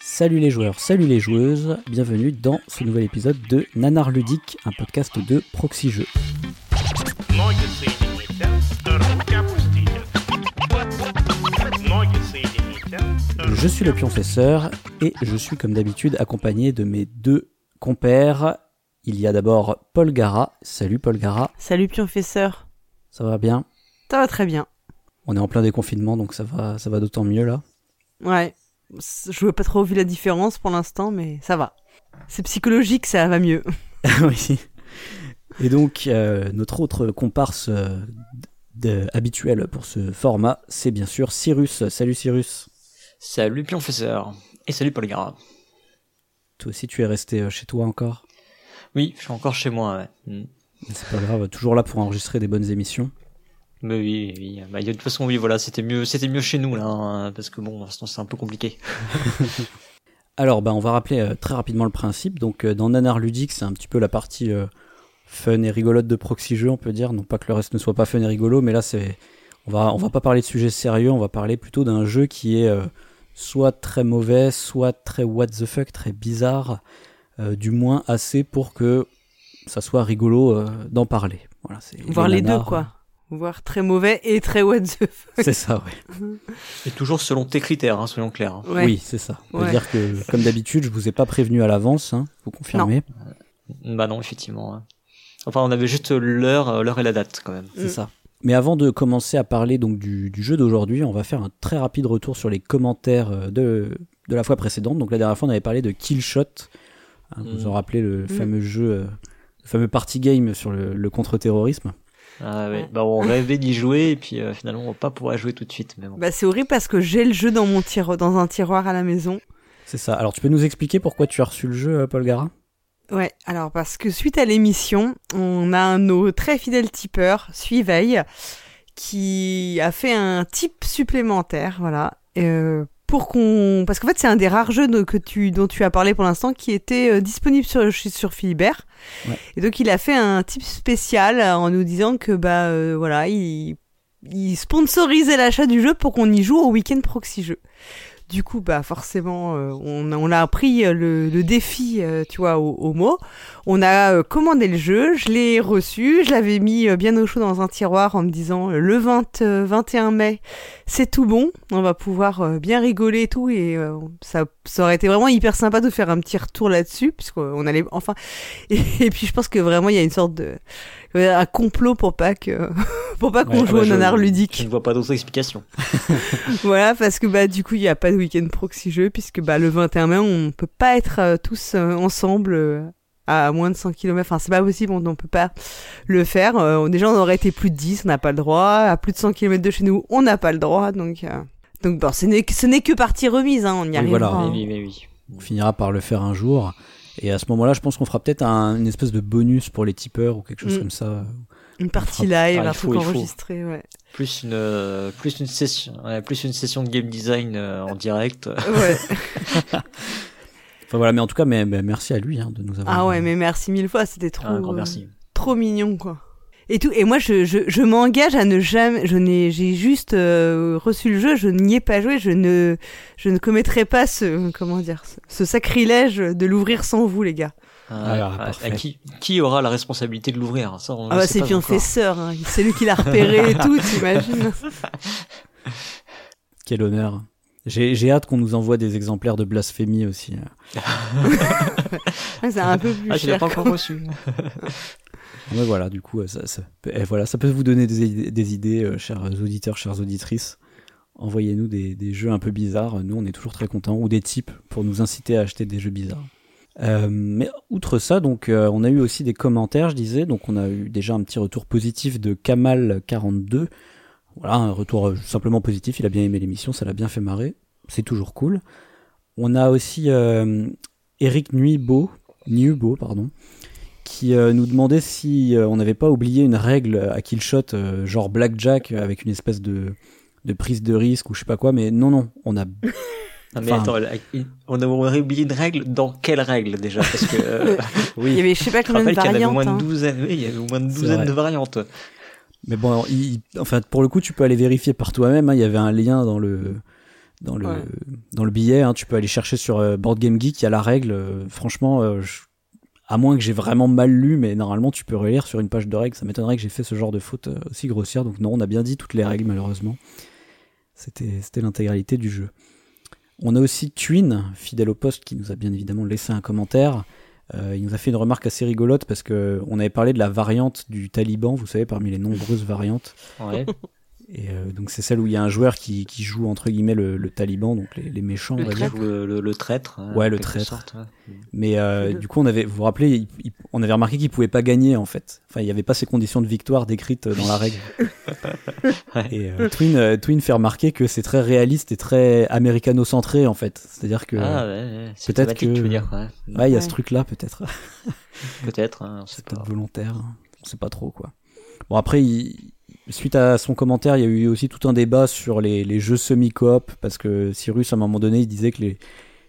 Salut les joueurs, salut les joueuses, bienvenue dans ce nouvel épisode de Nanar Ludique, un podcast de Proxy Jeux. Je suis le pionfesseur et je suis comme d'habitude accompagné de mes deux compères. Il y a d'abord Paul Gara. Salut Paul Gara. Salut pionfesseur. Ça va bien Ça va très bien. On est en plein déconfinement donc ça va, ça va d'autant mieux là. Ouais. Je vois pas trop vu la différence pour l'instant mais ça va. C'est psychologique, ça va mieux. oui. Et donc euh, notre autre comparse euh, de- habituel pour ce format, c'est bien sûr Cyrus. Salut Cyrus. Salut Pionfesseur et salut Paul Gara. Toi aussi tu es resté euh, chez toi encore Oui, je suis encore chez moi. ouais. Mm. Mais C'est pas grave, toujours là pour enregistrer des bonnes émissions. Mais oui, oui. oui. Bah, de toute façon, oui, voilà, c'était mieux, c'était mieux chez nous là, hein, parce que bon, sinon c'est un peu compliqué. Alors, ben, on va rappeler euh, très rapidement le principe. Donc, euh, dans Nanar Ludique, c'est un petit peu la partie euh, fun et rigolote de proxy jeu, on peut dire. Non pas que le reste ne soit pas fun et rigolo, mais là, c'est, on va, on va pas parler de sujets sérieux. On va parler plutôt d'un jeu qui est euh, soit très mauvais, soit très what the fuck, très bizarre, euh, du moins assez pour que ça soit rigolo euh, d'en parler. Voilà, c'est Voir les deux nanars, quoi. Voir très mauvais et très what the fuck. euh, C'est ça, ouais. Et toujours selon tes critères, hein, soyons clairs. hein. Ouais. Oui, c'est ça. On Ouais. va dire que, comme d'habitude, je vous ai pas prévenu à l'avance. Hein, vous confirmez Bah non, effectivement. hein. Enfin, on avait juste l'heure, euh, l'heure et la date quand même. C'est Mm. ça. Mais avant de commencer à parler donc du, du jeu d'aujourd'hui, on va faire un très rapide retour sur les commentaires euh, de, de la fois précédente. Donc la dernière fois, on avait parlé de Killshot. Hein, Vous vous en Mm. rappelez le fameux jeu, euh, le fameux party game sur le, le contre-terrorisme. Ah, ouais. Ouais. Bah on rêvait d'y jouer et puis euh, finalement on va pas pouvoir jouer tout de suite. Mais bon. Bah c'est horrible parce que j'ai le jeu dans mon tiroir dans un tiroir à la maison. C'est ça. Alors tu peux nous expliquer pourquoi tu as reçu le jeu, euh, Paul Gara Ouais, alors parce que suite à l'émission, on a un de nos très fidèles tipeurs, Suiveille, qui a fait un tip supplémentaire, voilà, euh, pour qu'on... Parce qu'en fait, c'est un des rares jeux de- que tu, dont tu as parlé pour l'instant qui était euh, disponible sur, chez- sur Philibert. Ouais. Et donc, il a fait un tip spécial euh, en nous disant que, bah, euh, voilà, il, il sponsorisait l'achat du jeu pour qu'on y joue au week-end proxy jeu. Du coup, bah forcément, euh, on, a- on a appris euh, le, le défi, euh, tu vois, au, au mot. On a euh, commandé le jeu, je l'ai reçu, je l'avais mis euh, bien au chaud dans un tiroir en me disant euh, le 20, euh, 21 mai, c'est tout bon, on va pouvoir euh, bien rigoler et tout. Et euh, ça, ça aurait été vraiment hyper sympa de faire un petit retour là-dessus, puisqu'on allait enfin. Et, et puis je pense que vraiment il y a une sorte de un complot pour pas que pour pas qu'on Ouais, ah joue bah, au je- nanar Je ludique. ne vois pas d'autres explications. Voilà, parce que bah du coup, il n'y a pas de week-end proxy jeu, puisque bah le 21 mai, on peut pas être euh, tous euh, ensemble euh, à moins de 100 km. Enfin, c'est pas possible, on ne peut pas le faire. Euh, on- déjà, on aurait été plus de 10, on n'a pas le droit. À plus de 100 km de chez nous, on n'a pas le droit. Donc, euh, donc bon, ce n'est que, ce n'est que partie remise, hein, on y Oui, voilà. arrivera. Mais hein. Eh oui, mais oui. On finira par le faire un jour. Et à ce moment-là, je pense qu'on fera peut-être un- une espèce de bonus pour les tipeurs ou quelque chose Mm. comme ça. Une partie live, Ah, il un faut, truc il faut. enregistré, ouais. Plus une, euh, plus une session, ouais, plus une session de game design euh, en direct. Ouais. Enfin voilà, mais en tout cas, mais, mais merci à lui hein, de nous avoir. ah ouais, mais merci mille fois, c'était trop. Un grand euh, merci. trop mignon quoi. Et tout et moi je, je, je m'engage à ne jamais je n'ai j'ai juste euh, reçu le jeu, je n'y ai pas joué, je ne je ne commettrai pas ce comment dire ce, ce sacrilège de l'ouvrir sans vous les gars. Ah, Alors, ah, parfait. ah, qui, qui aura la responsabilité de l'ouvrir hein, Ça, on Ah le bah sait c'est pas bien encore. fait sœur, hein. c'est lui qui l'a repéré et tout, t'imagines Quel honneur. J'ai j'ai hâte qu'on nous envoie des exemplaires de blasphémie aussi. euh. Ouais, C'est un peu plus Ah, je l'ai cher. pas encore reçu. Ouais, voilà, du coup, euh, ça, ça peut, eh, voilà, ça peut vous donner des, idées- des idées, euh, chers auditeurs, chères auditrices. Envoyez-nous des, des jeux un peu bizarres, nous on est toujours très contents, ou des tips pour nous inciter à acheter des jeux bizarres. Euh, mais outre ça, donc euh, on a eu aussi des commentaires, je disais, donc on a eu déjà un petit retour positif de Kamal42. Voilà, un retour euh, simplement positif, il a bien aimé l'émission, ça l'a bien fait marrer, c'est toujours cool. On a aussi euh, Eric Nuibo, Nuibo, pardon, qui euh, nous demandait si euh, on n'avait pas oublié une règle à killshot, euh, genre blackjack, euh, avec une espèce de, de prise de risque ou je sais pas quoi, mais non, non, on a. Non, mais Enfin. attends, là, on aurait oublié une règle. Dans quelle règle déjà Parce que euh, Il y Oui, avait je sais pas je combien de rappelle qu'il y en avait au variantes. moins hein. de douzaine. Oui, il y avait au moins une C'est douzaine vrai. de variantes. mais bon, il- il- enfin, pour le coup, tu peux aller vérifier par toi-même, hein, il y avait un lien dans le dans le Ouais. dans le billet. hein. tu peux aller chercher sur euh, Board Game Geek, il y a la règle. euh, franchement, euh, je- à moins que j'ai vraiment mal lu, mais normalement tu peux relire sur une page de règles. Ça m'étonnerait que j'ai fait ce genre de faute euh, aussi grossière. Donc non, on a bien dit toutes les règles malheureusement. C'était c'était l'intégralité du jeu. On a aussi Twin, fidèle au poste, qui nous a bien évidemment laissé un commentaire. Euh, il nous a fait une remarque assez rigolote parce que on avait parlé de la variante du Taliban, vous savez, parmi les nombreuses variantes. Ouais. Et euh, donc c'est celle où il y a un joueur qui, qui joue entre guillemets le, le Taliban, donc les, les méchants, on Le va dire. traître. Le, le- le traître. hein, Ouais, en le quelque traître. sorte, ouais. Mais euh, Mhm. du coup, on avait, vous vous rappelez, il- il- on avait remarqué qu'il pouvait pas gagner en fait. Enfin, il n'y avait pas ces conditions de victoire décrites euh, dans la règle. Ouais. Et euh, Twin, euh, Twin fait remarquer que c'est très réaliste et très américano-centré en fait. C'est-à-dire que Ah ouais, ouais. c'est peut-être thématique, que- tu veux dire, ouais. ouais, il y a ce Ouais. truc-là peut-être. Peut-être, hein, on sait C'est pas. peut-être volontaire, on sait pas trop quoi. Bon après, il- suite à son commentaire, il y a eu aussi tout un débat sur les, les jeux semi-coop parce que Cyrus à un moment donné, il disait que les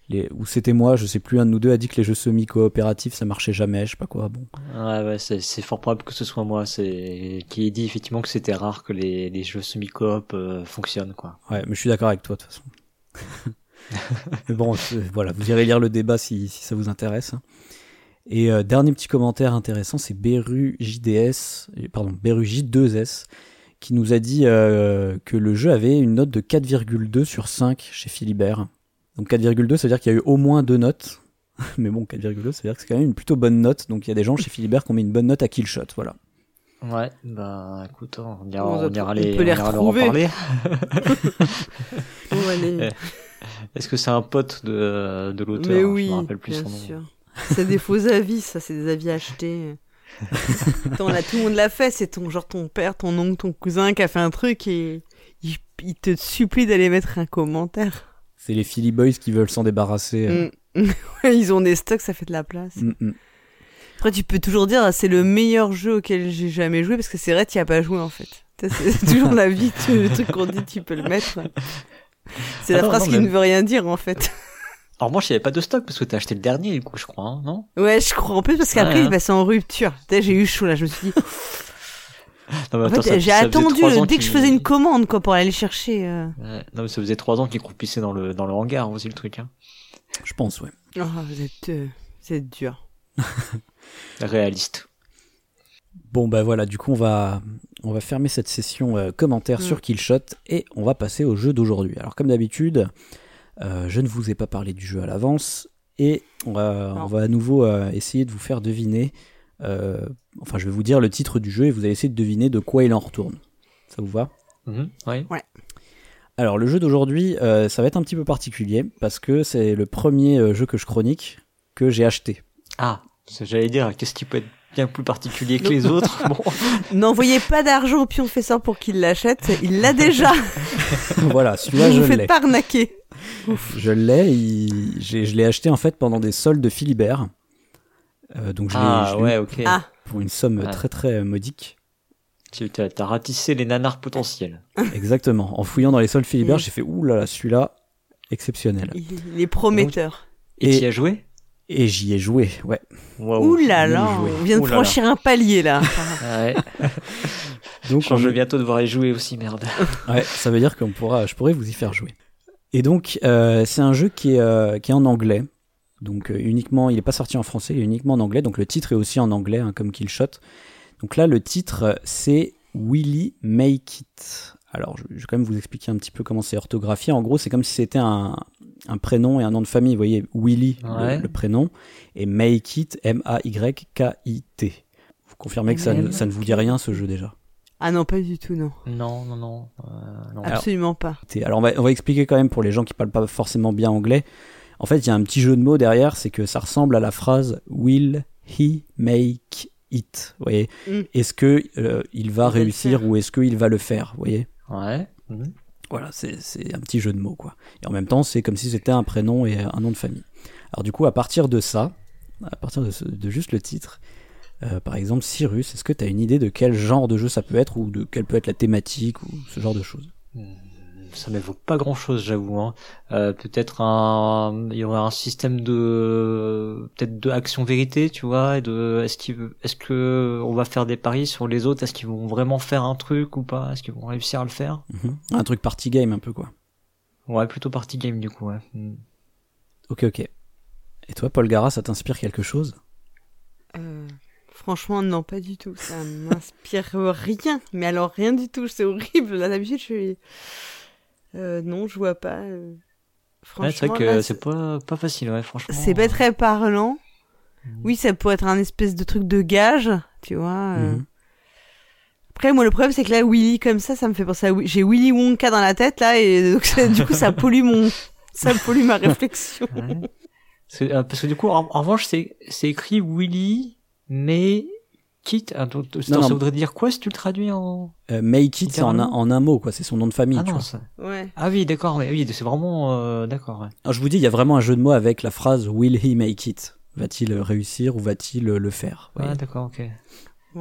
les ou c'était moi, je sais plus, un de nous deux a dit que les jeux semi-coopératifs ça marchait jamais, je sais pas quoi. Bon, Ouais, ouais, c'est, c'est fort probable que ce soit moi, c'est, qui ai dit effectivement que c'était rare que les, les jeux semi-coop euh, fonctionnent, quoi. ouais, mais je suis d'accord avec toi de toute façon. mais bon, c'est- voilà, vous irez lire le débat si, si ça vous intéresse. hein. Et euh, dernier petit commentaire intéressant, c'est Beru JDS, euh, pardon, Beru J2S, qui nous a dit euh, que le jeu avait une note de 4,2 sur 5 chez Philibert. Donc 4,2, ça veut dire qu'il y a eu au moins deux notes. Mais bon, 4,2, ça veut dire que c'est quand même une plutôt bonne note. Donc il y a des gens chez Philibert qui ont mis une bonne note à Killshot, voilà. Ouais, bah écoute, on ira, On on va- ira on les, peut les on ira leur en retrouver. parler. On va les- Euh, Est-ce que c'est un pote de, de l'auteur Mais hein, Je oui, me rappelle plus bien son nom. sûr. C'est des faux avis, ça, c'est des avis achetés. Attends, là, tout le monde l'a fait. C'est ton genre ton père, ton oncle, ton cousin qui a fait un truc et il, il te supplie d'aller mettre un commentaire. C'est les Philly Boys qui veulent s'en débarrasser. euh. Mm. Ils ont des stocks, ça fait de la place. Mm, mm. Après, tu peux toujours dire c'est le meilleur jeu auquel j'ai jamais joué parce que c'est vrai, tu as pas joué en fait. Ça, C'est toujours la vie, tu- le truc qu'on dit, tu peux le mettre. C'est Ah la non, phrase non, qui mais- ne veut rien dire en fait. Alors moi, je savais pas de stock parce que t'as acheté le dernier, du coup, je crois, hein, non Ouais, je crois en plus parce qu'après, Ouais, il hein. passait en rupture. Putain, J'ai eu chaud là, je me suis dit, Non, mais En attends, fait, ça- j'ai ça faisait attendu trois le- ans dès que je qu'il- faisais une commande quoi pour aller le chercher. euh. Ouais, Non, mais ça faisait trois ans qu'il croupissait dans le, dans le hangar aussi, le truc, hein. Je pense, ouais. Oh, vous êtes, euh, vous êtes dur. Réaliste. Bon bah voilà, du coup on va on va fermer cette session euh, commentaire Mm. sur Killshot et on va passer au jeu d'aujourd'hui. Alors comme d'habitude, euh, je ne vous ai pas parlé du jeu à l'avance et on va, Non. on va à nouveau euh, essayer de vous faire deviner. euh, enfin, je vais vous dire le titre du jeu et vous allez essayer de deviner de quoi il en retourne. Ça vous va Mhm, ouais. alors le jeu d'aujourd'hui, euh, ça va être un petit peu particulier parce que c'est le premier euh, jeu que je chronique que j'ai acheté. Ah, c'est- j'allais dire, qu'est-ce qui peut être bien plus particulier que les autres Bon, N'envoyez pas d'argent au pion fesseur pour qu'il l'achète. Il l'a déjà. voilà, celui-là vous je vous faites l'ai. pas arnaquer. Je l'ai, il- j'ai- je l'ai acheté en fait pendant des soldes de Philibert. Euh, donc je l'ai je ah l'ai eu ouais, ok. Ah. pour une somme Ah. très très modique. Tu T'as t'as ratissé les nanars potentiels. Exactement. En fouillant dans les soldes Philibert, Mm. j'ai fait ouh là là, celui-là exceptionnel. Il, il est prometteur. Et, Et- tu y as joué Et j'y ai joué, ouais. Waouh. Ouh là bien là, joué. on vient de Ouh là là. franchir un palier là. Ah Ouais. Donc Je on- vais bientôt devoir y jouer aussi, merde. Ouais, ça veut dire qu'on pourra, je pourrais vous y faire jouer. Et donc, euh, c'est un jeu qui est, euh, qui est en anglais. Donc, euh, uniquement, il n'est pas sorti en français, il est uniquement en anglais. Donc, le titre est aussi en anglais, hein, comme Killshot. Donc, là, le titre, euh, c'est Willy Make It. Alors, je, je vais quand même vous expliquer un petit peu comment c'est orthographié. En gros, c'est comme si c'était un, un prénom et un nom de famille. Vous voyez, Willy, le- Ouais. le, prénom, et Make It, M-A-Y-K-I-T. Vous confirmez que ça ne, ça ne vous dit rien, ce jeu, déjà Ah non, pas du tout, non. Non, non, non. euh, non. Absolument pas. T'es- Alors on va, on va expliquer quand même pour les gens qui parlent pas forcément bien anglais. En fait, il y a un petit jeu de mots derrière, c'est que ça ressemble à la phrase Will he make it Vous voyez Mm. Est-ce que euh, il va Il va le réussir faire. ou est-ce qu'il va le faire Vous voyez Ouais. Mhm. Voilà, c'est c'est un petit jeu de mots quoi. Et en même temps, c'est comme si c'était un prénom et un nom de famille. Alors du coup, à partir de ça, à partir de, ce- de juste le titre, euh, par exemple Cyrus, est-ce que tu as une idée de quel genre de jeu ça peut être ou de quelle peut être la thématique ou ce genre de choses Ça m'évoque pas grand chose, j'avoue. Hein. Euh, peut-être un, il y aurait un système de, peut-être de action vérité, tu vois, et de, est-ce qu'il, est-ce que on va faire des paris sur les autres, est-ce qu'ils vont vraiment faire un truc ou pas, est-ce qu'ils vont réussir à le faire Mhm. Un truc party game un peu quoi. Ouais, plutôt party game du coup. Ouais. Mm. Ok, ok. Et toi, Paul Gara, ça t'inspire quelque chose Euh, franchement, non, pas du tout. Ça m'inspire rien. Mais alors, rien du tout. C'est horrible. Là, d'habitude, je suis. Euh, non, je vois pas. euh. Ouais, c'est Franchement, vrai que là, c'est pas, pas facile, ouais, franchement. c'est pas très parlant. Mhm. Oui, ça pourrait être un espèce de truc de gage, tu vois. euh. Mhm. Après, moi, le problème, c'est que là, Willy, comme ça, ça me fait penser à. Wi- J'ai Willy Wonka dans la tête, là, et donc, ça- du coup, ça pollue mon. Ça pollue ma réflexion. Ouais. C'est- euh, parce que du coup, en, en revanche, c'est c'est écrit Willy, mais quitte. ah, donc, Non, non. Ça voudrait dire quoi si tu le traduis en. Euh, Make It, c'est en, un- Littéralement en un mot, quoi. C'est son nom de famille. ah tu non, vois. ça- Ouais. Ah oui, d'accord, mais oui, c'est vraiment. euh, d'accord, ouais. Alors, je vous dis, il y a vraiment un jeu de mots avec la phrase Will he make it Va-t-il réussir ou va-t-il euh, le faire Vous Ah, voyez. d'accord, ok. Ouais,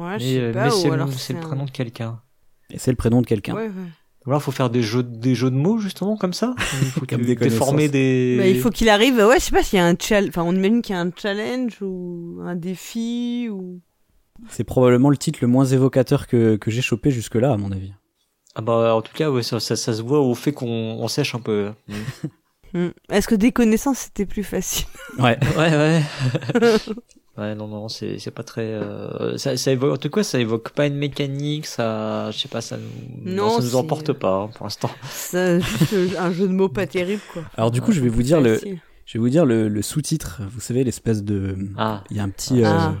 Ah, je mais sais euh, pas. mais ou c'est alors le, c'est le un- prénom de quelqu'un. Et c'est le prénom de quelqu'un. Ouais, ouais. Ou alors, faut faire des jeux, des jeux de mots, justement, comme ça. Il faut Comme que- des déformer connaissances. des. Bah, il faut qu'il arrive. Ouais, je sais pas s'il y a un challenge. Enfin, on imagine qu'il y a un challenge ou un défi ou. C'est probablement le titre le moins évocateur que, que j'ai chopé jusque-là, à mon avis. Ah bah, en tout cas, ouais, ça, ça, ça se voit au fait qu'on on sèche un peu. ouais, Hmm. Est-ce que des connaissances c'était plus facile Ouais. ouais. ouais, non, non, c'est c'est pas très. euh, ça, ça évoque, en tout cas, ça évoque pas une mécanique, ça. Je sais pas, ça nous. Non, ça nous c'est- emporte pas, hein, pour l'instant. C'est juste euh, un jeu de mots pas terrible quoi. Alors, du coup, je vais vous dire le, Facile. je vais vous dire le, le sous-titre. Vous savez, l'espèce de. Ah. Il y a un petit. euh, Ah.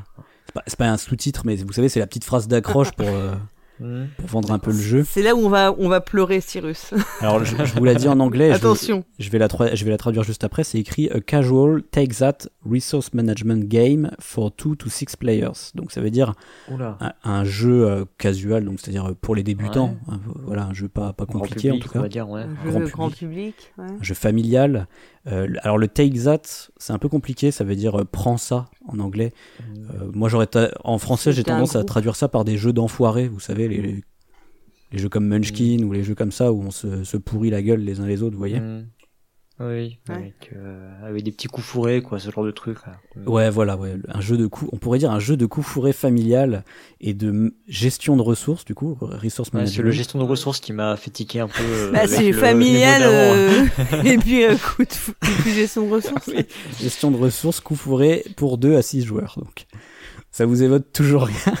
c'est pas- C'est pas, un sous-titre, mais vous savez, c'est la petite phrase d'accroche pour, euh, Hmm. pour vendre un peu le jeu. C'est là où on va on va pleurer Cyrus. Alors, je, je vous la dis en anglais. je- Attention. Je vais, la tra- je vais la traduire juste après. C'est écrit A casual take that resource management game for two to six players. Donc ça veut dire Oula. un, un jeu euh, casual, donc c'est-à-dire euh, pour les débutants. Ouais. hein, voilà, un jeu pas, pas Grand compliqué public, en tout cas. On va dire, ouais. Un jeu grand de grand public. ouais. Un jeu familial. Euh, le- alors le take that, c'est un peu compliqué. Ça veut dire euh, prends ça en anglais. Hmm. Euh, moi j'aurais ta- en français j'ai C'était un tendance à groupe. traduire ça par des jeux d'enfoirés. Vous savez les, les- les jeux comme Munchkin ou les jeux comme ça où on se, se pourrit la gueule les uns les autres. Vous voyez. Mm. Oui, Ouais. avec, euh, avec des petits coups fourrés, quoi, ce genre de truc. là. Mm. Mmh. Ouais, voilà, ouais, un jeu de coup, on pourrait dire un jeu de coup fourré familial et de m- gestion de ressources, du coup, resource Ouais, c'est management. le gestion de ressources qui m'a fait tiquer un peu. euh, Bah, avec c'est le- familial les mots d'avant, hein. euh, et puis euh, coup de fou- et puis j'ai son ressource. Oui, gestion de ressources coup fourré pour 2 à 6 joueurs, donc. Ça vous évoque toujours rien.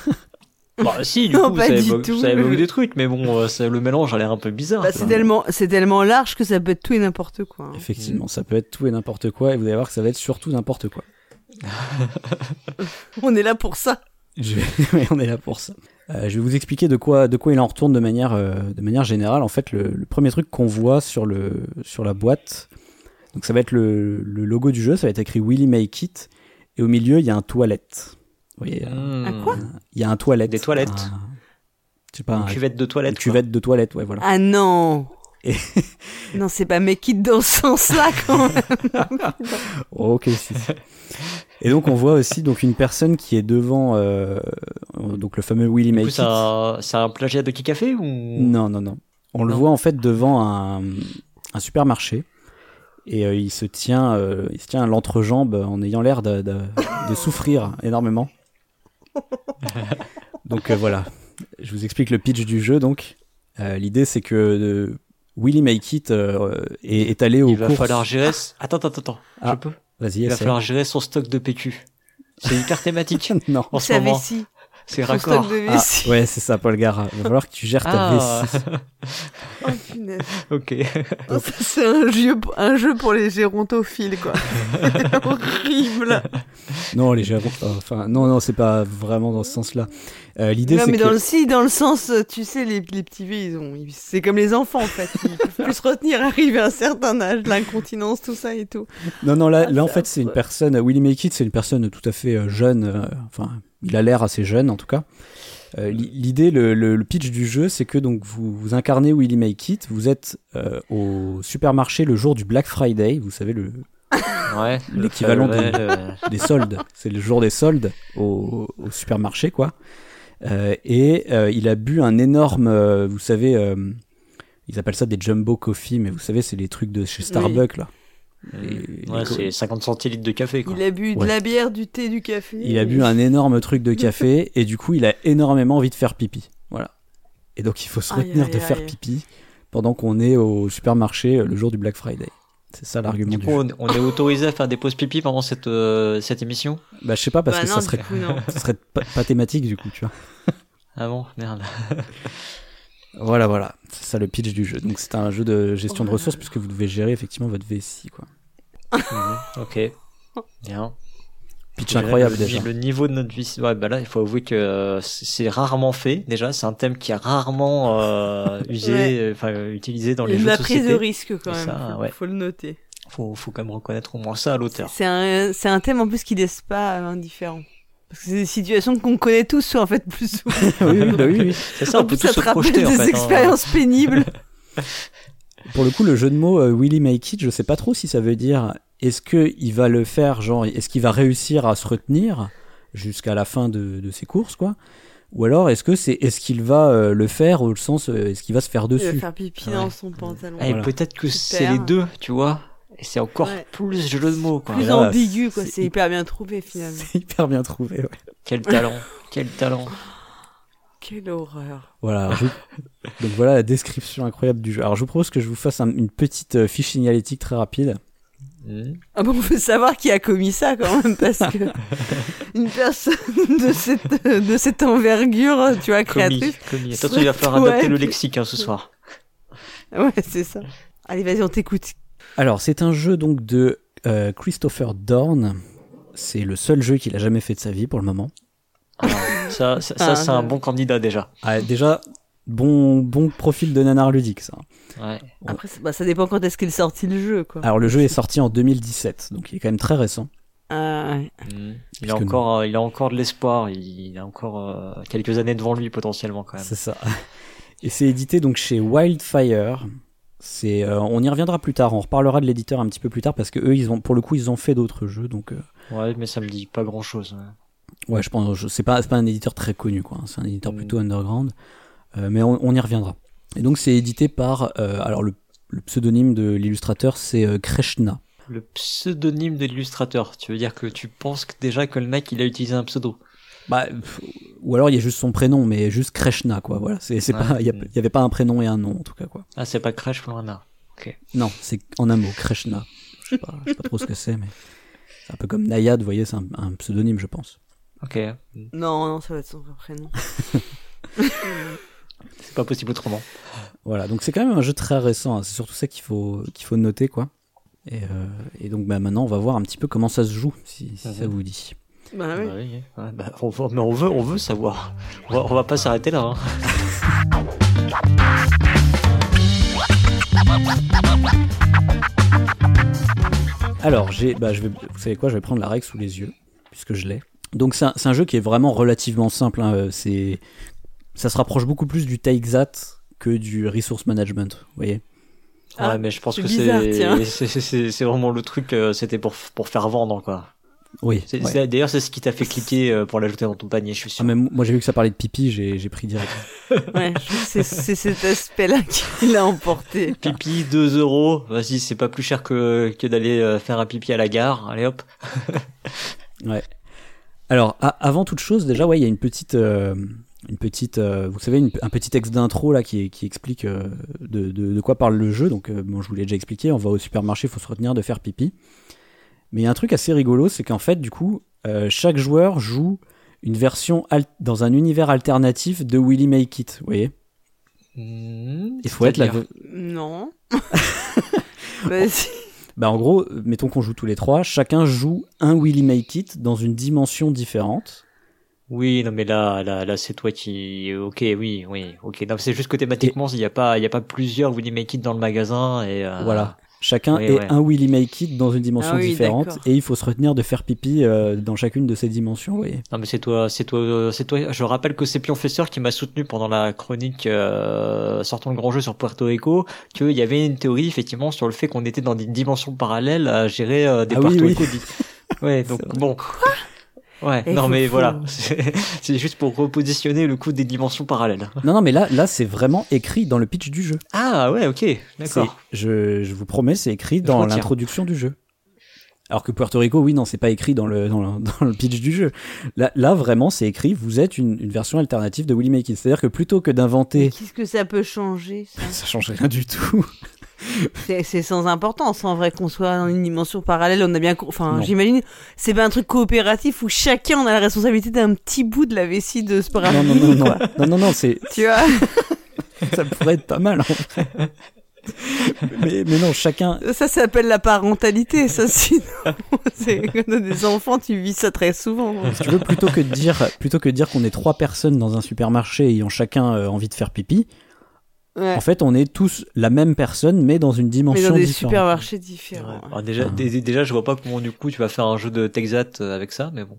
Bah, si, du Non, coup, pas ça du évoque, tout. ça évoque des trucs, mais bon, euh, ça- le mélange a l'air un peu bizarre. Bah, quoi. c'est tellement c'est tellement large que ça peut être tout et n'importe Mmh. quoi. hein. Effectivement, ça peut être tout et n'importe quoi, et vous allez voir que ça va être surtout n'importe quoi. On est là pour ça. Je vais- ouais, on est là pour ça. Euh, je vais vous expliquer de quoi, de quoi il en retourne de manière, euh, de manière générale. En fait, le, le premier truc qu'on voit sur, le, sur la boîte, donc ça va être le, le logo du jeu, ça va être écrit Willy Make It, et au milieu, il y a un toilette. Vous voyez, euh, Mm. À quoi il y a un toilette. Des toilettes. Un- je sais pas, Une un- cuvette de une toilette. quoi. cuvette de toilette, ouais, voilà. Ah non Et- Non, c'est pas Make It dans ce sens-là, quand même Ah. Oh, Ok, si. si. Et donc, on voit aussi donc une personne qui est devant euh, euh, donc le fameux Willy Du Make coup, It. c'est un, c'est un plagiat de Kikafé ou Non, non, non. On le Non. voit en fait devant un, un supermarché et euh, il se tient, euh, il se tient à l'entrejambe en ayant l'air de, de- de souffrir énormément. Donc euh, voilà, je vous explique le pitch du jeu. Donc Euh, l'idée c'est que euh, Willy Make It euh, est, est allé au Il va courses. falloir gérer. s- Attends, attends, attends. Ah, je peux. Vas-y, Il va essaie. falloir gérer son stock de PQ. C'est hyper thématique non. en ce Sa moment. vessie, C'est son raccord. stock de Ah, vessie. ouais, c'est ça, Paul Gara. Il va falloir que tu gères ta Ah, vessie. Oh, punaise. ok. Oh, ça, c'est un jeu, un jeu pour les gérontophiles, quoi. C'est horrible Non, les gérants. Enfin, non, non, c'est pas vraiment dans ce sens-là. Euh, L'idée Non, c'est mais que. dans le si, dans le sens, tu sais, les, les petits vieux, ils ont... ils- C'est comme les enfants, en fait. Ils peuvent plus se retenir, arriver à un certain âge, l'incontinence, tout ça et tout. Non, non, là, Ah, là en c'est fait, c'est une affreux. personne, euh, Willy Make It, c'est une personne tout à fait euh, jeune, euh, enfin, il a l'air assez jeune en tout cas. Euh, li- L'idée, le, le- le pitch du jeu, c'est que donc vous, vous incarnez Willy Make It, vous êtes euh, au supermarché le jour du Black Friday, vous savez, le, Ouais. L'équivalent de- de. des soldes, c'est le jour des soldes au, au supermarché, quoi. Euh, et euh, il a bu un énorme, euh, vous savez, euh, ils appellent ça des jumbo coffee, mais vous savez, c'est les trucs de chez Starbucks, là. Les- Ouais, les- c'est 50 centilitres de café, quoi. Il a bu de Ouais. la bière, du thé, du café. Il a bu un énorme truc de café et du coup, il a énormément envie de faire pipi. Voilà. Et donc, il faut se Aïe, retenir aïe, de faire aïe. pipi pendant qu'on est au supermarché euh, le jour du Black Friday. C'est ça l'argument. Du du coup, jeu. on, on est autorisé à faire des pauses pipi pendant cette, euh, cette émission Bah, je sais pas, parce Bah que non, ça du serait, coup, non. ça serait pas, pas thématique, du coup, tu vois. Ah bon Merde. Voilà, voilà. C'est ça le pitch du jeu. Donc, c'est un jeu de gestion de Oh là ressources, puisque vous devez gérer effectivement votre vessie, quoi. Mhm, ok. Bien. Pitch incroyable, le, déjà. Le niveau de notre vie. Ouais, bah là, il faut avouer que euh, c'est c'est rarement fait. Déjà, c'est un thème qui est rarement euh, usé, Ouais. euh, enfin euh, utilisé dans Il y a les de jeux la de prise de société. risque quand C'est même, ça, faut, ouais. faut le noter. Faut, faut quand même reconnaître au moins ça à l'auteur. C'est un, c'est un thème en plus qui laisse pas euh, indifférent. Parce que c'est des situations qu'on connaît tous en fait plus souvent. oui, oui, bah oui, oui. C'est ça, on plus, peut tous ça te se rappelle projeter des en fait. hein. expériences pénibles. Pour le coup, le jeu de mots euh, Willy Make It, je sais pas trop si ça veut dire est-ce qu'il va le faire, genre est-ce qu'il va réussir à se retenir jusqu'à la fin de, de ses courses, quoi Ou alors est-ce que c'est est-ce qu'il va euh, le faire au sens euh, est-ce qu'il va se faire Il va dessus faire pipi Ouais. dans son pantalon. Ah, et Voilà. peut-être que Super. c'est les deux, tu vois. Et c'est encore Ouais. plus jeu de mots, quoi. Plus là, ambigu quoi, c'est- c'est hyper bien trouvé finalement. C'est hyper bien trouvé. ouais. Quel talent, quel talent. Quelle horreur. Voilà. alors, je- Donc voilà la description incroyable du jeu. Alors je vous propose que je vous fasse un- une petite euh, fiche signalétique très rapide. Mhm. Ah bon, on veut savoir qui a commis ça quand même parce que une personne de cette de cette envergure, tu vois, Commis, créatrice. commis. Attention, il va falloir Ouais. adapter le lexique hein, ce soir. Ouais, c'est ça. Allez, vas-y, on t'écoute. Alors, c'est un jeu donc de euh, Christopher Dorn. C'est le seul jeu qu'il a jamais fait de sa vie pour le moment. Alors, ça, ça, ça, Ah, c'est un ouais. bon candidat déjà. Ah, déjà, bon, bon profil de nanar ludique, ça. Ouais. Ouais. Après, c'est- bah, ça dépend quand est-ce qu'il est sorti le jeu, Ah. quoi. Alors, le jeu est sorti en 2017, donc il est quand même très récent. Ah, ouais. Mhm. Il, Puisque a encore, euh, il a encore de l'espoir, il a encore euh, quelques années devant lui potentiellement quand même. C'est ça. Et c'est édité donc chez Wildfire. C'est, euh, on y reviendra plus tard. On reparlera de l'éditeur un petit peu plus tard parce que eux, ils ont, pour le coup, ils ont fait d'autres jeux. Donc, euh, Ouais, mais ça me dit pas hein. grand chose. ouais, je pense, je- c'est pas, c'est pas un éditeur très connu, quoi. hein. C'est un éditeur Mm. plutôt underground. Euh, mais on, on y reviendra. Et donc, c'est édité par, euh, alors le, le pseudonyme de l'illustrateur, c'est euh, Krishna. Le pseudonyme de l'illustrateur, tu veux dire que tu penses que déjà que le mec il a utilisé un pseudo. Bah, pff, ou alors il y a juste son prénom, mais juste Krishna, quoi. Voilà, c'est c'est Ouais. pas, il y a- il y avait pas un prénom et un nom en tout cas, quoi. Ah, c'est pas Crash Florana. Non, c'est en un mot, Krishna. Je sais pas, je sais pas trop ce que c'est, mais c'est un peu comme Nayad, vous voyez, c'est un, un pseudonyme, je pense. Ok, Mhm. Non, non, ça va être son vrai prénom. c'est pas possible autrement. Voilà, donc c'est quand même un jeu très récent, hein, c'est surtout ça qu'il faut, qu'il faut noter, quoi. Et, euh, et donc bah, maintenant, on va voir un petit peu comment ça se joue, si, si Mhm. ça vous dit. Bah oui. Bah oui, ouais, bah, on veut, mais on veut, on veut savoir. On va, on va pas s'arrêter là. hein. Alors, j'ai, bah, je vais, vous savez quoi, je vais prendre la règle sous les yeux, puisque je l'ai. Donc c'est un, c'est un jeu qui est vraiment relativement simple, hein, euh, c'est, ça se rapproche beaucoup plus du Taixat que du Resource Management, vous voyez. Ah, ouais, mais je pense c'est que bizarre, tiens. c'est- c'est c'est- c'est vraiment le truc, euh, c'était pour, pour faire vendre quoi. Oui, C'est- ouais. c'est- D'ailleurs, c'est ce qui t'a fait cliquer euh, pour l'ajouter dans ton panier, je suis Ah, sûr. mais moi j'ai vu que ça parlait de pipi, j'ai j'ai pris direct. Ouais, je trouve que c'est- c'est cet aspect-là qui l'a emporté. Pipi, 2 euros. Vas-y, c'est pas plus cher que, que d'aller euh, faire un pipi à la gare. Allez hop. Alors, a- avant toute chose, déjà, ouais, il y a une petite, euh, une petite, euh, vous savez, une- un petit texte d'intro là qui, qui explique euh, de, de- de quoi parle le jeu. Donc, euh, bon, je vous l'ai déjà expliqué. On va au supermarché, il faut se retenir de faire pipi. Mais il y a un truc assez rigolo, c'est qu'en fait, du coup, euh, chaque joueur joue une version al- dans un univers alternatif de Willy Make It. Vous voyez, il faut être la. C'est-à-dire Non. bah, si. Bah, en gros, euh, mettons qu'on joue tous les trois. Chacun joue un Willy Make It dans une dimension différente. Oui, non, mais là, là, là, c'est toi qui. Ok, oui, oui, ok. Non, c'est juste que thématiquement, il n'y a pas, il y a pas plusieurs Willy Make It dans le magasin et. euh, Voilà. Chacun Oui, est ouais. un Willy Make It dans une dimension Ah oui, différente d'accord. et il faut se retenir de faire pipi euh, dans chacune de ces dimensions. vous voyez. Non, mais c'est toi, c'est toi, euh, c'est toi. Je rappelle que c'est Pionfesseur qui m'a soutenu pendant la chronique euh, sortons le grand jeu sur Puerto Rico qu'il y avait une théorie effectivement sur le fait qu'on était dans des dimensions parallèles à gérer euh, des Ah oui, Puerto oui. Rico. dit- Ouais, donc C'est vrai. bon. Ouais, Eh, non faut- mais faut- voilà, c'est c'est juste pour repositionner le coup des dimensions parallèles. Non, non, mais là, là c'est vraiment écrit dans le pitch du jeu. Ah ouais, ok, C'est- d'accord. Je, je vous promets, c'est écrit Je dans retiens. l'introduction du jeu. Alors que Puerto Rico, oui, non, c'est pas écrit dans le, dans le, dans le pitch du jeu. Là, là vraiment, c'est écrit, vous êtes une, une version alternative de Willy Making. C'est-à-dire que plutôt que Mais d'inventer, Qu'est-ce que ça peut changer ça ça change rien du tout. C'est c'est sans importance en vrai qu'on soit dans une dimension parallèle. On a bien, co- enfin, Non. j'imagine, c'est pas un truc coopératif où chacun on a la responsabilité d'un petit bout de la vessie de ce Non, non, parapluie. non, non, non, non, non, c'est, Tu vois ça pourrait être pas mal, en vrai. Mais, mais non, chacun, Ça, ça s'appelle la parentalité. Ça, sinon, c'est quand t'as des enfants, tu vis ça très souvent. si tu veux, plutôt que de dire, plutôt que de dire qu'on est trois personnes dans un supermarché ayant chacun euh, envie de faire pipi, Ouais. en fait, on est tous la même personne, mais dans une Mais dimension dans des différente. supermarchés différents. Alors déjà, Ah. dé- dé- déjà, je vois pas comment du coup tu vas faire un jeu de Texat euh, avec ça, mais bon.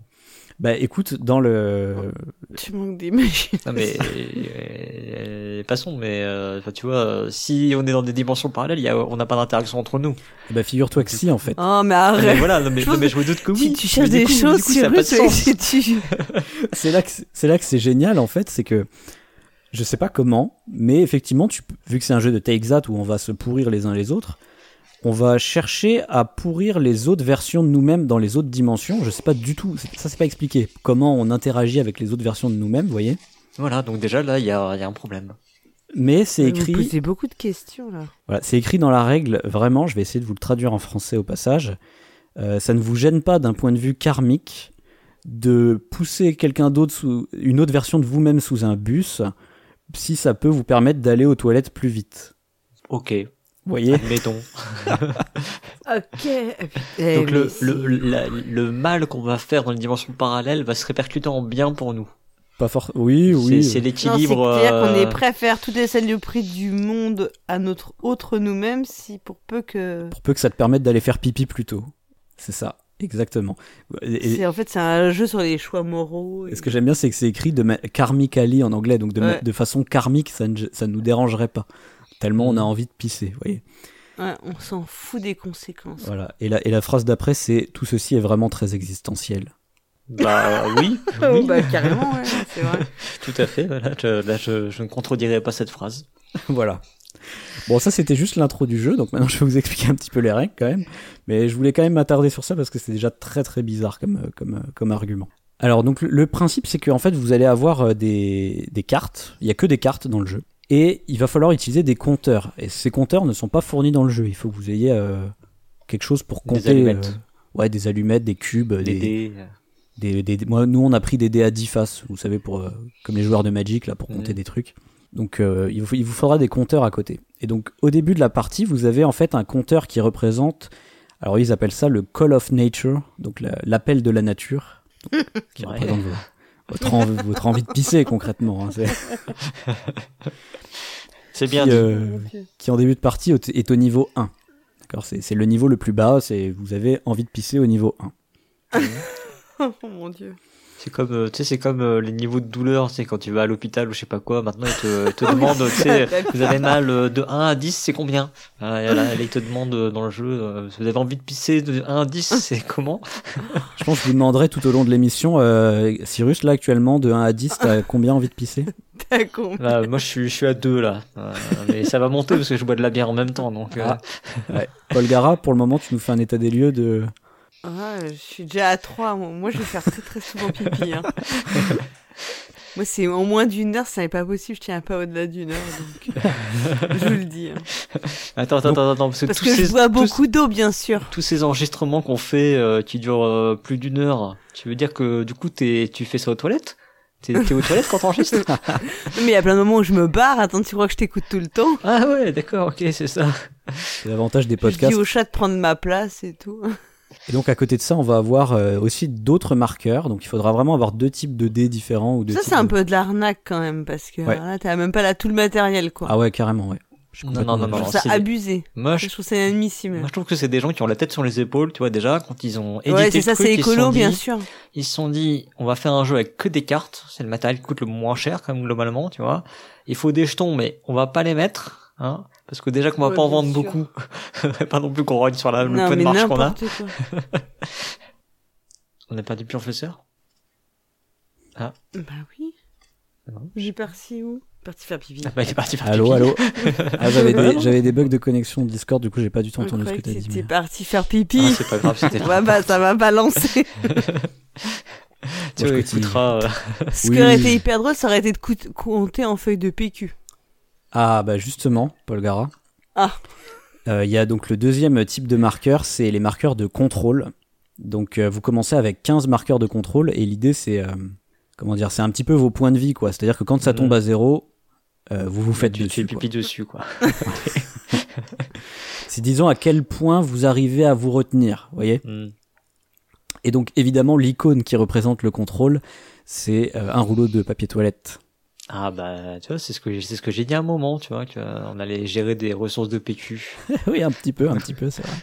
Bah, écoute, dans le, Tu manques d'imagination. Non mais euh, passons. Mais euh, enfin, tu vois, euh, si on est dans des dimensions parallèles, il y a, on n'a pas d'interaction entre nous. bah, figure-toi que si, en fait. Oh, mais Non, arrête. mais voilà, non, mais, Je non, pense mais je me doute que oui. tu, tu cherches des Mais du coup- du choses coup, sur ça a pas de sens. et tu... c'est là que c'est- c'est là que c'est génial en fait, c'est que je sais pas comment, mais effectivement, tu, peux- vu que c'est un jeu de Take That où on va se pourrir les uns les autres, on va chercher à pourrir les autres versions de nous-mêmes dans les autres dimensions. Je sais pas du tout, c'est- ça c'est pas expliqué comment on interagit avec les autres versions de nous-mêmes, vous voyez. Voilà, donc déjà là, il y a, il y a un problème. Mais c'est Vous écrit, posez beaucoup de questions là. voilà, c'est écrit dans la règle. Vraiment, je vais essayer de vous le traduire en français au passage. Euh, ça ne vous gêne pas d'un point de vue karmique de pousser quelqu'un d'autre sous une autre version de vous-même sous un bus si ça peut vous permettre d'aller aux toilettes plus vite. Ok, Vous voyez admettons. Ok. Eh Donc le, le, la- le mal qu'on va faire dans les dimensions parallèles va se répercuter en bien pour nous. Pas fort. Oui, C'est- oui. C'est l'équilibre. C'est-à-dire qu'on euh, est prêt à faire toutes les scènes du prix du monde à notre autre nous-mêmes, si pour peu que. Pour peu que ça te permette d'aller faire pipi plus tôt. C'est ça, exactement. Et- C'est- En fait, c'est un jeu sur les choix moraux. et- Et ce que j'aime bien, c'est que c'est écrit de ma- karmically en anglais, donc de, ma- Ouais. de façon karmique, ça ne ça ne nous dérangerait pas. Tellement on a envie de pisser, vous voyez. Ouais, on s'en fout des conséquences. Voilà. Et la, et la phrase d'après, c'est tout ceci est vraiment très existentiel. Bah oui, Oh, oui, bah carrément, ouais, c'est vrai. tout à fait. Voilà, je, là, je, je ne contredirai pas cette phrase. voilà. Bon, ça c'était juste l'intro du jeu, donc maintenant je vais vous expliquer un petit peu les règles quand même. Mais je voulais quand même m'attarder sur ça parce que c'est déjà très très bizarre comme, euh, comme, euh, comme argument. Alors, donc le- le principe, c'est qu'en fait vous allez avoir euh, des, des cartes. Il y a que des cartes dans le jeu. Et il va falloir utiliser des compteurs. Et ces compteurs ne sont pas fournis dans le jeu. Il faut que vous ayez euh, quelque chose pour Des compter. allumettes. euh, ouais, des allumettes, des cubes, Des des, dés. Des, des- moi, nous, on a pris des dés à 10 faces, vous savez, pour, euh, comme les joueurs de Magic, là, pour compter Mhm. des trucs. Donc, euh, il, vous, il vous faudra des compteurs à côté. Et donc, au début de la partie, vous avez en fait un compteur qui représente, alors ils appellent ça le Call of Nature, donc la- l'appel de la nature, donc, qui Ouais. représente vos- votre, env- votre envie de pisser, concrètement. hein, c'est- C'est bien qui, dit. euh, Oh, qui, en début de partie est- est au niveau 1. D'accord C'est c'est le niveau le plus bas, c'est vous avez envie de pisser au niveau 1. Mmh. Oh mon dieu. C'est comme, euh, tu sais, c'est comme euh, les niveaux de douleur, c'est quand tu vas à l'hôpital ou je sais pas quoi. Maintenant, ils te, ils te Ah demandent, tu sais, vous avez mal euh, de 1 à 10, c'est combien Ah, et là, là, ils te demandent euh, dans le jeu, euh, vous avez envie de pisser de 1 à 10, Ah. c'est comment Je pense que je vous demanderai tout au long de l'émission, euh, Cyrus, là actuellement, de 1 à 10, t'as combien envie de pisser T'as compris. Là, Bah, Moi, je suis, je suis à 2 là, Euh, mais ça va monter parce que je bois de la bière en même temps, donc. euh, Ah. Paul Gara, pour le moment, tu nous fais un état des lieux de... Ah, je suis déjà à 3. Moi, Moi, je vais faire très très souvent pipi. hein. Moi, c'est en moins d'une heure, ça n'est pas possible. Je tiens pas au-delà d'une heure. Donc... je vous le dis. hein. Attends, attends, attends, attends, parce que, Parce tous, que ces, je bois tous- beaucoup d'eau, bien sûr. tous ces enregistrements qu'on fait euh, qui durent euh, plus d'une heure, tu veux dire que du coup, t'es- tu fais ça aux toilettes T'es t'es aux toilettes quand t'enregistres Non, mais il y a plein de moments où je me barre. Attends, tu crois que je t'écoute tout le temps Ah ouais, d'accord, ok, c'est ça. c'est l'avantage des Je dis podcasts. au chat de prendre ma place et tout. Et donc à côté de ça, on va avoir euh, aussi d'autres marqueurs, donc il faudra vraiment avoir deux types de dés différents. Ou deux Ça, types c'est un de- peu de l'arnaque quand même. Parce que Ouais. alors là, t'as même pas là tout le matériel, quoi. Ah ouais, carrément, ouais. Je suis Non, complètement- non, non, je non. trouve ça c'est- abusé. Moi, Je je, trouve ça inadmissible. moi, je trouve que c'est des gens qui ont la tête sur les épaules, tu vois, déjà, quand ils ont édité Ouais, c'est le ça, truc, c'est ils se écolo, sont dit- bien sûr. Ils se sont dit, on va faire un jeu avec que des cartes, c'est le matériel qui coûte le moins cher, quand même, globalement, tu vois. Il faut des jetons, mais on va pas les mettre, hein, parce que déjà qu'on va Ouais, pas en bien vendre sûr. beaucoup. pas non plus qu'on rogne sur la, le Non, peu de mais marche qu'on a. n'importe quoi. On a perdu le professeur Bah oui. Non. J'ai perçu où Parti faire pipi. Ah bah, il est parti faire Allô, pipi. allô. Ah, j'avais Vraiment des, j'avais des bugs de connexion Discord, du coup, j'ai pas du tout Je entendu ce croyais que t'as que dit. t'étais mais- parti faire Ah, pipi. c'est pas grave, c'était Ouais, bah, ça m'a balancé. Tu Moi, je écouteras. euh, Ce Oui, qui aurait oui, été oui. hyper drôle, ça aurait été de coût- compter en feuille de PQ. Ah, bah justement, Paul Gara. Ah. Euh, Il y a donc le deuxième type de marqueur, c'est les marqueurs de contrôle. Donc euh, vous commencez avec 15 marqueurs de contrôle et l'idée c'est euh, comment dire, c'est un petit peu vos points de vie quoi. C'est-à-dire que quand ça Mhm. tombe à zéro, euh, vous vous faites tu fais dessus. quoi. pipi dessus, quoi. C'est disons à quel point vous arrivez à vous retenir, vous voyez. Hmm. Et donc évidemment l'icône qui représente le contrôle, c'est euh, un rouleau de papier toilette. Ah bah, tu vois, c'est ce que j'ai- c'est ce que j'ai dit à un moment, tu vois, qu'on allait gérer des ressources de PQ. oui, un petit peu, un petit peu, c'est vrai.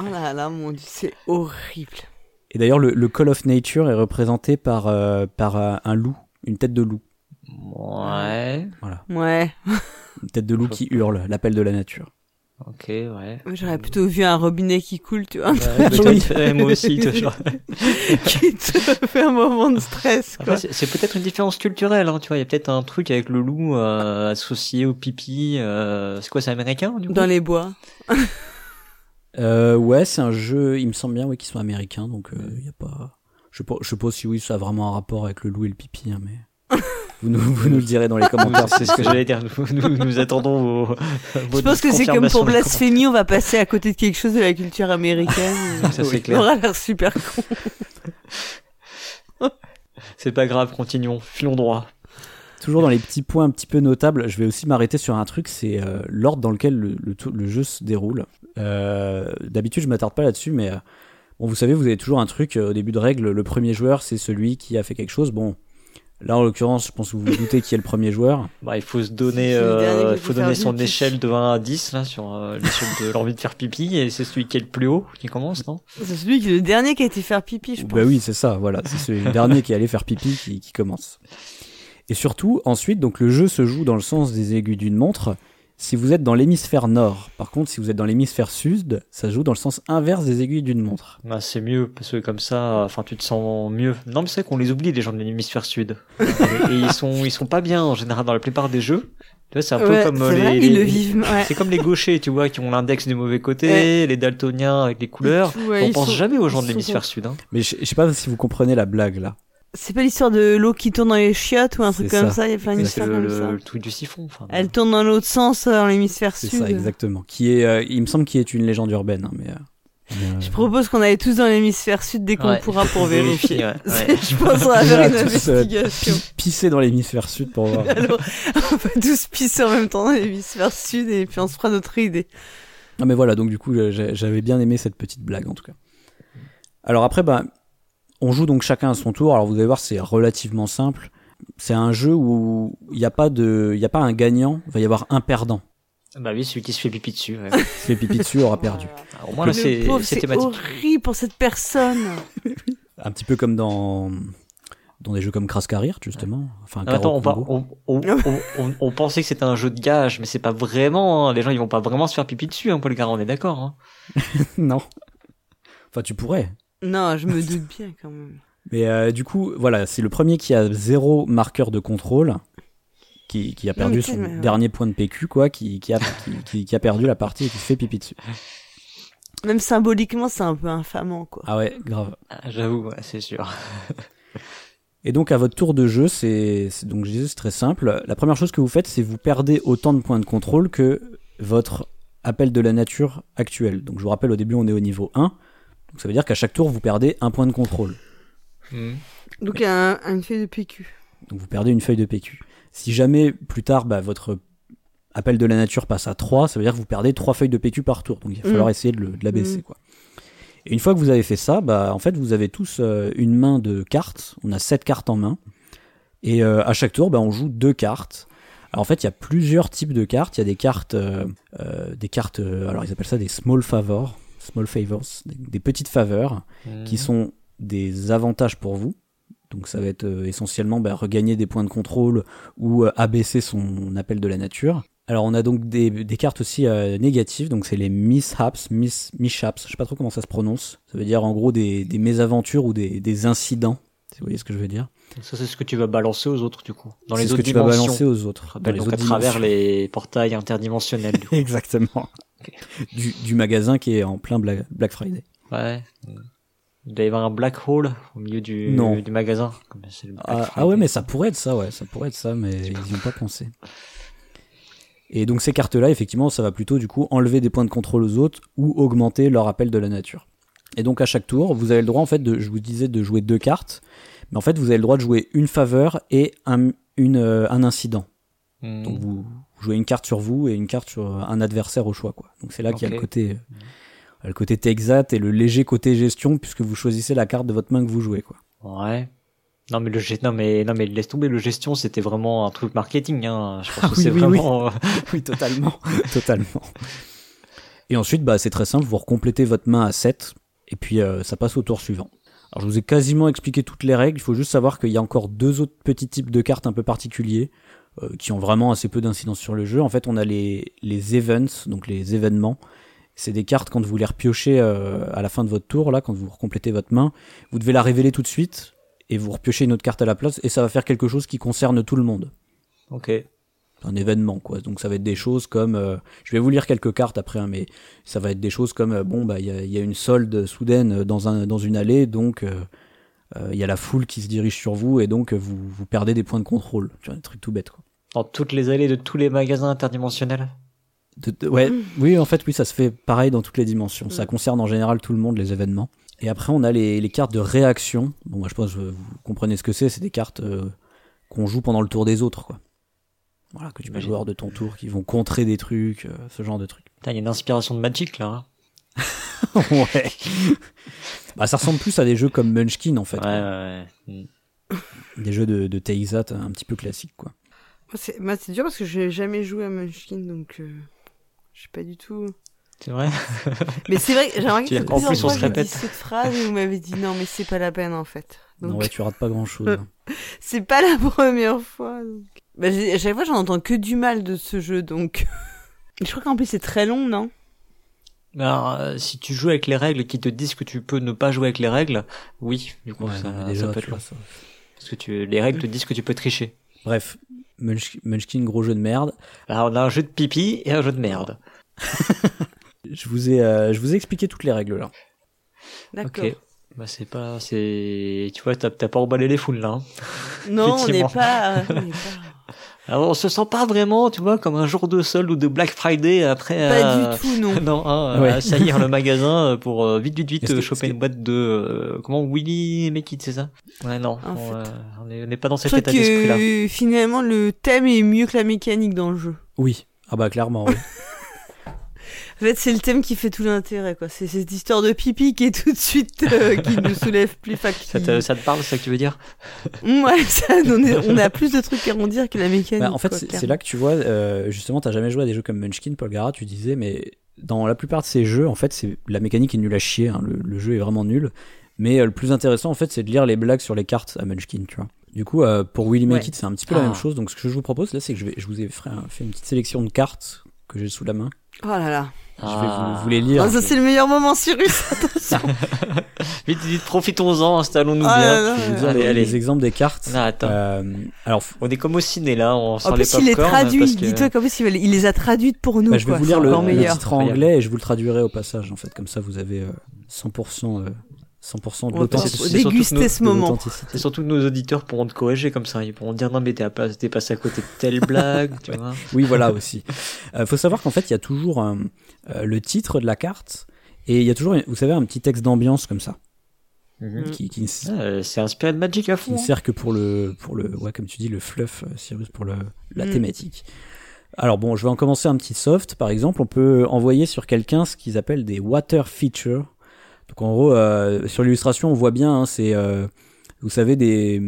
Oh là là, mon dieu, c'est horrible. Et d'ailleurs le, le Call of Nature est représenté par euh, par euh, un loup, une tête de loup. Ouais, Ouais, Une tête de loup qui hurle, l'appel de la nature. ok, ouais. j'aurais plutôt vu un robinet qui coule, tu vois, Ouais, peut-être, ouais, moi aussi, tu vois. qui te fait un moment de stress, quoi. Après, c'est c'est peut-être une différence culturelle, hein, tu vois. Il y a peut-être un truc avec le loup euh, associé au pipi. euh, c'est quoi, c'est américain du coup Dans les bois. Euh, ouais, c'est un jeu, il me semble bien, oui, qu'ils sont américains, donc il y a pas. Je sais pas, je sais pas si oui, ça a vraiment un rapport avec le loup et le pipi, hein, mais vous nous, vous nous le direz dans les commentaires. C'est ce que j'allais dire. Nous, nous, nous attendons vos. Je pense que c'est comme pour blasphémer blasphémie, on va passer à côté de quelque chose de la culture américaine. Ça c'est on clair. aura l'air super con. C'est pas grave, continuons. Filons droit. Toujours dans les petits points un petit peu notables, je vais aussi m'arrêter sur un truc, c'est euh, l'ordre dans lequel le, le tou- le jeu se déroule. Euh, D'habitude, je m'attarde pas là-dessus, mais euh, bon, vous savez, vous avez toujours un truc euh, au début de règle. Le premier joueur, c'est celui qui a fait quelque chose. Bon, là, en l'occurrence, je pense que vous vous doutez qui est le premier joueur. Bah, il faut se C'est donner, le euh, dernier que je faut vais faire donner son pipi. échelle de 1 à 10 là sur euh, l'échelle de l'envie de faire pipi et c'est celui qui est le plus haut qui commence, non C'est celui qui est le dernier qui a été faire pipi, je pense. Bah oui, c'est ça, voilà. C'est celui- le dernier qui est allé faire pipi qui, qui commence. Et surtout, ensuite, donc le jeu se joue dans le sens des aiguilles d'une montre si vous êtes dans l'hémisphère nord. Par contre, si vous êtes dans l'hémisphère sud, ça se joue dans le sens inverse des aiguilles d'une montre. Bah, c'est mieux parce que comme ça, enfin tu te sens mieux. Non mais c'est vrai qu'on les oublie les gens de l'hémisphère sud et, et ils sont, ils sont pas bien en général dans la plupart des jeux. Tu vois, c'est un Ouais, peu comme c'est euh, les, vrai, les- ils le vivent. Ouais. c'est comme les gauchers, tu vois, qui ont l'index du mauvais côté, les daltoniens avec les couleurs. Ouais, On ils pense sont- jamais aux gens de ils sont- l'hémisphère sud. Hein. Mais je, je sais pas si vous comprenez la blague là. C'est pas l'histoire de l'eau qui tourne dans les chiottes ou un truc C'est comme ça. ça, il y a plein Mais C'est d'histoires le, comme le- ça. le truc du siphon. enfin, Elle tourne dans l'autre sens, euh, dans l'hémisphère C'est sud. ça, exactement. Qui est, euh, il me semble qu'il est une légende urbaine. hein, mais, euh, mais, euh, Je propose qu'on aille tous dans l'hémisphère sud dès qu'on Ouais, pourra pour faut vérifier. ouais, ouais. C'est- Je pense qu'on va faire une On va tous, euh, investigation. pi- pisser dans l'hémisphère sud pour voir. Alors, on va tous pisser en même temps dans l'hémisphère sud et puis on se fera notre idée. Non Ah, mais voilà, donc du coup euh, j'ai- j'avais bien aimé cette petite blague en tout cas. Alors après, bah, on joue donc chacun à son tour. Alors vous allez voir, c'est relativement simple. C'est un jeu où il n'y a pas de, il y a pas un gagnant. Il va y avoir un perdant. Bah oui, celui qui se fait pipi dessus. ouais. Si fait pipi dessus aura perdu. Au moins là, Le Ah, c'est pauvre, c'est c'est thématique. horrible pour cette personne. Un petit peu comme dans dans des jeux comme Crash Career justement. Enfin, Non, Caro attends, on, par- Combo. on, on, on, on- on pensait que c'était un jeu de gage, mais c'est pas vraiment. hein. Les gens, ils vont pas vraiment se faire pipi dessus, hein, Paul Garin, on est d'accord. Hein. non. Enfin, tu pourrais. Non, je me doute bien quand même. Mais euh, du coup, voilà, c'est le premier qui a zéro marqueur de contrôle, qui, qui a Non, mais perdu tu sais, son mais- dernier point de PQ, quoi, qui, qui, a, qui, qui- qui a perdu la partie et qui se fait pipi dessus. Même symboliquement, c'est un peu infamant, quoi. Ah ouais, grave. Ah, J'avoue, ouais, c'est sûr. Et donc à votre tour de jeu, c'est c'est- donc je disais, c'est très simple. La première chose que vous faites, c'est vous perdez autant de points de contrôle que votre appel de la nature actuel. Donc je vous rappelle, au début, on est au niveau 1. Donc ça veut dire qu'à chaque tour, vous perdez un point de contrôle. Hmm. Donc, un, un effet de PQ. Donc vous perdez une feuille de PQ. Si jamais plus tard bah, votre appel de la nature passe à 3, ça veut dire que vous perdez 3 feuilles de PQ par tour. Donc il va Mm. falloir essayer de, le- de la baisser. Mm. Quoi. Et une fois que vous avez fait ça, bah, en fait vous avez tous euh, une main de cartes. On a 7 cartes en main. Et euh, à chaque tour, bah, on joue deux cartes. Alors en fait, il y a plusieurs types de cartes. Il y a des cartes, euh, euh, des cartes. euh, alors ils appellent ça des small favors, small favors, des- des petites faveurs Hmm. qui Mhm. sont des avantages pour vous. Donc ça va être euh, essentiellement bah, regagner des points de contrôle ou euh, abaisser son appel de la nature. Alors on a donc des, des cartes aussi euh, négatives, donc c'est les mishaps, mis, mishaps, je sais pas trop comment ça se prononce. Ça veut dire en gros des, des mésaventures ou des, des incidents, si vous voyez ce que je veux dire. Ça, c'est ce que tu vas balancer aux autres, du coup. Dans C'est les ce autres que tu vas dimensions. balancer aux autres. Dans les Donc, autres à travers dimensions. les portails interdimensionnels, du coup. Exactement. Du, du magasin qui est en plein Bla- Black Friday. Ouais. Il doit y avoir un black hole au milieu du, Non. du magasin. Comme c'est le Black Ah, ah Friday. ouais, mais ça pourrait être ça, ouais, ça pourrait être ça, mais ils n'y ont pas pensé. Et donc ces cartes-là, effectivement, ça va plutôt du coup enlever des points de contrôle aux autres ou augmenter leur appel de la nature. Et donc à chaque tour, vous avez le droit, en fait, de, je vous disais, de jouer deux cartes, mais en fait, vous avez le droit de jouer une faveur et un, une, euh, un incident. Hmm. Donc vous vous jouez une carte sur vous et une carte sur un adversaire au choix. Quoi. Donc c'est là qu'il y a Ok. le côté, euh, le côté Texat et le léger côté gestion puisque vous choisissez la carte de votre main que vous jouez. Quoi. Ouais. Non mais le gest- non mais non mais laisse tomber le gestion c'était vraiment un truc marketing hein. Je pense que oui, c'est oui, vraiment euh, oui, totalement. totalement. Et ensuite, bah, c'est très simple, vous recomplétez votre main à 7, et puis euh, ça passe au tour suivant. Alors, je vous ai quasiment expliqué toutes les règles, il faut juste savoir qu'il y a encore deux autres petits types de cartes un peu particuliers, euh, qui ont vraiment assez peu d'incidence sur le jeu. En fait, on a les, les events, donc les événements. C'est des cartes, quand vous les repiochez euh, à la fin de votre tour, là, quand vous recomplétez votre main, vous devez la révéler tout de suite, et vous repiochez une autre carte à la place, et ça va faire quelque chose qui concerne tout le monde OK. un événement quoi donc ça va être des choses comme euh, je vais vous lire quelques cartes après hein, mais ça va être des choses comme euh, bon bah il y a, il y a une solde soudaine euh, dans un dans une allée donc euh, euh, il y a la foule qui se dirige sur vous et donc euh, vous vous perdez des points de contrôle tu vois un truc tout bête quoi Dans toutes les allées de tous les magasins interdimensionnels. De- de- ouais oui en fait oui ça se fait pareil dans toutes les dimensions ça Mm. concerne en général tout le monde les événements et après on a les, les cartes de réaction bon moi je pense que vous comprenez ce que c'est c'est des cartes euh, qu'on joue pendant le tour des autres quoi voilà que tu peux J'imagine. jouer hors de ton tour qui vont contrer des trucs euh, ce genre de trucs Putain, il y a une inspiration de Magic là. hein. ouais. bah, ça ressemble plus à des jeux comme Munchkin en fait, Ouais, quoi. ouais, ouais. Mm. des jeux de, de Teizat un petit peu classiques quoi. Moi, c'est moi, c'est dur parce que j'ai jamais joué à Munchkin, donc euh, je sais pas du tout. C'est vrai. Mais c'est vrai que j'ai remarqué Tu que dis, en plusieurs plus, on fois, se j'ai répète. dit cette phrase et vous m'avez dit non, mais c'est pas la peine en fait. Donc, Non, ouais, tu rates pas hein. grand chose. c'est pas la première fois. donc. Bah, j'ai- à chaque fois, j'en entends que du mal de ce jeu, donc. je crois qu'en plus, c'est très long, non Mais Alors, euh, si tu joues avec les règles qui te disent que tu peux ne pas jouer avec les règles, oui, du coup ça, ça peut être long. Parce que tu, les règles te disent que tu peux tricher. Bref, Munch- Munchkin, gros jeu de merde. Alors on a un jeu de pipi et un jeu de merde. Je vous ai, euh, je vous ai expliqué toutes les règles là. D'accord. Ok. Bah c'est pas, c'est, tu vois, t'as t'as pas emballé les foules là. hein. Non, on n'est Effectivement. pas. euh, on n'est pas- Alors, on se sent pas vraiment, tu vois, comme un jour de solde ou de Black Friday après. pas euh, du tout, non. Non, hein, Ouais. euh, assaillir le magasin euh, pour euh, vite, vite, vite Est-ce euh, que- est-ce choper que- une boîte de euh, comment Willy Make It, c'est ça Ouais, non, En on, fait. euh, on est, on est pas dans Je cet crois état d'esprit-là. que finalement, le thème est mieux que la mécanique dans le jeu. Oui. Ah bah clairement. oui. En fait, c'est le thème qui fait tout l'intérêt, quoi. C'est cette histoire de pipi qui est tout de suite euh, qui nous soulève plus. Enfin, qui- Ça te, ça te parle, c'est ça que tu veux dire Ouais, ça, on, est- on a plus de trucs à arrondir que la mécanique. Bah, en fait, quoi, c'est clairement. c'est là que tu vois, euh, justement, t'as jamais joué à des jeux comme Munchkin, Paul Gara, tu disais, mais dans la plupart de ces jeux, en fait, c'est la mécanique est nulle à chier, hein, le, le jeu est vraiment nul. Mais euh, le plus intéressant, en fait, c'est de lire les blagues sur les cartes à Munchkin, tu vois. Du coup, euh, pour Willy Make Ouais. It, c'est un petit peu Ah. la même chose. Donc, ce que je vous propose là, c'est que je, vais, je vous ai fait, un- fait une petite sélection de cartes que j'ai sous la main. Oh là là. Je vais vous, vous les Ah, lire. ça, c'est le meilleur moment, Cyrus. Attention. Ah, Vite, vite, profitons-en, installons-nous Ah bien. là là, Je vais vous ouais. lire les, Allez, allez. les exemples des cartes. Non, attends. Euh, alors, f- On est comme au ciné là, on sort en les plus, il les popcorn, traduit. parce que- Dis-toi qu'en plus, il va les- il les a traduites pour nous. bah, je vais quoi. vous C'est lire le, encore le meilleur. titre en anglais et je vous le traduirai au passage, en fait. Comme ça, vous avez euh, 100%, euh, 100 de On va Autant pouvoir c'est- l'authenticité. c'est surtout que déguster nous- ce de moment. l'authenticité. C'est surtout que nos auditeurs pourront te corriger comme ça. Ils pourront te dire non, mais t'es à place- t'es passé à côté de telle blague, tu vois. Oui, voilà aussi. Il faut savoir qu'en fait, il y a toujours un- euh, le titre de la carte et il y a toujours, vous savez, un petit texte d'ambiance comme ça Mhm. Mm. qui, qui ne, s- Euh, c'est inspiré de Magic à qui fond. ne hein. sert que pour le, pour le, ouais, comme tu dis, le fluff, euh, Cyrus, pour le, la Mm. thématique. Alors bon, je vais en commencer un petit soft. Par exemple, on peut envoyer sur quelqu'un ce qu'ils appellent des water features. Donc en gros, euh, sur l'illustration, on voit bien, hein, c'est, euh, vous savez, des,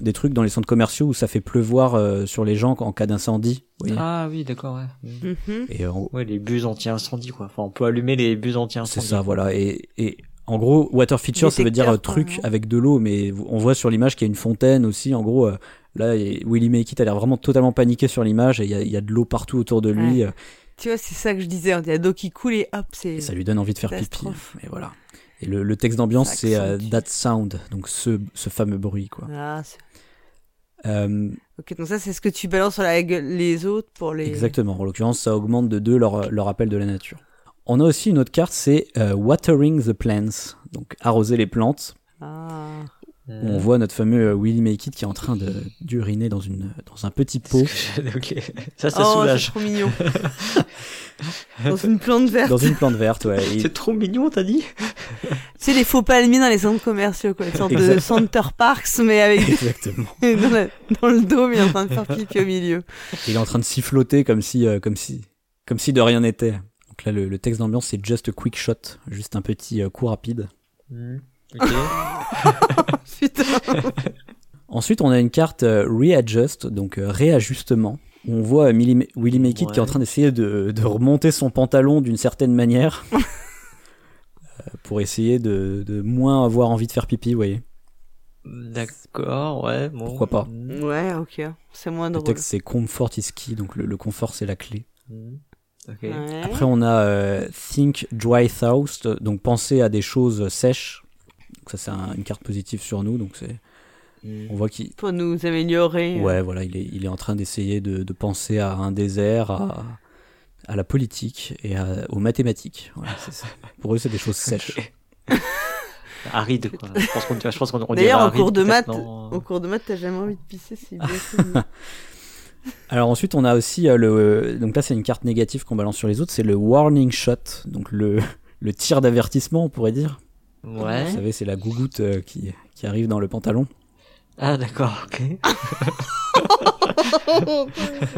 des trucs dans les centres commerciaux où ça fait pleuvoir euh, sur les gens en cas d'incendie. vous voyez. Ah oui, d'accord, ouais. Mhm. Mhm. Et euh, en- Ouais, les buses anti-incendie, quoi. Enfin, on peut allumer les buses C'est anti-incendie. ça, voilà. Et, et en gros, water feature, ça veut dire euh, Détecteur, truc quoi, avec de l'eau, mais vous- on voit sur l'image qu'il y a une fontaine aussi. En gros, euh, là, et Willy Make It a l'air vraiment totalement paniqué sur l'image et il y a, il y a de l'eau partout autour de lui. euh, Tu vois, c'est ça que je disais. Il y a l'eau qui coule et hop, c'est. Et ça lui donne envie de faire pipi. Catastrophe. Et voilà. Et le, le texte d'ambiance, Tac, c'est euh, sound. That Sound, donc ce, ce fameux bruit, quoi. Ah, c'est- Euh, ok, donc ça, c'est ce que tu balances sur la gueule les autres pour les. Exactement. En l'occurrence, ça augmente de 2 leur, leur appel de la nature. On a aussi une autre carte, c'est euh, Watering the Plants, donc arroser les plantes. Ah. Hmm. Où on voit notre fameux euh, Willy Make It qui est en train de- d'uriner dans, une- dans un petit pot, ok. Ça, ça oh, c'est soulage. trop mignon. Dans une plante verte. dans une plante verte. Ouais. Et- C'est trop mignon, t'as dit C'est les faux palmiers dans les centres commerciaux, quoi. Une sorte de Exact. Center Parks, mais avec Exactement. dans, la- dans le dos, mais en train de faire pipi au milieu. Et il est en train de siffloter comme si, euh, comme si, comme si de rien n'était. Donc là, le, le texte d'ambiance, c'est Just a Quick Shot, juste un petit euh, coup rapide. Hmm, Ok. Putain. Ensuite, on a une carte euh, Readjust, donc euh, réajustement. où On voit euh, Millie- Willy Make It qui est en Ouais. train d'essayer de, de remonter son pantalon d'une certaine manière euh, pour essayer de, de moins avoir envie de faire pipi, vous voyez. Hmm, D'accord, ouais. Bon. Pourquoi pas. Mm, Ouais, ok. C'est moins Le drôle. texte c'est Comfort is key, donc le, le confort c'est la clé. mm. Ok. Ah Ouais. Après on a euh, Think dry thoughts, donc penser à des choses sèches. Donc ça c'est un- une carte positive sur nous, donc c'est Mm. on voit qu'il Pour nous améliorer. euh, Ouais, voilà, il est, il est en train d'essayer de, de penser à un désert, à, à la politique et à- aux mathématiques. Voilà, c'est ça. Pour eux, c'est des choses sèches. Aride, quoi. Je pense qu'on je pense qu'on on D'ailleurs, dira au aride, cours de peut-être, maths, non Au cours de maths, t'as jamais envie de pisser, c'est bien. fini. Alors ensuite, on a aussi euh, le... Donc là, c'est une carte négative qu'on balance sur les autres, c'est le warning shot, donc le, le tir d'avertissement, on pourrait dire. Vous Ouais. savez, c'est la gougoute euh, qui, qui arrive dans le pantalon. Ah, d'accord, ok.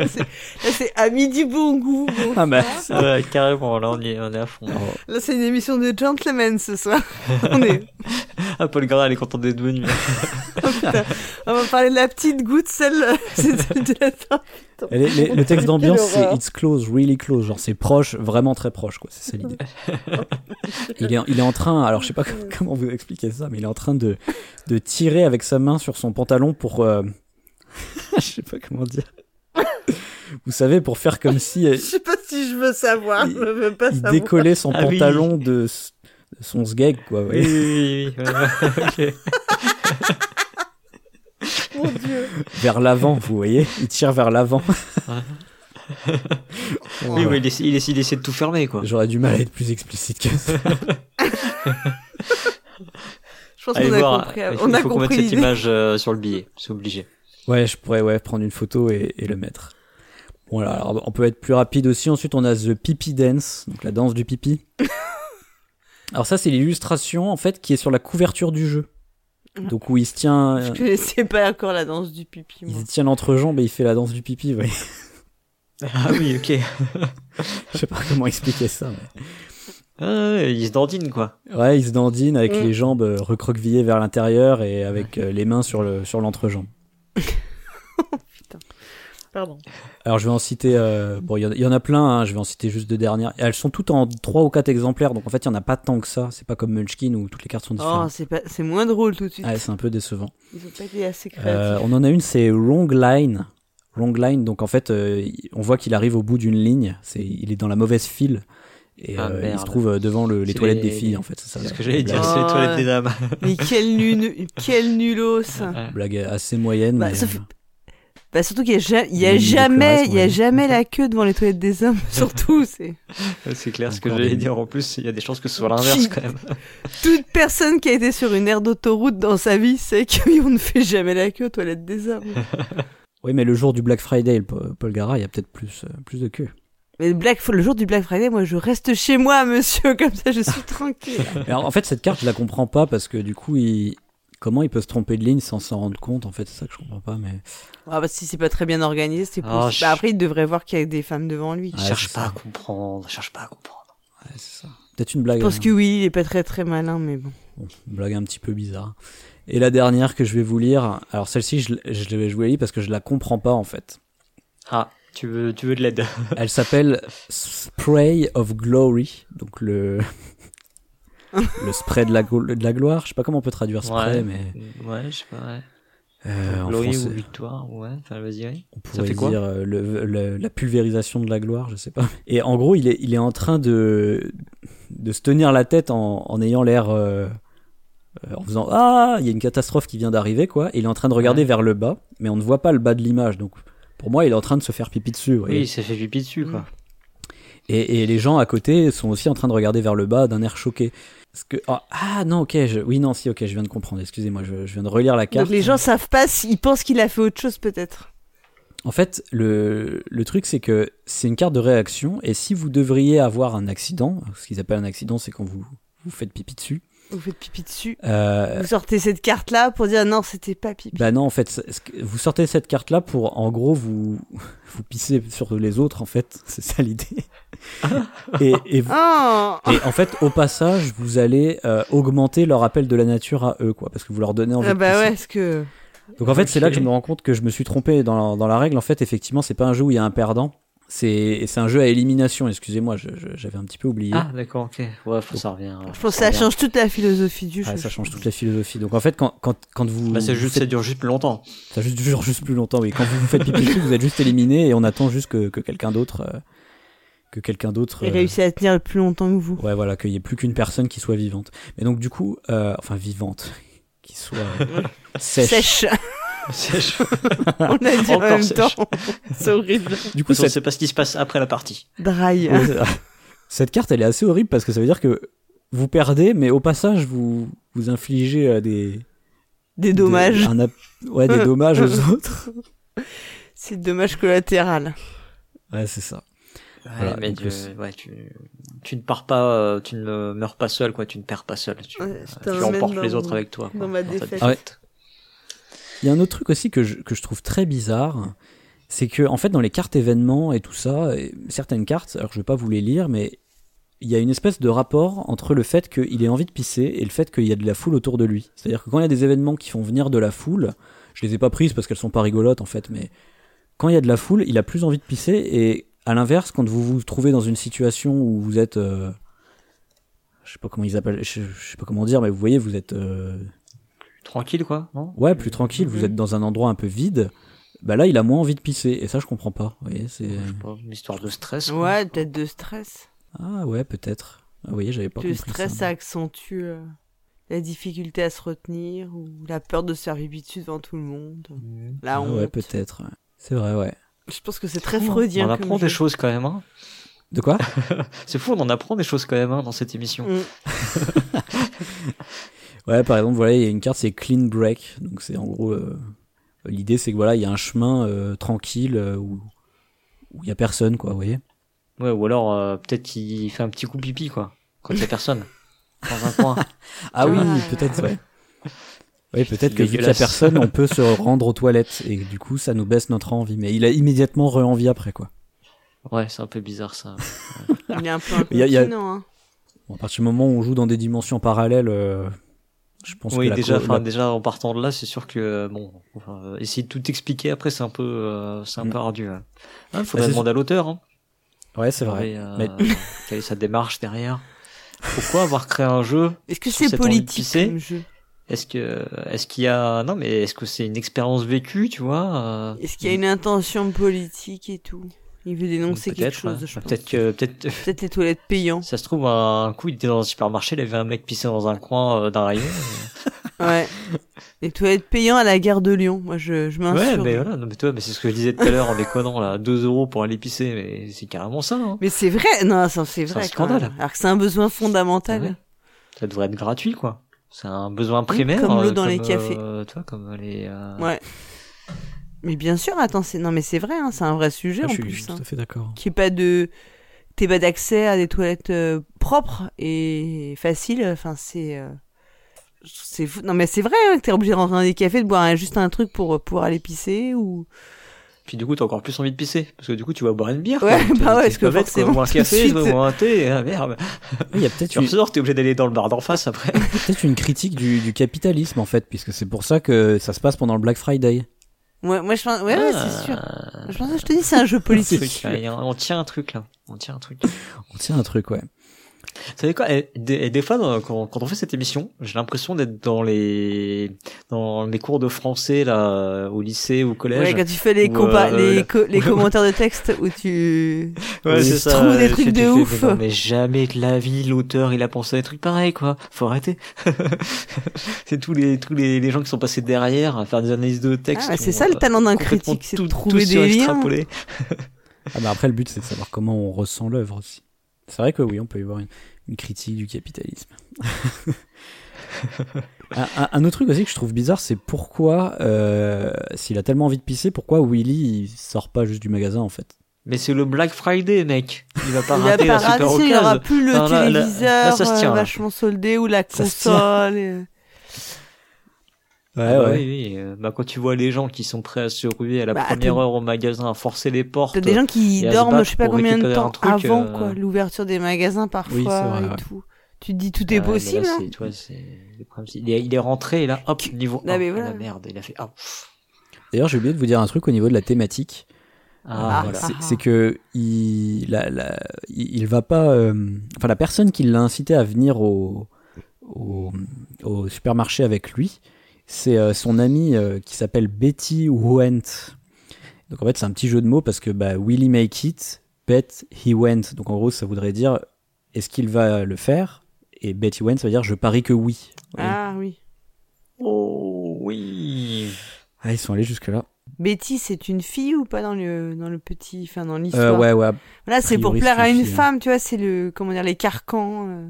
C'est- Là, c'est ami du bon goût. bon. Ah bah... Ouais, carrément, là, on, y est, on est à fond. alors, Là, c'est une émission de gentlemen ce soir. On, est... oh, Ah, Paul Gardin, elle est contente d'être venue. Ah On va parler de la petite goutte, celle, c'est celle de la tarte. elle est- les- le texte d'ambiance, Quelle c'est horreur. It's close, really close. Genre, c'est proche, vraiment très proche, quoi. C'est ça l'idée. il, est, il est en train, alors je sais pas com- comment vous expliquer ça, mais il est en train de, de tirer avec sa main sur son pantalon pour. euh, je sais pas comment dire. Vous savez, pour faire comme si euh, Je sais pas si je veux savoir, Il- je veux pas il savoir. décollait son Ah oui. pantalon de, s- de son sgeg, quoi. vous Oui, voyez. oui, oui. oui. Ok. Mon Dieu. Vers l'avant, vous voyez Il tire vers l'avant. Oui, mais il, essaie, il, essaie, il essaie de tout fermer, quoi. J'aurais du mal à être plus explicite que ça. Je pense Allez qu'on a voir, compris. il faut- On il a faut qu'on mette compris cette l'idée. image euh, sur le billet, c'est obligé. Ouais, je pourrais ouais, prendre une photo et, et le mettre. Bon, alors, alors, on peut être plus rapide aussi. Ensuite, on a The Pipi Dance, donc la danse du pipi. alors ça, c'est l'illustration, en fait, qui est sur la couverture du jeu. Donc où il se tient, Je euh, connaissais pas encore la danse du pipi, il moi. se tient l'entrejambe et il fait la danse du pipi. vous voyez. Ah oui, ok. je sais pas comment expliquer ça. mais- Ah, il se dandine, quoi. Ouais, il se dandine avec Mm. les jambes euh, recroquevillées vers l'intérieur et avec euh, les mains sur le sur l'entrejambe. Pardon. Alors je vais en citer, euh, bon il y en- il y, en a plein, hein, je vais en citer juste deux dernières. Elles sont toutes en trois ou quatre exemplaires, donc en fait il y en a pas tant que ça. C'est pas comme Munchkin où toutes les cartes sont Oh, différentes. c'est pas, c'est moins drôle tout de suite. Ouais, c'est un peu décevant. Ils ont pas été assez Euh, créatifs. on en a une, c'est Wrong Line. Wrong Line, donc en fait euh, il- on voit qu'il arrive au bout d'une ligne, c'est il est dans la mauvaise file et euh, Ah, il merde. se trouve euh, devant le- les C'est toilettes des les- filles en fait. C'est ça, C'est ce la- que j'allais la dire, blague- c'est les Ah, toilettes des dames. Mais quel, nul, quel nulos. Blague assez moyenne. Bah, mais, ça fait- euh, Bah surtout qu'il y a, ja- il y Il y a a une jamais, décoration, il y a ouais. jamais la queue devant les toilettes des hommes. Surtout, c'est C'est clair ce que Encore j'allais des- dire. En plus, il y a des chances que ce soit l'inverse, quand même. toute personne qui a été sur une aire d'autoroute dans sa vie sait qu'on ne fait jamais la queue aux toilettes des hommes. Oui, mais le jour du Black Friday, le Paul Paul Gara, il y a peut-être plus euh, plus de queue. Mais le Black, le jour du Black Friday, moi, je reste chez moi, monsieur, comme ça, je suis tranquille. Mais en en fait, cette carte, je la comprends pas parce que du coup, il... comment il peut se tromper de ligne sans s'en rendre compte En fait, c'est ça que je comprends pas. Mais Ah bah si c'est pas très bien organisé, c'est possible. Ah, je- Bah, après, il devrait voir qu'il y a des femmes devant lui. Ouais, Cherche c'est pas ça. à comprendre, cherche pas à comprendre. Ouais, c'est ça. Peut-être une blague, Je pense hein. que oui, il est pas très très malin, mais bon. Bon, une blague un petit peu bizarre. Et la dernière que je vais vous lire, alors celle-ci, je, l- je l'ai- je vous la lis parce que je la comprends pas en fait. Ah, tu veux, tu veux de l'aide Elle s'appelle Spray of Glory, donc le le spray de la, glo- de la gloire. Je sais pas comment on peut traduire spray, Ouais. mais Ouais, je sais pas, ouais. euh, en Glory français, ou victoire, ouais. Enfin, vas-y, ouais. On Ça pourrait fait quoi dire euh, le- le- la pulvérisation de la gloire, je sais pas. Et en gros, il est, il est en train de de se tenir la tête en, en ayant l'air. euh, euh, en faisant Ah, il y a une catastrophe qui vient d'arriver, quoi. Et il est en train de regarder Ouais. vers le bas, mais on ne voit pas le bas de l'image. Donc, pour moi, il est en train de se faire pipi dessus. vous Oui, voyez. il s'est fait pipi dessus, quoi. Et, et les gens à côté sont aussi en train de regarder vers le bas d'un air choqué. Parce que, ah, ah, non, ok, je- oui, non, si, ok, je viens de comprendre, excusez-moi, je, je viens de relire la carte. Donc les gens savent pas s'ils pensent qu'il a fait autre chose peut-être. En fait, le, le truc, c'est que c'est une carte de réaction, et si vous devriez avoir un accident, ce qu'ils appellent un accident, c'est quand vous vous faites pipi dessus, Vous faites pipi dessus. euh, Vous sortez cette carte là pour dire non, c'était pas pipi. bah non, en fait, c'est- ce que- vous sortez cette carte-là pour, en gros, vous, vous pisser sur les autres, en fait, c'est ça l'idée. Et, et vous- Oh Et en fait, au passage, vous allez euh, augmenter leur appel de la nature à eux, quoi, parce que vous leur donnez envie. Ah de bah pisser. ouais, parce que Donc en fait, c'est là que je Ok. me rends compte que je me suis trompé dans la, dans la règle. En fait, effectivement, c'est pas un jeu où il y a un perdant. C'est et c'est un jeu à élimination. Excusez-moi, je- je- j'avais un petit peu oublié. Ah, d'accord, ok. Ouais, faut- ça revient. je pense que ça change toute la philosophie du jeu. Ah, ça change toute la philosophie. Donc en fait, quand quand, quand vous Bah, c'est vous juste, faites- ça dure juste plus longtemps. ça juste dure juste plus longtemps. Oui, quand vous vous faites pipi dessus, vous êtes juste éliminé et on attend juste que, que quelqu'un d'autre euh, que quelqu'un d'autre Il euh, réussit à tenir plus longtemps que vous. Ouais, voilà, qu'il n'y ait plus qu'une personne qui soit vivante. Mais donc, du coup, euh, enfin, vivante, qui soit euh, sèche. Sèche, C'est- je- on l'a dit en Encore même sèche. temps. C'est horrible. Du coup, Parce qu'on cette... sait pas ce qui se passe après la partie. Dry. cette carte, elle est assez horrible parce que ça veut dire que vous perdez, mais au passage, vous, vous infligez euh, des. des- Des dommages. un app- Ouais, des dommages aux autres. C'est dommage collatéral. Ouais, c'est ça. ouais, mais donc tu, le- ouais, tu, tu ne pars pas, euh, tu ne meurs pas seul, quoi. Tu ne perds pas seul. Tu, Ouais, je tu te remène emportes dans- les autres avec toi. quoi, dans ma ta défaite. Il y a un autre truc aussi que je, que je trouve très bizarre, c'est que en fait dans les cartes événements et tout ça, et certaines cartes, alors je vais pas vous les lire, mais il y a une espèce de rapport entre le fait qu'il ait envie de pisser et le fait qu'il y a de la foule autour de lui. C'est-à-dire que quand il y a des événements qui font venir de la foule, je les ai pas prises parce qu'elles sont pas rigolotes en fait, mais quand il y a de la foule, il a plus envie de pisser et à l'inverse, quand vous vous trouvez dans une situation où vous êtes, euh, je sais pas comment ils appellent, je, je sais pas comment dire, mais vous voyez, vous êtes euh, Tranquille, quoi, non Ouais, plus tranquille, vous Mhm. êtes dans un endroit un peu vide. Bah là, il a moins envie de pisser, et ça, je comprends pas. Vous voyez, c'est. Je sais pas, une histoire de stress. quoi. Ouais, peut-être de stress. Ah ouais, peut-être. Ah, vous voyez, j'avais pas Le compris. stress ça. ça accentue euh, la difficulté à se retenir ou la peur de se faire pipi dessus devant tout le monde. Mhm. La Ah honte. ouais, peut-être. ouais. C'est vrai, ouais. Je pense que c'est très Fou, hein. freudien. On comme apprend des jeu. choses quand même. Hein. De quoi C'est fou, on en apprend des choses quand même hein, dans cette émission. Mm. Ouais, par exemple, voilà, il y a une carte, c'est Clean Break. Donc c'est en gros. euh, L'idée, c'est que voilà, il y a un chemin euh, tranquille euh, où où il y a personne, quoi, vous voyez. Ouais, ou alors euh, peut-être qu'il fait un petit coup pipi quoi, quand il y a personne dans un coin. Ah oui, Ah. peut-être, ouais. Oui, peut-être que vu qu'il y a Dégueulasse. personne, on peut se rendre aux toilettes, et du coup, ça nous baisse notre envie. Mais il a immédiatement re-envie après, quoi. Ouais, c'est un peu bizarre ça. Il est un peu Il y a- il y a- incontinent. hein. Bon, à partir du moment où on joue dans des dimensions parallèles, euh, je pense oui, que la déjà, co- enfin, la- déjà en partant de là, c'est sûr que euh, bon, enfin, euh, essayer de tout expliquer après, c'est un peu, euh, c'est un Mm. peu ardu. hein. Ah, Faudrait c'est- demander à l'auteur. Hein, Ouais, c'est vrai. Mais, euh, Mais- quelle est sa démarche derrière Pourquoi avoir créé un jeu Est-ce que Sur c'est cette envie de politique pisser, comme jeu Est-ce que, est-ce qu'il y a, non, mais est-ce que c'est une expérience vécue, tu vois euh, Est-ce qu'il y a une intention politique et tout Il veut dénoncer peut-être, quelque chose, ouais. je pense. Peut-être que, peut-être, Peut-être les toilettes payantes. ça se trouve, un coup, il était dans un supermarché, il avait un mec pissé dans un coin euh, d'un rayon. Ouais. les toilettes payantes à la gare de Lyon. Moi, je, je Ouais, m'insurge. mais voilà, non, mais toi, mais c'est ce que je disais tout à l'heure en déconnant, là, 2 euros pour aller pisser, mais c'est carrément ça, hein. Mais c'est vrai, non, ça, c'est C'est vrai. un quand scandale. Ah même. Alors que c'est un besoin fondamental. Ouais. Ça devrait être gratuit, quoi. C'est un besoin primaire. comme l'eau euh, dans les euh, cafés. toi, comme les, euh, Ouais. Mais bien sûr, attends, c'est non, mais c'est vrai, hein, c'est un vrai sujet Ah, en je suis je plus. suis Hein. tout à fait d'accord. Qu'il n'y ait pas de, t'aies pas d'accès à des toilettes euh, propres et faciles. Enfin, c'est, euh, c'est fou. Non, mais c'est vrai hein, que t'es obligé de rentrer dans des cafés, de boire un- juste un truc pour pour aller pisser ou. Puis du coup, t'as encore plus envie de pisser. Parce que du coup, tu vas boire une bière. Ouais, quoi. T'es- bah ouais, t'es parce pas que bête, forcément, quoi. Ou un tout de café, suite. ou un thé, ah, merde. Il y a peut-être Tu une, ressors, t'es obligé d'aller dans le bar d'en face après. peut-être une critique du, du capitalisme, en fait, puisque c'est pour ça que ça se passe pendant le Black Friday. Ouais, moi je pense, ouais, ouais, c'est sûr. Ah, Je pense, que je te dis, c'est un jeu politique. truc, là, il y a un- on tient un truc, là. On tient un truc. On tient un truc, ouais. Vous savez quoi et des, et des fois, dans- quand, quand on fait cette émission, j'ai l'impression d'être dans les dans mes cours de français là au lycée ou au collège. Ouais, quand tu fais les, Ou, compa- euh, les, la- co- les commentaires de texte où tu. Ouais, Ils c'est se ça. trouvent des Tu- trucs tu de fais, ouf. Mais, non, mais jamais de la vie, l'auteur, il a pensé à des trucs pareils, quoi. Faut arrêter. c'est tous les tous les, les gens qui sont passés derrière à faire des analyses de texte. Ah, qui c'est ont, ça le euh, talent d'un complètement critique, c'est de tout- trouver tout des liens. surextrapolé. Ah bah après, le but, c'est de savoir comment on ressent l'œuvre aussi. C'est vrai que oui, on peut y voir une, une critique du capitalisme. un, un- un autre truc aussi que je trouve bizarre, c'est pourquoi, euh, s'il a tellement envie de pisser, pourquoi Willy il sort pas juste du magasin en fait Mais c'est le Black Friday, mec. Il va pas Il a rater pas la super raté, il occasion. aura plus le Non, là, là, là, téléviseur ça se euh, tient, là. vachement soldé ou la Ça se tient. console. et- Ouais, Ah bah Oui, oui. euh, Bah, quand tu vois les gens qui sont prêts à se ruer à la Bah, première t'as- heure au magasin, à forcer les portes. T'as des gens qui et à se dorment, battre je sais pas pour combien de récupérer un temps truc, avant euh, quoi, l'ouverture des magasins parfois Oui, c'est vrai, et ouais. tout. Tu te dis tout Ouais, est mais là, possible. hein. c'est- tu vois, c'est- le problème, c'est- il, est, il est rentré et là, hop, niveau Non, 1. mais Ah, voilà. la merde, il a fait. Ah, pff. D'ailleurs, j'ai oublié de vous dire un truc au niveau de la thématique. Euh, Ah, Ah, voilà. C'est- C'est que il, la- la- il il va pas. euh, enfin, la personne qui l'a incité à venir au, au, au supermarché avec lui, c'est euh, son ami euh, qui s'appelle Betty Went. Donc en fait, c'est un petit jeu de mots parce que bah, will he make it? Bet he went. Donc en gros, ça voudrait dire est-ce qu'il va le faire? Et Betty went, ça veut dire je parie que oui. Ah oui. Oh, oui. Ah, ils sont allés jusque-là. Betty, c'est une fille ou pas dans le dans le petit, enfin dans l'histoire. Euh, ouais, ouais. Là, c'est pour priori, plaire c'est à une une fille, hein. femme, tu vois, c'est le comment dire les carcans. euh.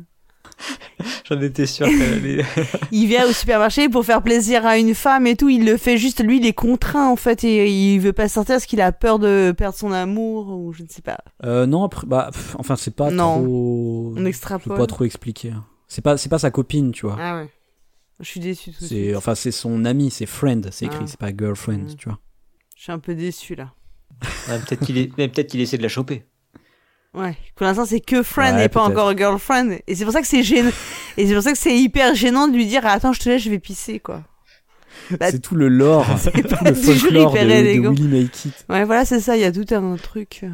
J'en étais sûr qu'elle allait. Il vient au supermarché pour faire plaisir à une femme et tout. Il le fait juste, lui, il est contraint en fait et il veut pas sortir parce qu'il a peur de perdre son amour ou je ne sais pas. Euh, non, après, bah, pff, enfin, c'est pas Non. trop. On Je extrapole. peux pas trop expliquer. hein. C'est pas, c'est pas sa copine, tu vois. Ah ouais. Je suis déçue tout c'est, de suite. enfin, c'est son ami, c'est friend, c'est écrit, Ah. c'est pas girlfriend, Mm. tu vois. Je suis un peu déçue là. Ouais, peut-être qu'il est... mais peut-être qu'il essaie de la choper. Ouais. Pour l'instant, c'est que friend Ouais, et pas peut-être. encore girlfriend. Et c'est pour ça que c'est gênant. et c'est pour ça que c'est hyper gênant de lui dire attends, je te laisse, je vais pisser quoi. Bah, c'est tout le lore, tout pas le du jeu folklore de, hyper de élégant. Willy Make It. Ouais, voilà, c'est ça. Il y a tout un truc. euh.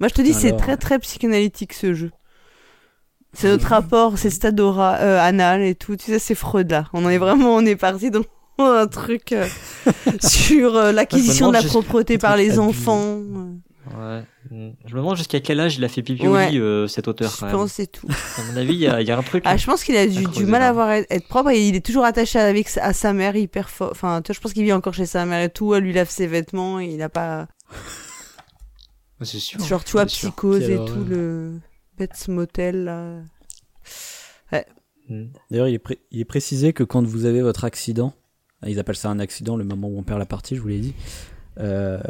Moi, je te dis, c'est Alors. très très psychanalytique ce jeu. C'est notre rapport, c'est le stade aura- euh, anal et tout. Tu sais, c'est Freud là. On en est vraiment, on est parti dans un truc euh, sur euh, l'acquisition de demande la juste- propreté un par truc les abusé. enfants. euh. Ouais. Mm. Je me demande jusqu'à quel âge il a fait pipi Ouais. au lit, euh, cet auteur, Je quand même. pense c'est tout. À mon avis, il y, a- il y a un truc. Ah, là. je pense qu'il a À du, du creuser, mal là. à voir être, être propre et il est toujours attaché avec, sa- à sa mère hyper fort. Enfin, tu vois, je pense qu'il vit encore chez sa mère et tout. Elle lui lave ses vêtements et il a pas. C'est sûr. genre, tu vois, c'est sûr. psychose Quelle et horreur. tout, le Pets Motel là. Mm. D'ailleurs, il est, pré- il est précisé que quand vous avez votre accident, ah, ils appellent ça un accident, le moment où on perd la partie, je vous l'ai dit. euh,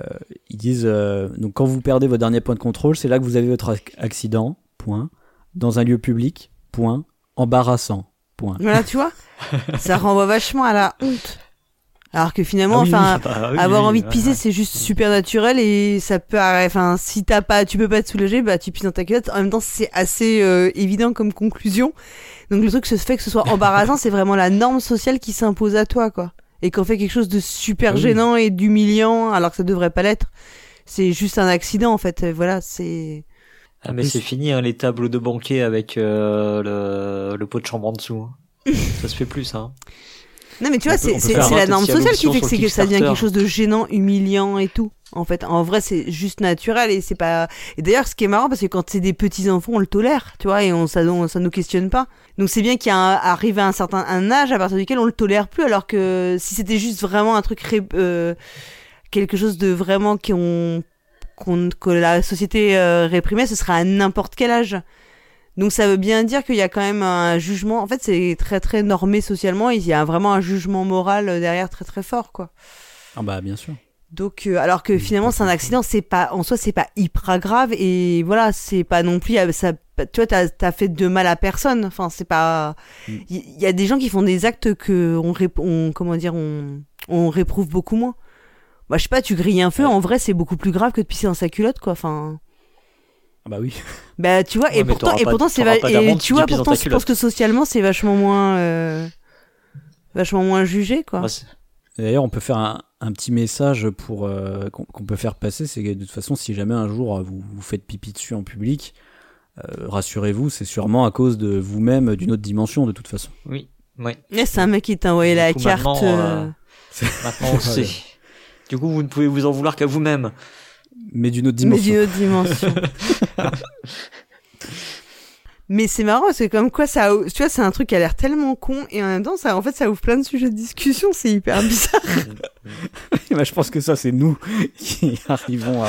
ils disent euh, donc quand vous perdez votre dernier point de contrôle, c'est là que vous avez votre ac- accident. Point. Dans un lieu public. Point. Embarrassant. Point. Voilà, tu vois, ça renvoie vachement à la honte. Alors que finalement, Ah oui, enfin, Bah, oui, avoir oui, envie de ouais, pisser, ouais. c'est juste super naturel et ça peut, arrêter- enfin, si t'as pas, tu peux pas te soulager, bah tu pisses dans ta culotte. En même temps, c'est assez euh, évident comme conclusion. Donc le truc, se fait que ce soit embarrassant, c'est vraiment la norme sociale qui s'impose à toi, quoi. Et qu'on fait quelque chose de super Ah oui. gênant et d'humiliant, alors que ça devrait pas l'être. C'est juste un accident, en fait. Euh, Voilà, c'est. Ah, mais plus- c'est fini, hein, les tableaux de banquet avec euh, le, le pot de chambre en dessous. hein. ça se fait plus, hein. Non, mais tu vois, On peut- on c'est c'est- peut faire c'est un la petit norme dialogue sociale qui sur- fait que, sur c'est que ça devient quelque Kickstarter. chose de gênant, humiliant et tout. En fait, en vrai, c'est juste naturel et c'est pas. Et d'ailleurs, ce qui est marrant, parce que quand c'est des petits enfants, on le tolère, tu vois, et on, ça, on- ça nous questionne pas. Donc c'est bien qu'il y a un- arrive à un certain un âge à partir duquel on le tolère plus, alors que si c'était juste vraiment un truc ré- euh, quelque chose de vraiment qu'on qu'on que la société euh, réprimait, ce serait à n'importe quel âge. Donc ça veut bien dire qu'il y a quand même un jugement. En fait, c'est très très normé socialement. Il y a vraiment un jugement moral euh, derrière très très fort, quoi. Ah bah bien sûr. Donc, euh, alors que Oui, finalement, tout à c'est un fait. accident, c'est pas en soi, c'est pas hyper grave et voilà, c'est pas non plus. euh, Ça, tu vois, t'as as fait de mal à personne. Enfin, c'est pas. Mm. Il y, y a des gens qui font des actes que on, rép- on comment dire, on, on réprouve beaucoup moins. Bah, je sais pas, tu grilles un feu. En vrai, c'est beaucoup plus grave que de pisser dans sa culotte, quoi. Enfin. Ah bah oui. Bah tu vois Ouais, et mais pourtant t'auras et pas- pourtant c'est t'auras va- pas et d'amende si tu tu vois pisses dans pourtant ta je pense que socialement c'est vachement moins euh, vachement moins jugé quoi. Moi, c'est- D'ailleurs, on peut faire un, un petit message pour euh, qu'on qu'on peut faire passer, c'est que de toute façon, si jamais un jour euh, vous vous faites pipi dessus en public, euh, rassurez-vous, c'est sûrement à cause de vous-même d'une autre dimension de toute façon. Oui, oui. Mais Eh, c'est un mec qui t'a envoyé Du la coup, carte. maintenant, euh, Maintenant, on sait. Du coup, vous ne pouvez vous en vouloir qu'à vous-même. Mais d'une autre Mais dimension. d'une autre dimension. Mais c'est marrant parce que comme quoi ça, tu vois, c'est un truc qui a l'air tellement con et en même temps ça, en fait, ça ouvre plein de sujets de discussion. C'est hyper bizarre. Bah, je pense que ça, c'est nous qui arrivons à,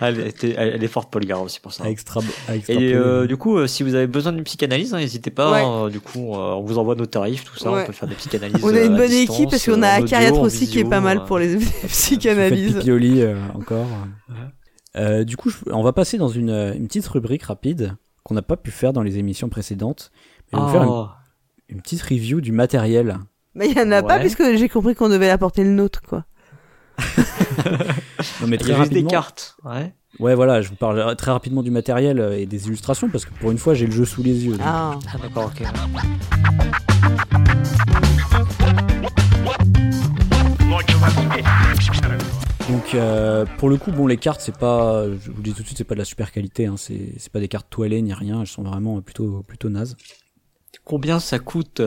Elle, était- elle- elle est forte, Paul Garand, c'est pour ça. à, extra, à extrapoler. Et euh, du coup, euh, si vous avez besoin d'une psychanalyse, hein, n'hésitez pas. Ouais. hein, du coup, euh, on vous envoie nos tarifs, tout ça. Ouais. On peut faire des psychanalyses. on a euh, une à bonne distance, équipe parce euh, qu'on en a audio, Acariatre en aussi qui est visio, pas mal euh. pour les Faites psychanalyses. pipi au lit, euh, encore. Euh, du coup, je- on va passer dans une, euh, une petite rubrique rapide qu'on n'a pas pu faire dans les émissions précédentes. Et on va faire une, Oh. une petite review du matériel. Mais il y en a pas Ouais. puisque j'ai compris qu'on devait apporter le nôtre quoi. Non, mais Il y très a juste des rapidement. cartes. Ouais. Ouais, voilà, je vous parle très rapidement du matériel euh, et des illustrations parce que pour une fois, j'ai le jeu sous les yeux. donc. Ah. Ah, d'accord, ok. Donc euh, pour le coup, bon les cartes c'est pas, je vous le dis tout de suite, c'est pas de la super qualité, hein, c'est c'est pas des cartes toilées ni rien, elles sont vraiment plutôt plutôt nazes. Combien ça coûte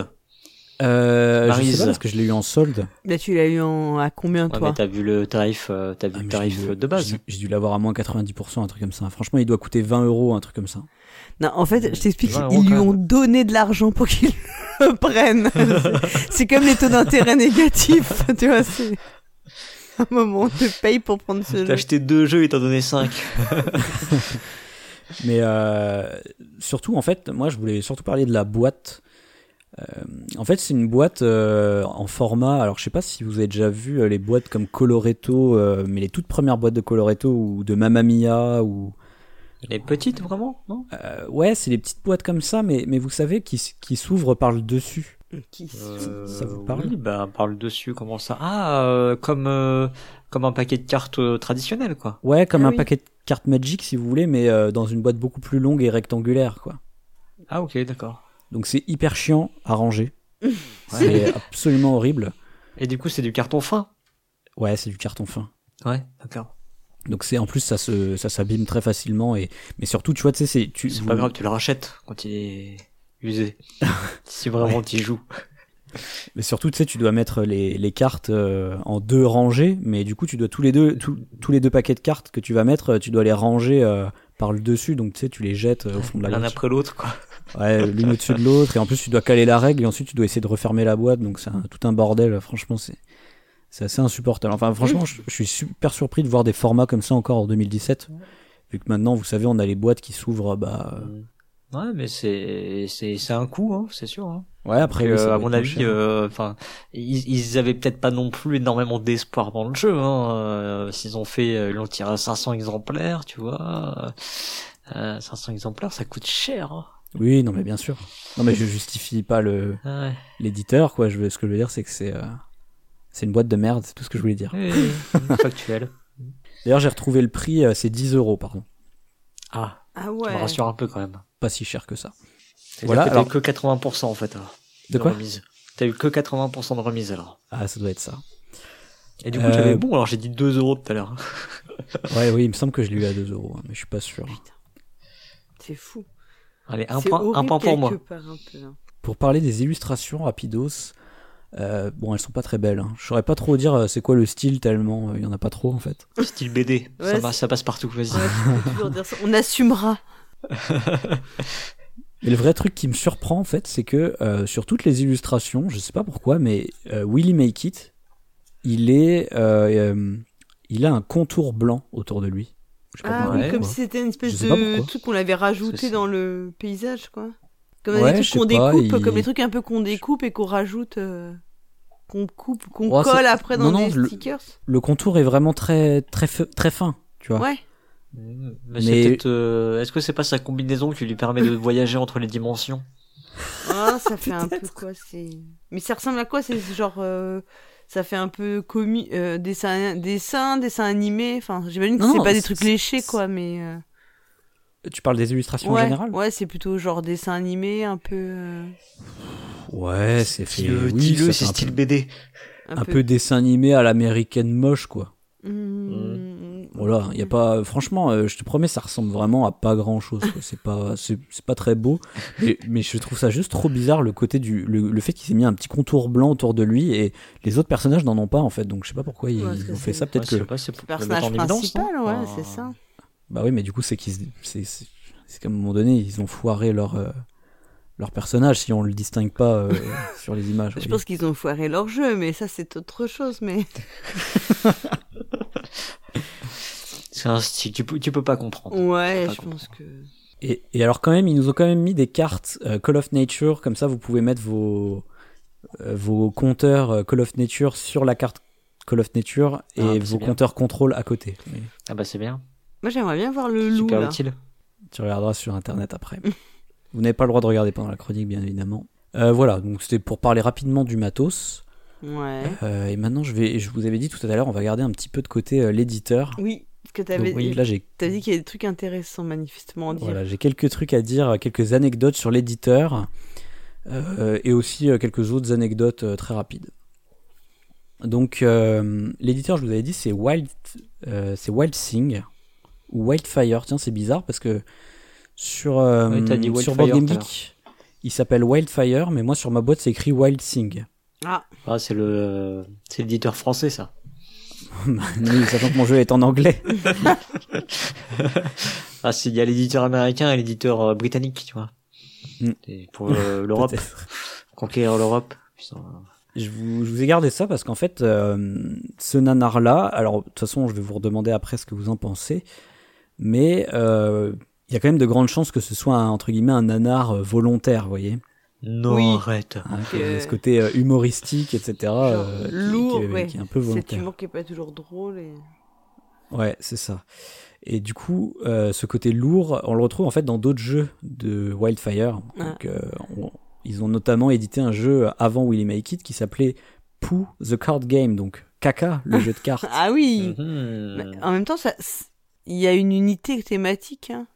Euh, je sais Maryse. pas parce que je l'ai eu en solde. Là Bah, tu l'as eu en- à combien Ouais, toi mais t'as vu le tarif, euh, t'as vu Ah, mais le je tarif l'ai eu- de base. j'ai- J'ai dû l'avoir à moins 90%, un truc comme ça. Franchement, il doit coûter 20 euros, un truc comme ça. Non, en fait, je t'explique, 20 euros ils lui quand ont donné de l'argent pour qu'ils le prennent. C'est- c'est comme les taux d'intérêt négatifs, tu vois, c'est un moment on te paye pour prendre ce T'as jeu. acheté deux jeux et t'as donné cinq. Mais euh, surtout, en fait, moi, je voulais surtout parler de la boîte. Euh, en fait, c'est une boîte euh, en format. Alors, je sais pas si vous avez déjà vu euh, les boîtes comme Coloretto, euh, mais les toutes premières boîtes de Coloretto ou de Mamma Mia ou Les petites, vraiment Non Euh, ouais, c'est des petites boîtes comme ça, mais, mais vous savez, qui, s- qui s'ouvrent par le dessus. Qui- ça vous parle Oui, bah, parle dessus, comment ça Ah, euh, comme, euh, comme un paquet de cartes euh, traditionnelles, quoi. Ouais, comme Ah un oui. paquet de cartes Magic, si vous voulez, mais euh, dans une boîte beaucoup plus longue et rectangulaire, quoi. Ah, ok, d'accord. Donc c'est hyper chiant à ranger. Ouais. C'est absolument horrible. et du coup, c'est du carton fin Ouais, c'est du carton fin. Ouais, d'accord. Donc c'est en plus ça se ça s'abîme très facilement et mais surtout tu vois tu sais c'est tu C'est vous- pas grave, tu le rachètes quand il est usé. si vraiment tu joues. mais surtout tu sais tu dois mettre les, les cartes euh, en deux rangées mais du coup tu dois tous les deux tous- tous les deux paquets de cartes que tu vas mettre euh, tu dois les ranger euh, par le dessus donc tu sais tu les jettes euh, au fond de la L'un boîte. après l'autre, quoi. Ouais, l'une au-dessus de l'autre, et en plus tu dois caler la règle, et ensuite tu dois essayer de refermer la boîte, donc c'est un- tout un bordel, franchement c'est c'est assez insupportable. Enfin franchement je, je suis super surpris de voir des formats comme ça encore en 2017, vu que maintenant vous savez on a les boîtes qui s'ouvrent, bah... euh, Ouais, mais c'est, c'est, c'est un coup, hein, c'est sûr. Hein. Ouais après... Après, Eh oui, ça euh, doit à être mon moins avis, cher. euh, enfin, ils, ils avaient peut-être pas non plus énormément d'espoir dans le jeu. Hein. Euh, S'ils ont fait, euh, ils l'ont tiré à 500 exemplaires, tu vois. Euh, 500 exemplaires, ça coûte cher. hein. Oui non mais bien sûr. Non mais je justifie pas le Ah Ouais. l'éditeur, quoi, je, veux- ce que je veux dire c'est que c'est... euh, C'est une boîte de merde, c'est tout ce que je voulais dire. Oui, oui, factuel. D'ailleurs, j'ai retrouvé le prix, euh, c'est 10 euros, pardon. Ah, Ah tu ouais. me rassures un peu quand même. Pas si cher que ça. Voilà, Voilà. T'as alors- eu que 80% en fait. alors, De quoi remise. T'as eu que 80% de remise alors. Ah, ça doit être ça. Et du coup, Euh, j'avais bon. Alors j'ai dit 2 euros tout à l'heure. hein. Ouais, oui, il me semble que je l'ai eu à 2 euros, hein, mais je suis pas sûr. C'est fou. Allez, un C'est point, un horrible point pour moi. quelque part, un peu, hein. Pour parler des illustrations rapidos, euh, bon, elles sont pas très belles. hein. Je saurais pas trop dire euh, c'est quoi le style tellement euh, il y en a pas trop en fait. Style BD. Ouais, ça, va, ça passe partout. Vas-y. Ouais, tu peux toujours dire ça. On assumera. Mais le vrai truc qui me surprend en fait, c'est que euh, sur toutes les illustrations, je sais pas pourquoi, mais euh, Willy Make It, il est, euh, euh, il a un contour blanc autour de lui. Je sais pas Ah pourquoi. oui, Ouais, comme quoi. si c'était une espèce Je sais pas de pourquoi. truc qu'on avait C'est- rajouté c'est- dans le paysage, quoi. Comme Ouais, des je trucs sais qu'on pas, découpe, il- comme des trucs un peu qu'on découpe et qu'on rajoute, euh, qu'on coupe, qu'on Ouais, colle c'est- après dans non, non, des le- stickers. Le contour est vraiment très, très, fe- très fin, tu vois. Ouais. Mais, Mais- c'est peut-être. euh, Est-ce que c'est pas sa combinaison qui lui permet de voyager entre les dimensions Ah, ça fait un peu quoi c'est Mais ça ressemble à quoi C'est ce genre euh, ça fait un peu comi euh, dessin dessin dessin animé, enfin j'imagine que Non, c'est pas non, des trucs c'est- léchés c'est- quoi mais euh, Tu parles des illustrations en ouais, général ouais, c'est plutôt genre dessin animé un peu euh, Ouais, c'est fait. Dis-le, oui, dis-le, ça c'est fait un style peu- BD. un, un peu dessin animé à l'américaine moche quoi. Hmm, Moi, voilà, il y a pas. Franchement, euh, je te promets, ça ressemble vraiment à pas grand chose. C'est pas, c'est c'est pas très beau, mais, mais je trouve ça juste trop bizarre le côté du, le, le fait qu'il s'est mis un petit contour blanc autour de lui et les autres personnages n'en ont pas en fait. Donc je sais pas pourquoi ils, Ouais, parce ils que ont c'est- fait ça. Peut-être Ouais, je que sais pas, c'est pour Le le mettre personnage en hein. évidence, principal, non ouais, Enfin, c'est ça. Bah oui, mais du coup, c'est qu'ils, se- c'est, c'est, c'est qu'à un moment donné, ils ont foiré leur, euh, leur personnage si on le distingue pas euh, sur les images. Je oui. pense qu'ils ont foiré leur jeu, mais ça, c'est autre chose. Mais C'est un style, tu peux, tu peux pas comprendre. ouais, pas je pense que. Et, et alors quand même, ils nous ont quand même mis des cartes euh, Call of Nature, comme ça vous pouvez mettre vos, euh, vos compteurs euh, Call of Nature sur la carte Call of Nature et Ah, bah, c'est vos bien. compteurs contrôle à côté. Ah bah c'est bien, Moi, j'aimerais bien voir le loup. super Là. utile. Tu regarderas sur Internet après. vous n'avez pas le droit de regarder pendant la chronique, bien évidemment. Euh, voilà, donc c'était pour parler rapidement du matos. Ouais. Euh, et maintenant, je, vais, je vous avais dit tout à l'heure, on va garder un petit peu de côté euh, l'éditeur. Oui, parce que Donc, t'avais oui, là, j'ai t'as dit qu'il y a des trucs intéressants manifestement à dire. Voilà, j'ai quelques trucs à dire, quelques anecdotes sur l'éditeur euh, et aussi euh, quelques autres anecdotes euh, très rapides. Donc, euh, l'éditeur, je vous avais dit, c'est Wild, euh, c'est Wild Thing ou Wildfire. Tiens, c'est bizarre parce que sur, euh, Ah Oui, t'as dit sur Wildfire Board Game tout à Geek, il s'appelle Wildfire, mais moi sur ma boîte, c'est écrit Wild Thing. Ah, c'est le, c'est l'éditeur français ça. Oui, sachant que mon jeu est en anglais. Ah, c'est- il y a l'éditeur américain et l'éditeur euh, britannique, tu vois. Mm. Et pour euh, l'Europe, peut-être. conquérir l'Europe. Putain. Je vous, je vous ai gardé ça parce qu'en fait, euh, ce nanar-là, alors de toute façon, je vais vous redemander après ce que vous en pensez, mais euh, il y a quand même de grandes chances que ce soit un, entre guillemets un nanar euh, volontaire, vous voyez, Non, Oui. arrête. hein, Ah, Ok. que- ce côté euh, humoristique, etc., euh, qui- lourd, qui, est- ouais. qui est un peu Cet volontaire. humour qui est pas toujours drôle. Et... Ouais, c'est ça. Et du coup, euh, ce côté lourd, on le retrouve en fait dans d'autres jeux de Wildfire. Donc, euh, on- ils ont notamment édité un jeu avant Willy Make It qui s'appelait Pooh the Card Game, donc Kaka, le jeu de cartes. Ah oui. Mhm. Mais en même temps, ça, c'est- il y a une unité thématique. hein.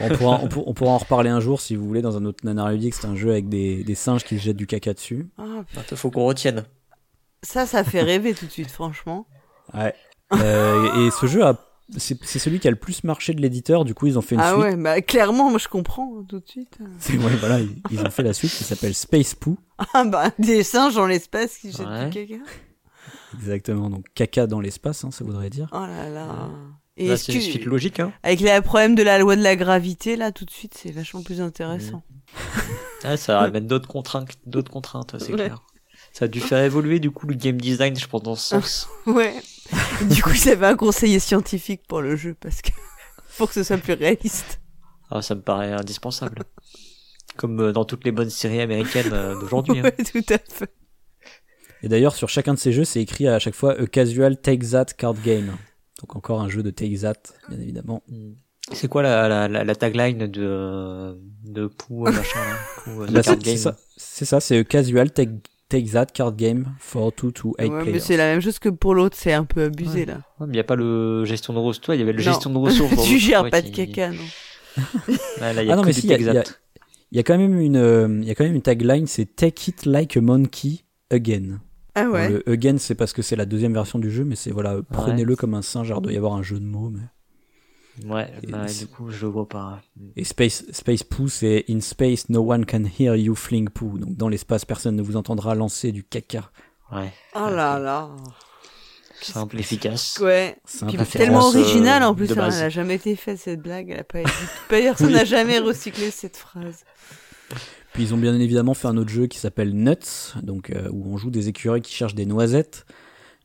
On pourra, on, pour- on pourra en reparler un jour si vous voulez dans un autre nanar ludique. C'est un jeu avec des, des singes qui se jettent du caca dessus. Ah, Attends, Faut qu'on retienne. ça, ça fait rêver tout de suite, franchement. Ouais. Euh, et, et ce jeu a c'est c'est celui qui a le plus marché de l'éditeur, du coup ils ont fait une Ah suite. ouais, bah clairement, moi je comprends hein, tout de suite. C'est- ouais, voilà, ils, ils ont fait la suite qui s'appelle Space Poo, Ah bah, des singes dans l'espace qui jettent Ouais. du caca. exactement, donc caca dans l'espace, hein, ça voudrait dire. Oh là là. Et Là, est-ce c'est que- une suite logique, hein. avec le problème de la loi de la gravité, là, tout de suite, c'est vachement plus intéressant. Ah, ça ramène d'autres contraintes, d'autres contraintes, c'est Ouais. clair. Ça a dû faire évoluer du coup le game design, je pense, dans ce Ah. sens. Ouais. du coup, ils avaient un conseiller scientifique pour le jeu, parce que pour que ce soit plus réaliste. Ah, ça me paraît indispensable. Comme euh, dans toutes les bonnes séries américaines euh, d'aujourd'hui. hein. Ouais, tout à fait. Et d'ailleurs sur chacun de ces jeux c'est écrit à chaque fois A Casual Take That Card Game. Donc encore un jeu de Take That, bien évidemment. Mm. C'est quoi la, la, la, la tagline de, euh, de Pou, euh, machin, là Pou, euh, The Bah, Card c'est c'est Game ça, c'est ça, c'est A Casual Take, Take That Card Game for 2 to 8 Ouais, mais players. c'est la même chose que pour l'autre, c'est un peu abusé, Ouais. là. Ouais, mais il n'y a pas le gestion de ressources. Toi, il y avait le Non. gestion de ressources. dans tu l'autre, gères ouais, pas de qui- caca, non Là, là, il y a Ah non, que mais du si, il y a- exact. il y a- Il y a quand même une, euh, il y a quand même une tagline, c'est Take it like a monkey again. Ah ouais. Alors, le again, c'est parce que c'est la deuxième version du jeu, mais c'est voilà, euh, prenez-le comme un singe. Alors, il doit y avoir un jeu de mots. Mais... Ouais, Et bah, c'est- du coup, je le vois pas. Mm. Et space, space poo, c'est in space, no one can hear you fling poo. Donc, dans l'espace, personne ne vous entendra lancer du caca. Ouais, Oh là là. simple, efficace. Ouais. C'est Puis un peu tellement référence, euh, original en plus, de hein, base. elle n'a jamais été faite cette blague, elle a pas été- personne n'a jamais recyclé cette phrase. Puis ils ont bien évidemment fait un autre jeu qui s'appelle Nuts, donc euh, où on joue des écureuils qui cherchent des noisettes.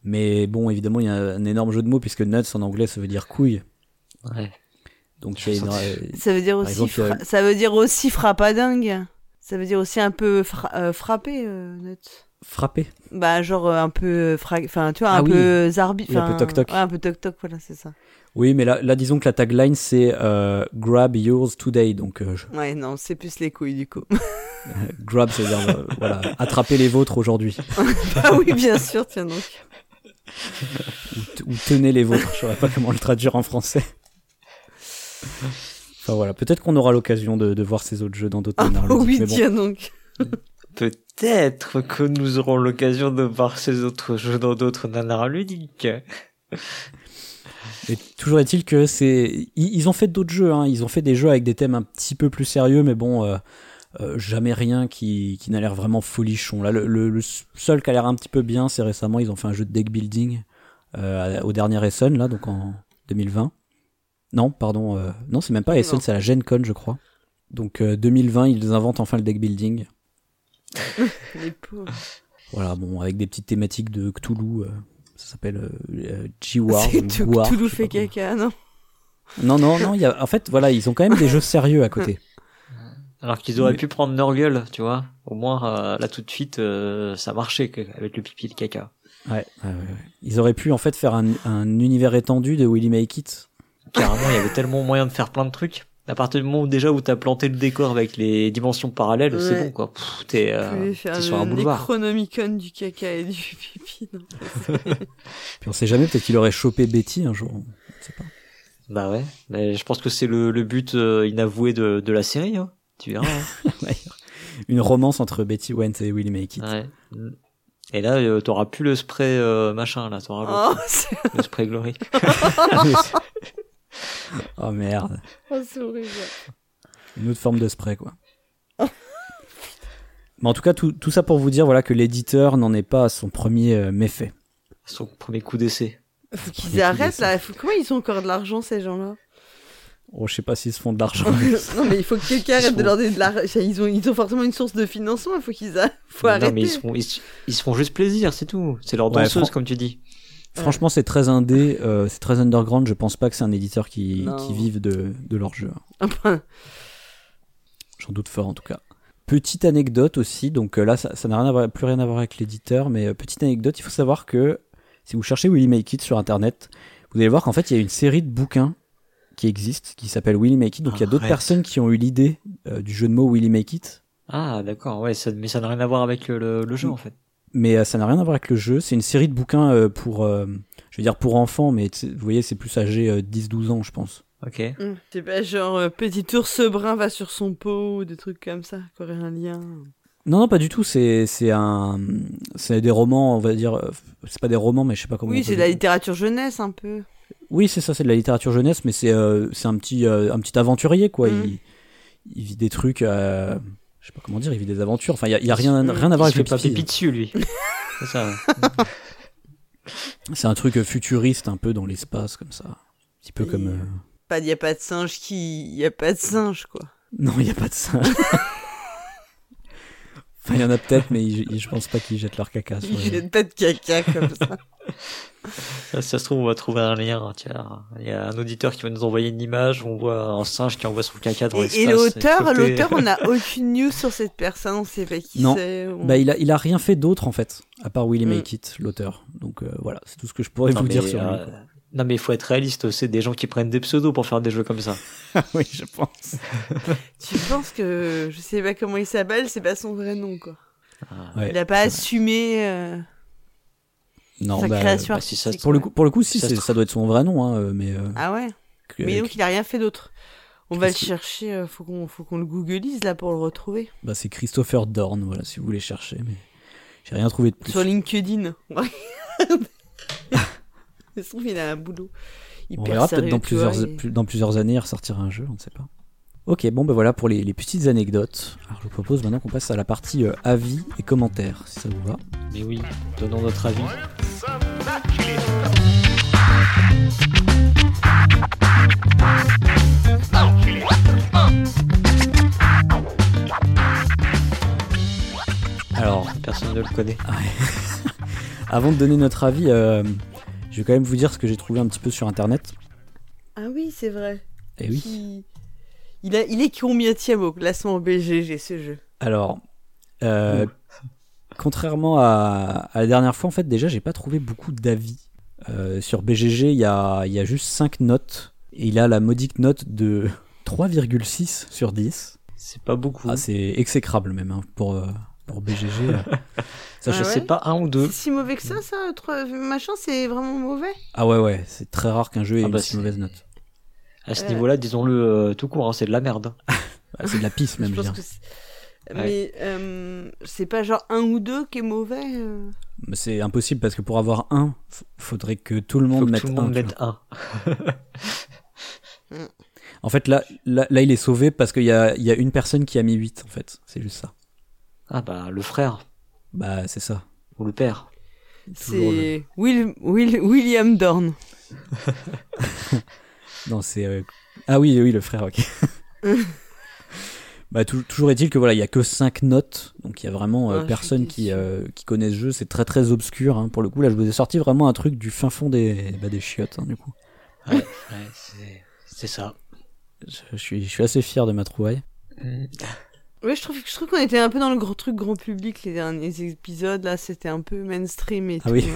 Mais bon, évidemment, il y a un énorme jeu de mots puisque nuts en anglais ça veut dire couille. Ouais. Donc il y a une- Ça veut dire Par aussi, exemple, euh, fra- ça veut dire aussi frappadingue. Ça veut dire aussi un peu fra- euh, frappé, euh, Nuts. frapper. Bah genre euh, un peu, fra- enfin tu vois, un Ah oui. peu zarbi, Oui, un peu enfin, toc-toc. ouais, un peu toc toc, voilà c'est ça. Oui, mais là, là, disons que la tagline c'est euh, Grab yours today. Donc euh, je- Ouais non, c'est plus les couilles du coup. grab, c'est-à-dire euh, voilà, attraper les vôtres aujourd'hui. ah oui bien sûr, tiens donc. Ou, t- ou tenez les vôtres. Je saurais pas comment le traduire en français. Enfin voilà, peut-être qu'on aura l'occasion de, de voir ces autres jeux dans d'autres Ah nanars bah oui ludiques, mais bon. tiens donc. Peut-être que nous aurons l'occasion de voir ces autres jeux dans d'autres nanars ludiques. Et toujours est-il que c'est. Ils, ils ont fait d'autres jeux, hein. ils ont fait des jeux avec des thèmes un petit peu plus sérieux, mais bon, euh, euh, jamais rien qui, qui n'a l'air vraiment folichon. Là, le, le- le seul qui a l'air un petit peu bien, c'est récemment, ils ont fait un jeu de deck building euh, au dernier Essen, là, donc en 2020. Non, pardon, euh, non, c'est même pas Essen, Non. c'est la Gen Con, je crois. Donc euh, 2020, ils inventent enfin le deck building. Les pauvres. Voilà, bon, avec des petites thématiques de Cthulhu. euh, ça s'appelle euh, euh, Jiwar. C'est ou tout, Gouar, tout je nous sais fait pas comment. caca, non Non, non, non. il Y a, en fait, voilà, ils ont quand même des jeux sérieux à côté. Alors qu'ils auraient Mais- pu prendre Norgueul, tu vois. Au moins, euh, là tout de suite, euh, ça marchait que- avec le pipi et le caca. Ouais, ouais, ouais, ouais. Ils auraient pu en fait faire un, un univers étendu de Willy Make It. Carrément, il y avait tellement moyen de faire plein de trucs. À partir du moment où déjà où t'as planté le décor avec les dimensions parallèles, c'est Ouais. bon quoi. Pff, T'es Vous euh, pouvez t'es faire sur un le boulevard. Necronomicon du caca et du pipi, non Puis on sait jamais, peut-être qu'il aurait chopé Betty un jour. On sait pas. Bah ouais, mais je pense que c'est le, le but euh, inavoué de, de la série. Hein. Tu verras. hein. Une romance entre Betty Wentz et Willy Make It. Ouais. Et là, euh, t'auras plus le spray euh, machin là, t'auras Ah Oh, c'est le, le spray glory. oh merde. oh, c'est horrible. Une autre forme de spray, quoi. Mais en tout cas, tout, tout ça pour vous dire voilà, que l'éditeur n'en est pas à son premier euh, méfait. Son premier coup d'essai. Prenez Faut qu'ils tout arrêtent des là. Faut... Comment ils ont encore de l'argent ces gens-là Oh, je sais pas s'ils se font de l'argent. Non mais il faut que quelqu'un Ils arrête de sont- leur donner de l'argent. Ils ont, ils ont forcément une source de financement. Il faut qu'ils a... faut Non, arrêter. mais ils se font ils, se- ils se font juste plaisir, c'est tout. C'est leur Ouais, danseuse Fran- comme tu dis. Franchement, c'est très indé, euh, c'est très underground. Je pense pas que c'est un éditeur qui, Non. qui vive de, de leur jeu. Enfin, J'en doute fort en tout cas. Petite anecdote aussi, donc euh, là ça ça n'a rien à voir, plus rien à voir avec l'éditeur, mais euh, petite anecdote, il faut savoir que si vous cherchez Willy Make It sur internet, vous allez voir qu'en fait il y a une série de bouquins qui existent qui s'appelle Willy Make It, donc il y a d'autres Arrête. personnes qui ont eu l'idée euh, du jeu de mots Willy Make It, Ah d'accord, ouais, ça, mais ça n'a rien à voir avec le, le- Mm. le jeu en fait. mais euh, ça n'a rien à voir avec le jeu, c'est une série de bouquins euh, pour, euh, je veux dire pour enfants, mais tu sais, vous voyez c'est plus âgé euh, 10-12 ans je pense. Ok. hum, c'est pas genre euh, petit ours brun va sur son pot ou des trucs comme ça qui aurait un lien. Non, non, pas du tout. C'est, c'est un, c'est des romans, on va dire. euh, C'est pas des romans, mais je sais pas comment. on oui, peut c'est de dire. la littérature jeunesse un peu. Oui, c'est ça, c'est de la littérature jeunesse, mais c'est euh, c'est un petit euh, un petit aventurier quoi. Mm. Il, il vit des trucs, euh, je sais pas comment dire, il vit des aventures. Enfin, il y a, il y a rien Mm. rien à voir Il se avec fait le pas pipi. pipi dessus lui. c'est ça. C'est un truc euh, futuriste un peu dans l'espace comme ça, un petit peu Et- comme. euh, Pas, y a pas de singe qui, y a pas de singe quoi. Non, il y a pas de ça. enfin, il y en a peut-être, mais ils- ils- je pense pas qu'ils jettent leur caca. Sur les- J'ai une tête caca comme ça. Ça, si ça se trouve, on va trouver un lien. hein, Tiens, il y a un auditeur qui va nous envoyer une image. On voit un singe qui envoie son caca dans l'espace. Et, et l'auteur, Écoutez, l'auteur, on n'a aucune news sur cette personne. On sait pas qui Non. c'est. on- Bah, il a, il a rien fait d'autre en fait, à part Willy Mm. Make It, l'auteur. Donc euh, voilà, c'est tout ce que je pourrais Non, vous mais, dire sur lui. euh, Non mais il faut être réaliste, c'est des gens qui prennent des pseudos pour faire des jeux comme ça. oui, je pense. Tu penses que je sais pas comment il s'appelle, c'est pas son vrai nom quoi. Ah, Ouais. Il a pas assumé euh, Non, sa bah, création bah, si ça- artistique. pour le coup, pour le coup, si Ça c'est- se ça doit être son vrai nom, hein, euh, mais. euh, Ah ouais. que- Mais donc il a rien fait d'autre. On va le Qu'est-ce que- chercher. euh, Faut qu'on, faut qu'on le googlise là pour le retrouver bah, c'est Christopher Dorn, voilà, si vous voulez chercher, mais j'ai rien trouvé de plus. sur LinkedIn. On va regarder. Ça se trouve il a un boulot. On Hyper verra sérieux, peut-être dans tu plusieurs vois, et- plus- dans plusieurs années, il ressortira un jeu, on ne sait pas. Ok, bon, bah voilà pour les, les petites anecdotes. Alors, je vous propose maintenant qu'on passe à la partie euh, avis et commentaires, si ça vous va. Mais oui, donnons notre avis. Alors, Personne ne le connaît. avant de donner notre avis, euh, je vais quand même vous dire ce que j'ai trouvé un petit peu sur internet. Ah oui, c'est vrai. Eh Et oui. Qui- Il, a, il est combien tième au classement BGG ce jeu Alors, euh, Ouh. contrairement à, à la dernière fois, en fait, déjà, j'ai pas trouvé beaucoup d'avis. Euh, sur BGG, il y a, il y a juste 5 notes. Et il a la modique note de 3,6 sur 10. C'est pas beaucoup. Ah, c'est exécrable même hein, pour, euh, pour BGG. euh. Ça, Ah je ouais sais- C'est pas un ou deux. C'est si mauvais que ça, ça trois- Machin, c'est vraiment mauvais Ah ouais, ouais, c'est très rare qu'un jeu ait Ah bah, une si c'est- mauvaise note. À ce Euh. niveau-là, disons-le euh, tout court, hein, c'est de la merde. Ah, c'est de la pisse même, Je je veux pense dire. que c'est- Ouais. Mais euh, c'est pas genre un ou deux qui est mauvais euh. Mais c'est impossible parce que pour avoir un, f- faudrait que tout le monde Faut que mette tout le un. monde tu mette un. vois. En fait, là, là, là, il est sauvé parce qu'il y a, il y a une personne qui a mis 8, en fait. C'est juste ça. Ah bah le frère Bah, c'est ça. ou le père. Toujours C'est Will, Will, William Dorn. Non, c'est. euh, Ah oui, oui, le frère, ok. bah, tou- toujours est-il que voilà, il y a que 5 notes, donc il y a vraiment euh, Ah, je suis personne qui, déçue. euh, qui connaît ce jeu. C'est très très obscur hein, pour le coup. Là, je vous ai sorti vraiment un truc du fin fond des, bah, des chiottes, hein, du coup. Ouais, ouais, c'est- c'est ça. Je, je suis, je suis assez fier de ma trouvaille. Mm. Ouais, je trouve, je trouve qu'on était un peu dans le grand truc grand public les derniers épisodes. Là, c'était un peu mainstream et Ah tout. oui,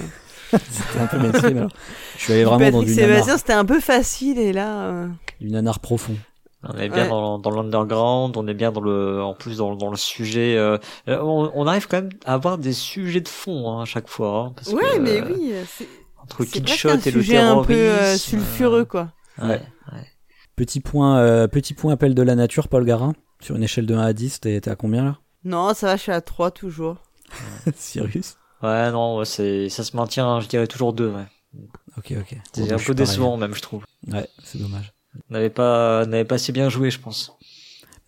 hein. C'était un peu mainstream, alors. Je suis allé vraiment dans Patrick du nanar, Sébastien, c'était un peu facile et là. euh, du nanar profond. On est bien Ouais. dans, dans l'underground, on est bien dans le, en plus dans, dans le sujet. euh, euh, on, on arrive quand même à avoir des sujets de fond hein, à chaque fois. hein, parce Ouais, que, mais euh, oui. C'est Entre c'est le presque Kidshot un et le sujet un terrorisme. peu euh, euh, sulfureux, quoi. ouais. Petit point, euh, petit point appel de la nature, Paul Garin. Sur une échelle de 1 à 10, t'es t'es à combien là Non, ça va, je suis à 3 toujours. Sirius Ouais, non, ouais, c'est, ça se maintient, hein, je dirais toujours deux. Ouais. Ok, ok. C'est Bon, je un suis peu pareil. décevant même, je trouve. Ouais, c'est dommage. On n'avait pas, on n'avait pas si bien joué, je pense.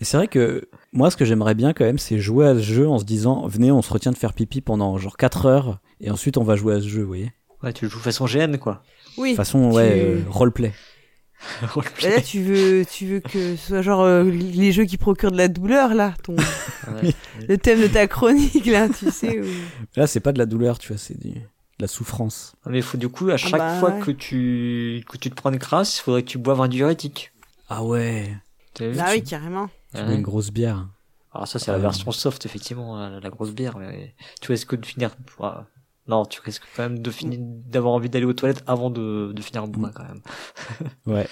Mais c'est vrai que moi, ce que j'aimerais bien quand même, c'est jouer à ce jeu en se disant, venez, on se retient de faire pipi pendant genre 4 heures, et ensuite on va jouer à ce jeu, vous voyez. Ouais, tu le joues façon GN, quoi. De Oui. toute façon, ouais, tu- euh, roleplay. Bah là, Roleplay. tu veux, tu veux que ce soit genre euh, les jeux qui procurent de la douleur, là. Ton... Ah Ouais. Le thème de ta chronique, là, tu sais. où- Là, c'est pas de la douleur, tu vois, c'est du- de la souffrance. Mais faut du coup, à chaque bah fois ouais. que tu, que tu te prends une crasse, il faudrait que tu boives un diurétique. Ah ouais, T'as vu Bah oui, carrément. tu Hein veux une grosse bière. Alors ça c'est la Euh. version soft effectivement, hein, la grosse bière. Mais tu risques de finir. ouais. Non, tu risques quand même de finir d'avoir envie d'aller aux toilettes avant de, de finir bourrin quand même. Ouais.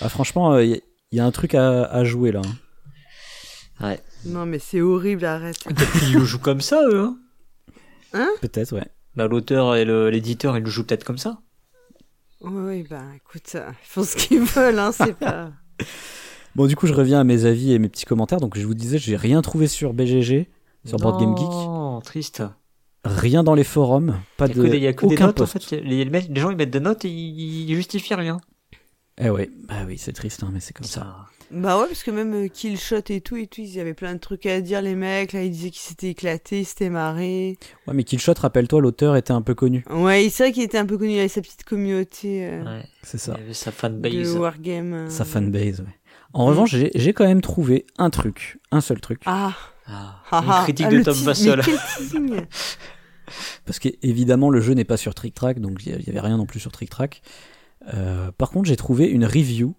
Ah, franchement, il y, a un truc à, à jouer là. hein. Ouais. Non, mais c'est horrible, arrête. Ils le jouent comme ça eux. Hein Peut-être, ouais. bah l'auteur et le- l'éditeur ils le jouent peut-être comme ça. Oui, oui, bah écoute, euh, ils font ce qu'ils veulent, hein, c'est pas. Bon, du coup, je reviens à mes avis et mes petits commentaires. Donc, je vous disais, j'ai rien trouvé sur BGG, sur Board Game Geek, Non, triste. rien dans les forums, pas Il y a que de des, il y a que des aucun notes en post. fait. Les, les mecs- les gens ils mettent des notes et ils, ils justifient rien. Eh ouais, bah oui, c'est triste, hein, mais c'est comme ça. Ça. Bah ouais, parce que même euh, Killshot et tout, et tout, ils avaient plein de trucs à dire, les mecs. Là, ils disaient qu'ils s'étaient éclatés, ils s'étaient marrés. Ouais, mais Killshot, rappelle-toi, l'auteur était un peu connu. Ouais, et c'est vrai qu'il était un peu connu, il avait sa petite communauté euh, Ouais. C'est Il y ça. avait sa fanbase. de Wargame. euh. Sa fanbase, ouais. En Mm. revanche, j'ai- j'ai quand même trouvé un truc, un seul truc. Ah, Ah, ah, une ah, critique ah, de le Tom teas- Vassell. Mais quel teasing Parce qu'évidemment, le jeu n'est pas sur Trick Track, donc il n'y avait rien non plus sur Trick Track. Euh, par contre, j'ai trouvé une review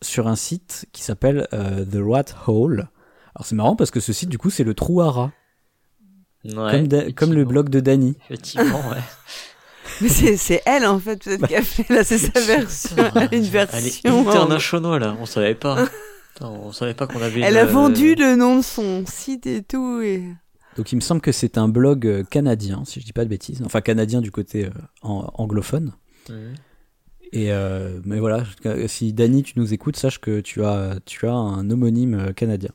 sur un site qui s'appelle euh, The Rat Hole. Alors c'est marrant parce que ce site, du coup, c'est le trou à rats, Ouais, comme, Da- comme le effectivement. blog de Danny. Effectivement, ouais. Mais c'est, c'est elle, en fait, peut-être qu'elle fait. Là, c'est sa version. Elle a une Elle est version. internationale, là. hein, On savait pas. Putain, on savait pas qu'on avait. Elle une, a euh, vendu le nom de son site et tout. Et... Donc il me semble que c'est un blog euh, canadien, si je dis pas de bêtises. Enfin, canadien du côté euh, an- anglophone. Mhm. Et euh, mais voilà, je- si Dani tu nous écoutes, sache que tu as tu as un homonyme euh, canadien.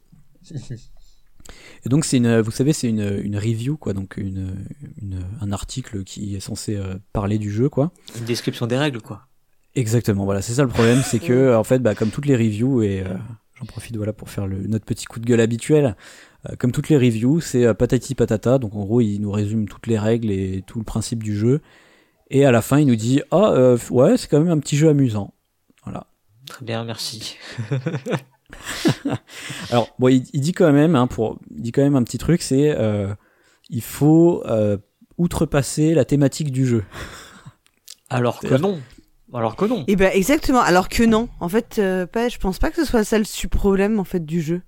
Et donc c'est une, vous savez, c'est une, une review quoi, donc une, une- un article qui est censé euh, parler du jeu quoi. Une description des règles, quoi. Exactement, voilà, c'est ça le problème, c'est que en fait, bah, comme toutes les reviews et euh, j'en profite voilà pour faire le, notre petit coup de gueule habituel. euh, comme toutes les reviews, c'est euh, patati patata, donc en gros il nous résume toutes les règles et tout le principe du jeu. Et à la fin, il nous dit ah euh, ouais, c'est quand même un petit jeu amusant. Voilà. Très bien, merci. Alors, bon, il, il dit quand même, hein, pour, il dit quand même un petit truc, c'est euh, il faut euh, outrepasser la thématique du jeu. Alors que C'est-à-dire- non. Alors que non. Et ben, exactement. Alors que non. En fait, euh, pas, je pense pas que ce soit ça le su- problème, en fait, du jeu.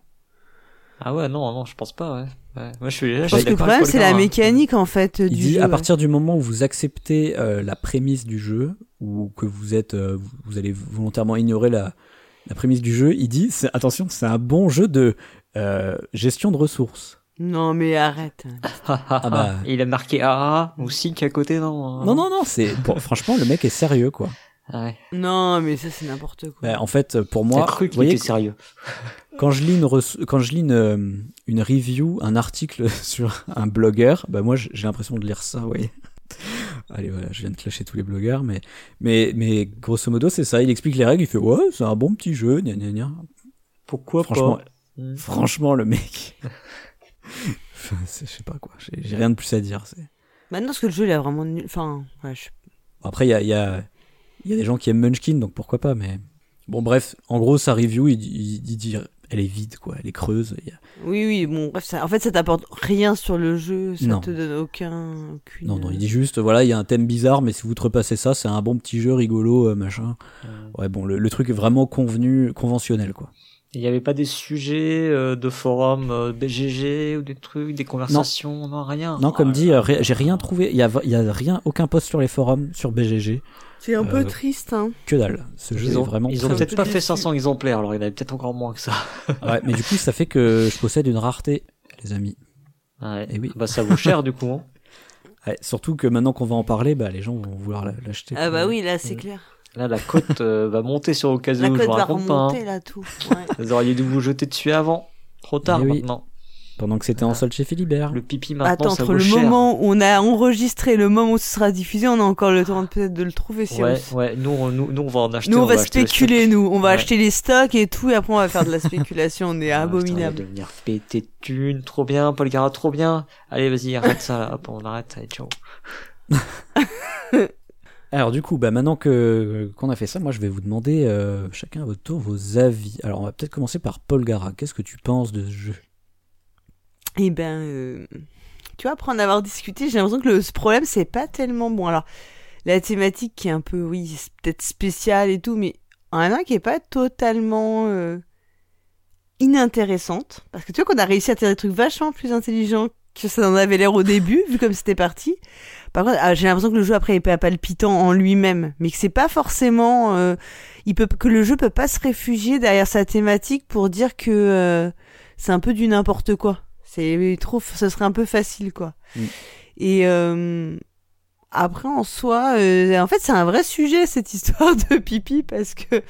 Ah ouais, non, non, je pense pas, ouais. Ouais. Moi, je suis. Je hein. Je pense que le problème, c'est la mécanique, en fait, Il du dit jeu. à ouais. partir du moment où vous acceptez euh, la prémisse du jeu ou que vous êtes, euh, vous- vous allez volontairement ignorer la, la prémisse du jeu, il dit c'est- attention, c'est un bon jeu de euh, gestion de ressources. Non, mais arrête. Ah bah. Il a marqué ah ou sick à côté, non. hein. Ah Non, non, non, c'est bon, franchement le mec est sérieux quoi. Ouais. Non, mais ça, c'est n'importe quoi. Bah, en fait, pour moi, T'as cru vous qu'il voyez, était sérieux. Quand je lis une, reço- quand je lis une, euh, une review, un article sur un blogueur, bah moi j'ai j'ai l'impression de lire ça, oui. Allez, voilà, je viens de clasher tous les blogueurs, mais, mais, mais grosso modo, c'est ça. Il explique les règles, il fait Ouais, c'est un bon petit jeu, gna gna gna. Pourquoi Franchement, pas Mm. Franchement, le mec. Enfin, c'est- je sais pas quoi, j'ai j'ai rien de plus à dire. c'est- Maintenant, parce que le jeu, il a vraiment nul. Enfin, ouais, je- Après, il y a, il y, a, il y a des gens qui aiment Munchkin, donc pourquoi pas, mais. Bon, bref, en gros, sa review, il, il- il dit elle est vide, quoi, elle est creuse. il y a- Oui, oui, bon, bref, ça- en fait, ça t'apporte rien sur le jeu, ça Non. te donne aucun. Aucune... Non, non, il dit juste voilà, il y a un thème bizarre, mais si vous outrepassez ça, c'est un bon petit jeu rigolo, euh, machin. Ouais, bon, le, le truc est vraiment convenu, conventionnel, quoi. Il n'y avait pas des sujets euh, de forum euh, BGG ou des trucs, des conversations, non, rien. Non, comme Oh dit, là euh, là. ri- j'ai rien trouvé, il y a, il y a rien, aucun post sur les forums, sur BGG, C'est un peu Euh, triste, hein. que dalle. Ce jeu Ils ont, est vraiment ils ont très- peut-être pas fait déçu. 500 exemplaires, alors il y en avait peut-être encore moins que ça. Ouais, mais du coup, ça fait que je possède une rareté, les amis. Ouais. Eh oui. Bah, ça vaut cher du coup. hein. Ouais, surtout que maintenant qu'on va en parler, bah, les gens vont vouloir la- l'acheter. Ah, bah oui, là, c'est Mm. clair. Là, la cote euh, va monter sur Ocasio, La je cote vous va raconte pas. remonter, hein. là, tout. Ouais. Vous auriez dû vous jeter dessus avant. Trop tard Eh oui. maintenant. Pendant que c'était en solde chez Philibert. Le pipi maintenant, Attends, ça entre vaut le cher. moment où on a enregistré et le moment où ce sera diffusé, on a encore le temps de- peut-être de le trouver si Ouais, on ouais, nous, on- nous, nous, on va en acheter. Nous, on va acheter au spéculer, stock. nous. On va Ouais. acheter les stocks et tout, et après, on va faire de la spéculation. On est Ah, putain, On abominable. va devenir pété de thunes, trop bien, Paul Gara, trop bien. Allez, vas-y, arrête ça, là. hop, on arrête, allez, ciao. Alors du coup, bah, maintenant que qu'on a fait ça, moi je vais vous demander euh, chacun à votre tour vos avis. Alors on va peut-être commencer par Paul Gara. Qu'est-ce que tu penses de ce jeu Eh ben, euh, tu vois, après en avoir discuté, j'ai l'impression que le, ce problème, c'est pas tellement bon. Alors, la thématique qui est un peu, oui, c'est peut-être spéciale et tout, mais en a qui est pas totalement euh, inintéressante. Parce que tu vois qu'on a réussi à faire des trucs vachement plus intelligents que ça en avait l'air au début, vu comme c'était parti. Par contre, ah, j'ai l'impression que le jeu après est pas palpitant en lui-même, mais que c'est pas forcément, euh, il peut que le jeu peut pas se réfugier derrière sa thématique pour dire que euh, c'est un peu du n'importe quoi. C'est trop, ce serait un peu facile quoi. Mm. Et euh, après en soi, euh, en fait c'est un vrai sujet cette histoire de pipi parce que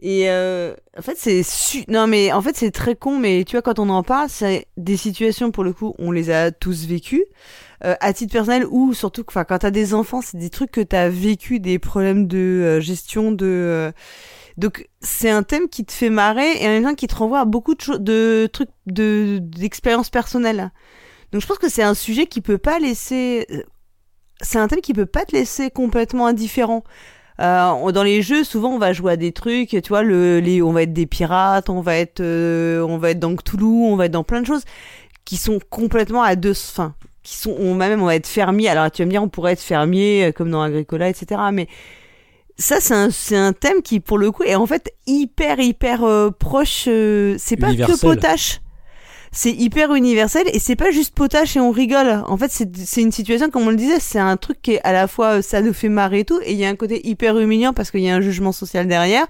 et euh, en fait c'est su- non mais en fait c'est très con mais tu vois quand on en parle c'est des situations pour le coup on les a tous vécues euh, à titre personnel ou surtout enfin quand t'as des enfants c'est des trucs que t'as vécu des problèmes de euh, gestion de euh, donc c'est un thème qui te fait marrer et en même temps qui te renvoie à beaucoup de choses de trucs de d'expériences personnelles donc je pense que c'est un sujet qui peut pas laisser euh, c'est un thème qui peut pas te laisser complètement indifférent euh, on- dans les jeux, souvent on va jouer à des trucs, tu vois, le, les, on va être des pirates, on va être, euh, on va être dans Cthulhu, on va être dans plein de choses qui sont complètement à deux fins, qui sont, on va même on va être fermier. Alors tu vas me dire, on pourrait être fermier euh, comme dans Agricola, etc. Mais ça, c'est un, c'est un thème qui pour le coup est en fait hyper hyper euh, proche. euh, c'est pas que Universel. potache. C'est hyper universel et c'est pas juste potache et on rigole. En fait, c'est c'est une situation, comme on le disait, c'est un truc qui est à la fois euh, ça nous fait marrer et tout, et il y a un côté hyper humiliant parce qu'il y a un jugement social derrière.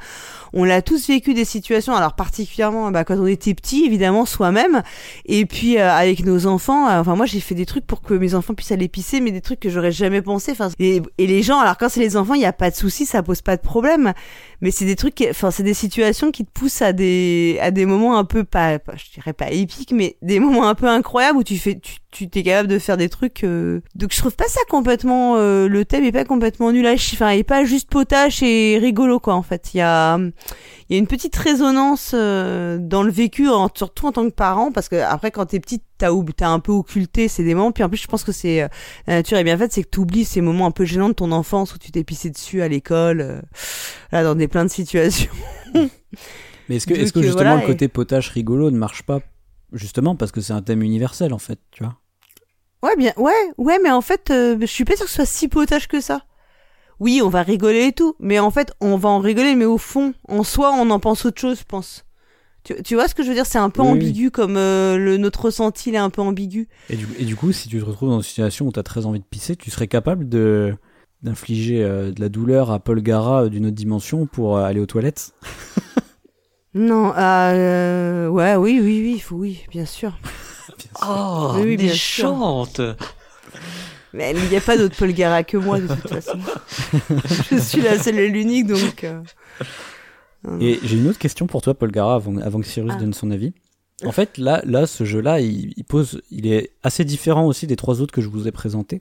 On l'a tous vécu des situations, alors particulièrement bah, quand on était petit, évidemment, soi-même, et puis euh, avec nos enfants. euh, enfin, moi, j'ai fait des trucs pour que mes enfants puissent aller pisser, mais des trucs que j'aurais jamais pensé. Enfin, et, et les gens, alors quand c'est les enfants, il n'y a pas de souci, ça pose pas de problème. Mais c'est des trucs, qui- enfin, c'est des situations qui te poussent à des à des moments un peu pas, pas- je dirais pas épiques, mais des moments un peu incroyables où tu fais, tu tu t'es capable de faire des trucs. euh, Donc je trouve pas ça complètement euh, le thème est pas complètement nul à chier, enfin, il est pas juste potache et rigolo quoi en fait. Il y a il y a une petite résonance euh, dans le vécu, en- surtout en tant que parent, parce que après quand t'es petit, t'as oub- t'as un peu occulté ces démons. Puis en plus, je pense que c'est euh, la nature est bien faite, c'est que t'oublies ces moments un peu gênants de ton enfance où tu t'es pissé dessus à l'école, euh, là dans des plein de situations. Mais est-ce que, Donc, est-ce que euh, justement voilà, le côté potage rigolo ne marche pas justement parce que c'est un thème universel en fait, tu vois Ouais, bien, ouais, ouais, mais en fait, euh, je suis pas sûre que ce soit si potage que ça. Oui, on va rigoler et tout, mais en fait, on va en rigoler, mais au fond, en soi, on en pense autre chose, je pense. Tu, tu vois ce que je veux dire C'est un peu Oui, oui. ambigu, comme euh, le, notre ressenti, il est un peu ambigu. Et du, et du coup, si tu te retrouves dans une situation où tu as très envie de pisser, tu serais capable de d'infliger euh, de la douleur à Paul Gara euh, d'une autre dimension pour euh, aller aux toilettes Non, euh, ouais, oui, oui, oui, faut- oui, bien sûr. Oh, Oui, oui, bien sûr. méchante Mais il n'y a pas d'autre Paul Gara que moi, de toute façon. Je suis la seule et l'unique, donc. euh, Et j'ai une autre question pour toi, Paul Gara, avant, avant que Cyrus Ah. donne son avis. En fait, là, là ce jeu-là, il, il pose, il est assez différent aussi des trois autres que je vous ai présentés.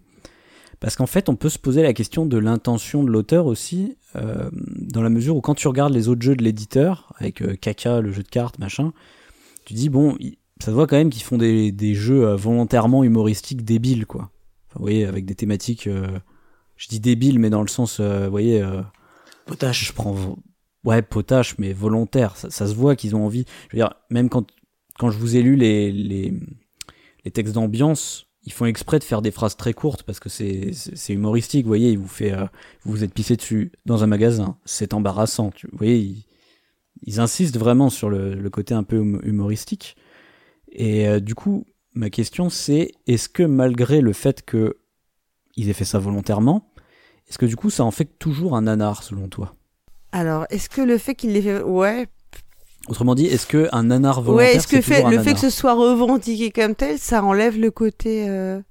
Parce qu'en fait, on peut se poser la question de l'intention de l'auteur aussi, euh, dans la mesure où quand tu regardes les autres jeux de l'éditeur, avec euh, Kaka, le jeu de cartes, machin, tu dis, bon, il- ça se voit quand même qu'ils font des, des jeux euh, volontairement humoristiques débiles, quoi. Enfin, vous voyez, avec des thématiques, euh, je dis débiles, mais dans le sens, euh, vous voyez, euh, Potache. je prends vo- ouais potache mais volontaire ça, ça se voit qu'ils ont envie je veux dire même quand quand je vous ai lu les les, les textes d'ambiance ils font exprès de faire des phrases très courtes parce que c'est c'est c'est humoristique vous voyez il vous fait euh, vous vous êtes pissé dessus dans un magasin c'est embarrassant tu, vous voyez ils, ils insistent vraiment sur le, le côté un peu hum- humoristique et euh, du coup ma question c'est est-ce que malgré le fait que ils aient fait ça volontairement est-ce que du coup ça en fait toujours un nanar selon toi Alors, est-ce que le fait qu'il l'ait fait. Ouais. Autrement dit, est-ce que un nanar volontaire Ouais, est-ce que c'est fait, toujours un le fait que nanar ce soit revendiqué comme tel, ça enlève le côté. euh,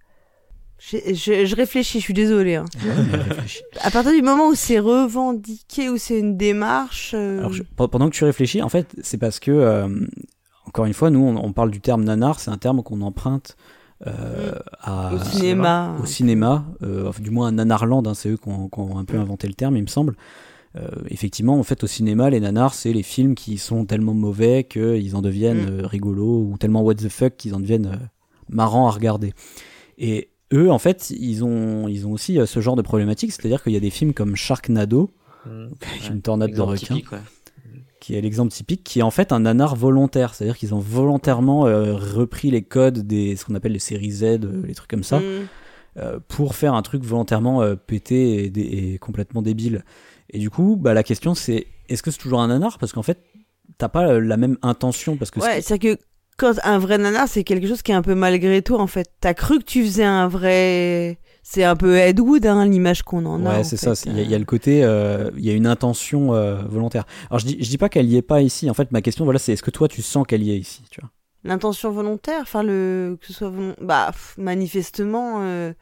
j'ai- Je, je réfléchis, je suis désolée. hein. Ouais, mais réfléchis. À partir du moment où c'est revendiqué, où c'est une démarche. euh, Alors, je- pe- pendant que tu réfléchis, en fait, c'est parce que euh, encore une fois, nous, on, on parle du terme nanar, c'est un terme qu'on emprunte euh, Mm. à, au cinéma. au cinéma, euh, enfin, du moins à Nanarland, hein, c'est eux qui ont, qui ont un peu inventé le terme, il me semble. Euh, effectivement, en fait, au cinéma, les nanars, c'est les films qui sont tellement mauvais qu'ils en deviennent euh, rigolos ou tellement what the fuck qu'ils en deviennent euh, marrants à regarder. Et eux, en fait, ils ont, ils ont aussi euh, ce genre de problématique, c'est-à-dire qu'il y a des films comme Sharknado, Mmh. avec Ouais, une tornade de exemple requin, typique, ouais. qui est l'exemple typique, qui est en fait un nanar volontaire, c'est-à-dire qu'ils ont volontairement euh, repris les codes des ce qu'on appelle les séries Z, euh, les trucs comme ça, Mm. euh, pour faire un truc volontairement euh, pété et, dé- et complètement débile. Et du coup, bah, la question c'est est-ce que c'est toujours un nanar Parce qu'en fait, t'as pas euh, la même intention. Parce que ce Ouais, qui- c'est-à-dire que quand un vrai nanar, c'est quelque chose qui est un peu malgré toi, en fait. T'as cru que tu faisais un vrai. C'est un peu Ed Wood, hein, l'image qu'on en a. ouais, en c'est fait. ça. c'est- Il y, a- il y a le côté, euh, il y a une intention euh, volontaire. Alors je dis, je dis pas qu'elle y est pas ici. En fait, ma question, voilà, c'est est-ce que toi tu sens qu'elle y est ici Tu vois L'intention volontaire, enfin, le. Que ce soit. volon- Bah, pff, manifestement. euh,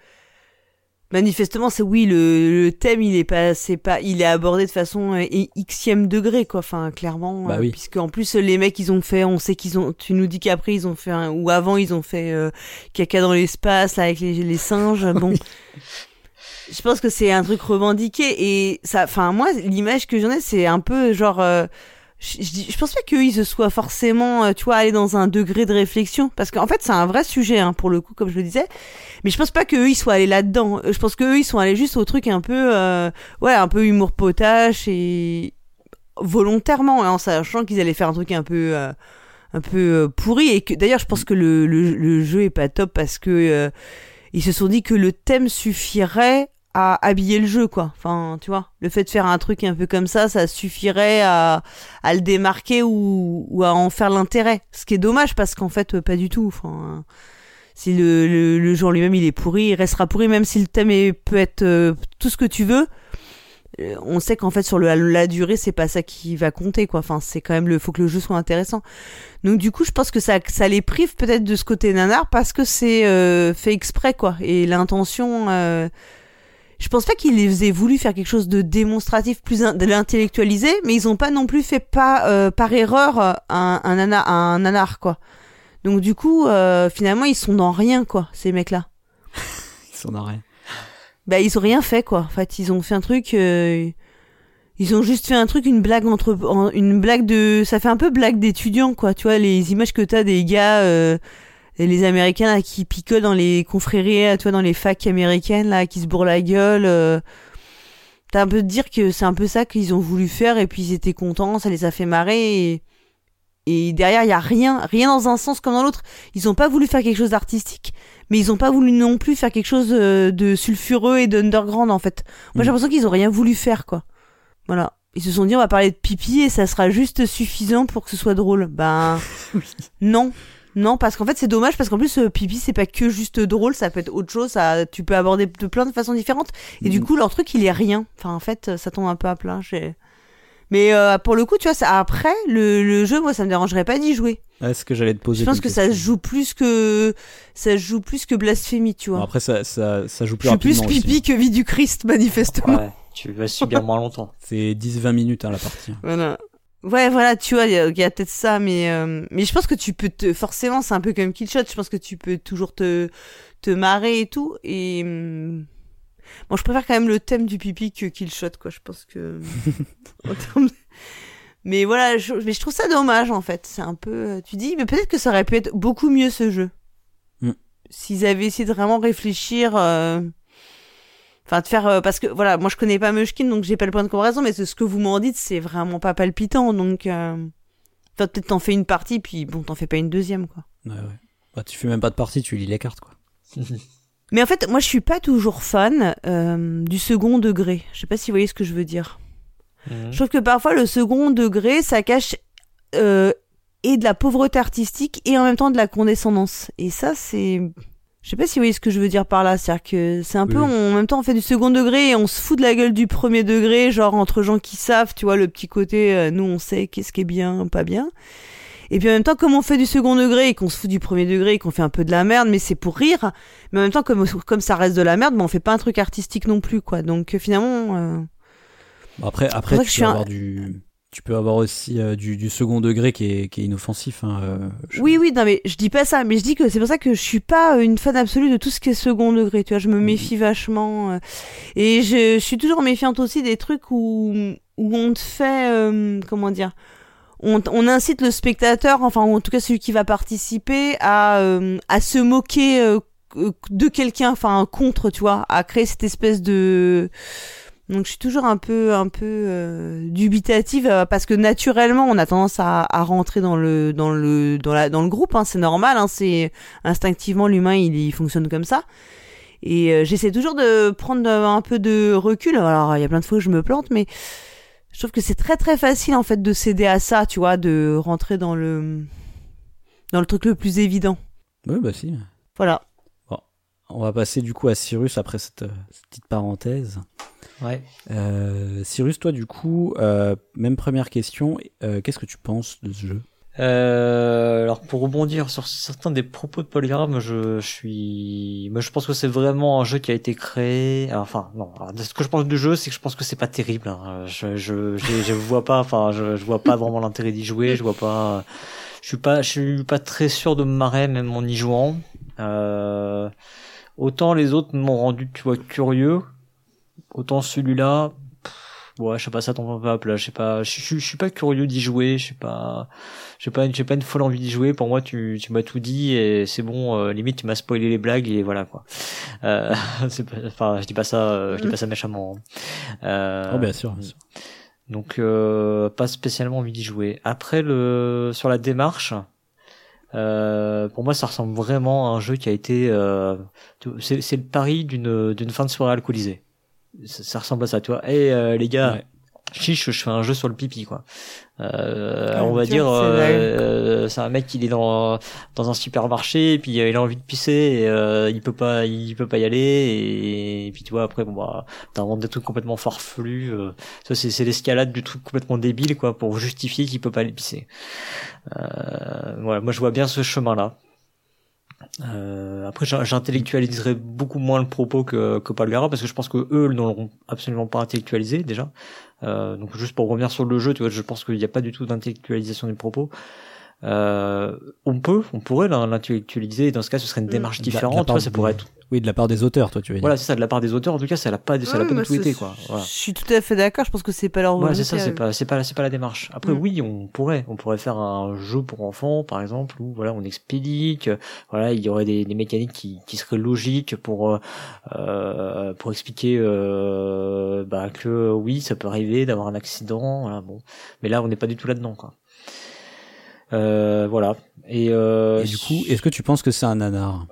Manifestement, c'est oui, le, le thème, il est pas, c'est pas, il est abordé de façon euh, i- xème degré, quoi. Enfin, clairement, Bah euh, oui. puisque en plus les mecs, ils ont fait, on sait qu'ils ont, tu nous dis qu'après ils ont fait, un- ou avant ils ont fait euh, caca dans l'espace là avec les, les singes. Bon, je pense que c'est un truc revendiqué et ça, enfin moi, l'image que j'en ai, c'est un peu genre. euh, je, je dis- je pense pas qu'ils se soient forcément, euh, tu vois, aller dans un degré de réflexion, parce qu'en fait c'est un vrai sujet hein, pour le coup, comme je le disais. Mais je pense pas qu'eux ils soient allés là-dedans. Euh, Je pense qu'eux ils sont allés juste au truc un peu, euh, ouais, un peu humour potache et volontairement, hein, en sachant qu'ils allaient faire un truc un peu, euh, un peu euh, pourri. Et que d'ailleurs, je pense que le, le, le jeu est pas top parce que euh, ils se sont dit que le thème suffirait à habiller le jeu, quoi. Enfin, tu vois, le fait de faire un truc un peu comme ça, ça suffirait à, à le démarquer ou, ou à en faire l'intérêt. Ce qui est dommage parce qu'en fait, euh, pas du tout. Enfin, si le, le, le jeu en lui-même il est pourri, il restera pourri même si le thème est, peut être euh, tout ce que tu veux. Euh, On sait qu'en fait sur le, la durée c'est pas ça qui va compter quoi. Enfin c'est quand même le faut que le jeu soit intéressant. Donc du coup je pense que ça ça les prive peut-être de ce côté nanar parce que c'est euh, fait exprès quoi. Et l'intention, euh, je pense pas qu'ils les aient voulu faire quelque chose de démonstratif plus in- de l'intellectualiser, mais ils ont pas non plus fait pas euh, par erreur euh, un un nanar, un nanar quoi. Donc du coup, euh, finalement, ils sont dans rien, quoi, ces mecs-là. Ils sont dans rien. Bah, ils ont rien fait, quoi. En fait, ils ont fait un truc... euh, ils ont juste fait un truc, une blague entre... en- Une blague de... Ça fait un peu blague d'étudiants, quoi. Tu vois, les images que t'as des gars... euh, et les Américains là, qui picolent dans les confréries, là, tu vois, dans les facs américaines, là, qui se bourrent la gueule... euh, T'as un peu de dire que c'est un peu ça qu'ils ont voulu faire et puis ils étaient contents, ça les a fait marrer et, et derrière il y a rien, rien dans un sens comme dans l'autre. Ils ont pas voulu faire quelque chose d'artistique, mais ils ont pas voulu non plus faire quelque chose euh, de sulfureux et d'underground en fait. Moi j'ai Mm. l'impression qu'ils ont rien voulu faire quoi. Voilà. Ils se sont dit on va parler de pipi et ça sera juste suffisant pour que ce soit drôle. Ben non. Non, parce qu'en fait c'est dommage parce qu'en plus euh, pipi c'est pas que juste drôle, ça peut être autre chose, ça tu peux aborder de plein de façons différentes. Et du coup, leur truc, il est rien. Enfin, en fait, euh, ça tombe un peu à plat. j'ai- Mais euh, pour le coup, tu vois, ça, après, le, le jeu, moi, ça me dérangerait pas d'y jouer. Ouais, c'est ce Ah, que j'allais te poser. Je pense comme que ça se question. joue plus que ça se joue plus que blasphémie, tu Bon, vois. après, ça, ça, ça joue plus hein. Je suis plus Ah, rapidement. aussi. pipi que vie du Christ, manifestement. Ouais, tu vas subir moins longtemps. C'est 10-20 minutes hein, la partie. Voilà. Ouais, voilà, tu vois, il y a, il y a peut-être ça, mais euh, mais je pense que tu peux te forcément, c'est un peu comme Killshot. Je pense que tu peux toujours te te marrer et tout, et hum, Bon, je préfère quand même le thème du pipi que Killshot, quoi. Je pense que. en termes de- Mais voilà, je... mais je trouve ça dommage, en fait. C'est un peu. euh, Tu dis, mais peut-être que ça aurait pu être beaucoup mieux ce jeu. Mm. S'ils avaient essayé de vraiment réfléchir. euh, Enfin, de faire. euh, Parce que, voilà, moi je connais pas Mushkin, donc j'ai pas le point de comparaison, mais ce ce que vous m'en dites, c'est vraiment pas palpitant, donc. euh, enfin, peut-être t'en fais une partie, puis bon, t'en fais pas une deuxième, quoi. Ouais, ouais. Bah, tu fais même pas de partie, tu lis les cartes, quoi. Mais en fait, moi, je suis pas toujours fan euh, du second degré. Je sais pas si vous voyez ce que je veux dire. Mhm. Je trouve que parfois, le second degré, ça cache euh, et de la pauvreté artistique et en même temps de la condescendance. Et ça, c'est... Je sais pas si vous voyez ce que je veux dire par là. C'est-à-dire que c'est un peu... Oui. on- en même temps, on fait du second degré et on se fout de la gueule du premier degré, genre entre gens qui savent, tu vois, le petit côté, euh, nous, on sait qu'est-ce qui est bien, pas bien. Et puis en même temps, comme on fait du second degré et qu'on se fout du premier degré et qu'on fait un peu de la merde, mais c'est pour rire. Mais en même temps, comme, comme ça reste de la merde, bah, on fait pas un truc artistique non plus, quoi. Donc euh, finalement... euh, Bon, après, après vrai que tu, je suis peux un- avoir du... tu peux avoir aussi euh, du, du second degré qui est, qui est inoffensif. hein, euh, je- Oui, oui, non, mais je dis pas ça, mais je dis que c'est pour ça que je suis pas euh, une fan absolue de tout ce qui est second degré, tu vois, je me méfie vachement. euh, et je, je suis toujours méfiante aussi des trucs où, où on te fait, euh, comment dire, on, t- on incite le spectateur, enfin, ou en tout cas celui qui va participer, à, euh, à se moquer euh, euh, de quelqu'un, enfin, contre, tu vois, à créer cette espèce de. Donc je suis toujours un peu un peu euh, dubitative euh, parce que naturellement on a tendance à, à rentrer dans le dans le dans la dans le groupe hein, c'est normal hein, c'est instinctivement l'humain il, il fonctionne comme ça et euh, j'essaie toujours de prendre euh, un peu de recul alors il y a plein de fois où je me plante mais je trouve que c'est très très facile en fait de céder à ça tu vois de rentrer dans le dans le truc le plus évident Ouais, bah si. voilà On va passer du coup à Cyrus après cette, euh, cette petite parenthèse. Ouais. Euh, Cyrus, toi, du coup, euh, même première question, euh, qu'est-ce que tu penses de ce jeu Euh, alors pour rebondir sur certains des propos de Polygram, je, je suis, moi je pense que c'est vraiment un jeu qui a été créé. alors, Enfin non, alors, de ce que je pense du jeu, c'est que je pense que c'est pas terrible. hein. Je, je, je, je vois pas, enfin je, je vois pas vraiment l'intérêt d'y jouer. Je vois pas, je suis pas, je suis pas très sûr de me marrer même en y jouant. Euh, autant les autres m'ont rendu, tu vois, curieux. Autant celui-là, pff, ouais, je sais pas, ça tombe un peu à plat. Je sais pas, je, je, je suis pas curieux d'y jouer. Je suis pas j'ai pas j'ai pas une folle envie d'y jouer pour moi tu tu m'as tout dit et c'est bon euh, limite tu m'as spoilé les blagues et voilà quoi euh, c'est pas- enfin je dis pas ça euh, je dis pas ça méchamment hein. euh, Oh, bien sûr, bien sûr. donc euh, pas spécialement envie d'y jouer. Après le sur la démarche, euh, pour moi ça ressemble vraiment à un jeu qui a été euh, tu- c'est c'est le pari d'une d'une fin de soirée alcoolisée. Ça, ça ressemble à ça, tu vois. Et les gars, Ouais. chiche, je fais un jeu sur le pipi quoi. Euh, Ah, on va tu dire vois, c'est euh, dingue. euh, c'est un mec qui est dans dans un supermarché et puis euh, il a envie de pisser et euh, il peut pas il peut pas y aller et, et puis tu vois après bon bah t'inventes des trucs complètement farfelus euh, ça, c'est, c'est l'escalade du truc complètement débile, quoi, pour justifier qu'il peut pas aller pisser. Euh, voilà, moi, je vois bien ce chemin-là. Euh, après, j'in- j'intellectualiserai beaucoup moins le propos que, que Palgara, parce que je pense que eux ne l'ont absolument pas intellectualisé, déjà. Euh, donc, juste pour revenir sur le jeu, tu vois, je pense qu'il n'y a pas du tout d'intellectualisation du propos. Euh, on peut, on pourrait l'in- l'intellectualiser, et dans ce cas, ce serait une Mm. démarche Euh, De la- de la différente, tu part vois, ça des- pourrait être, Oui, de la part des auteurs, toi, tu veux dire. voilà, c'est ça, de la part des auteurs, en tout cas, ça l'a pas, ça l'a Oui, pas mais du tout c'est- été, quoi. Voilà. je suis tout à fait d'accord je pense que c'est pas leur Voilà, volonté euh. c'est ça, à c'est eux. pas, c'est pas, la- c'est pas la démarche. Après, Mm. oui, on pourrait, on pourrait faire un jeu pour enfants, par exemple, où voilà, on expédie, que, voilà, il y aurait des, des mécaniques qui, qui seraient logiques pour euh, euh, pour expliquer euh, bah, que euh, oui, ça peut arriver d'avoir un accident, voilà, bon, mais là, on n'est pas du tout là-dedans, quoi. Euh, voilà. Et, euh, Et du coup, est-ce que tu penses que c'est un nanar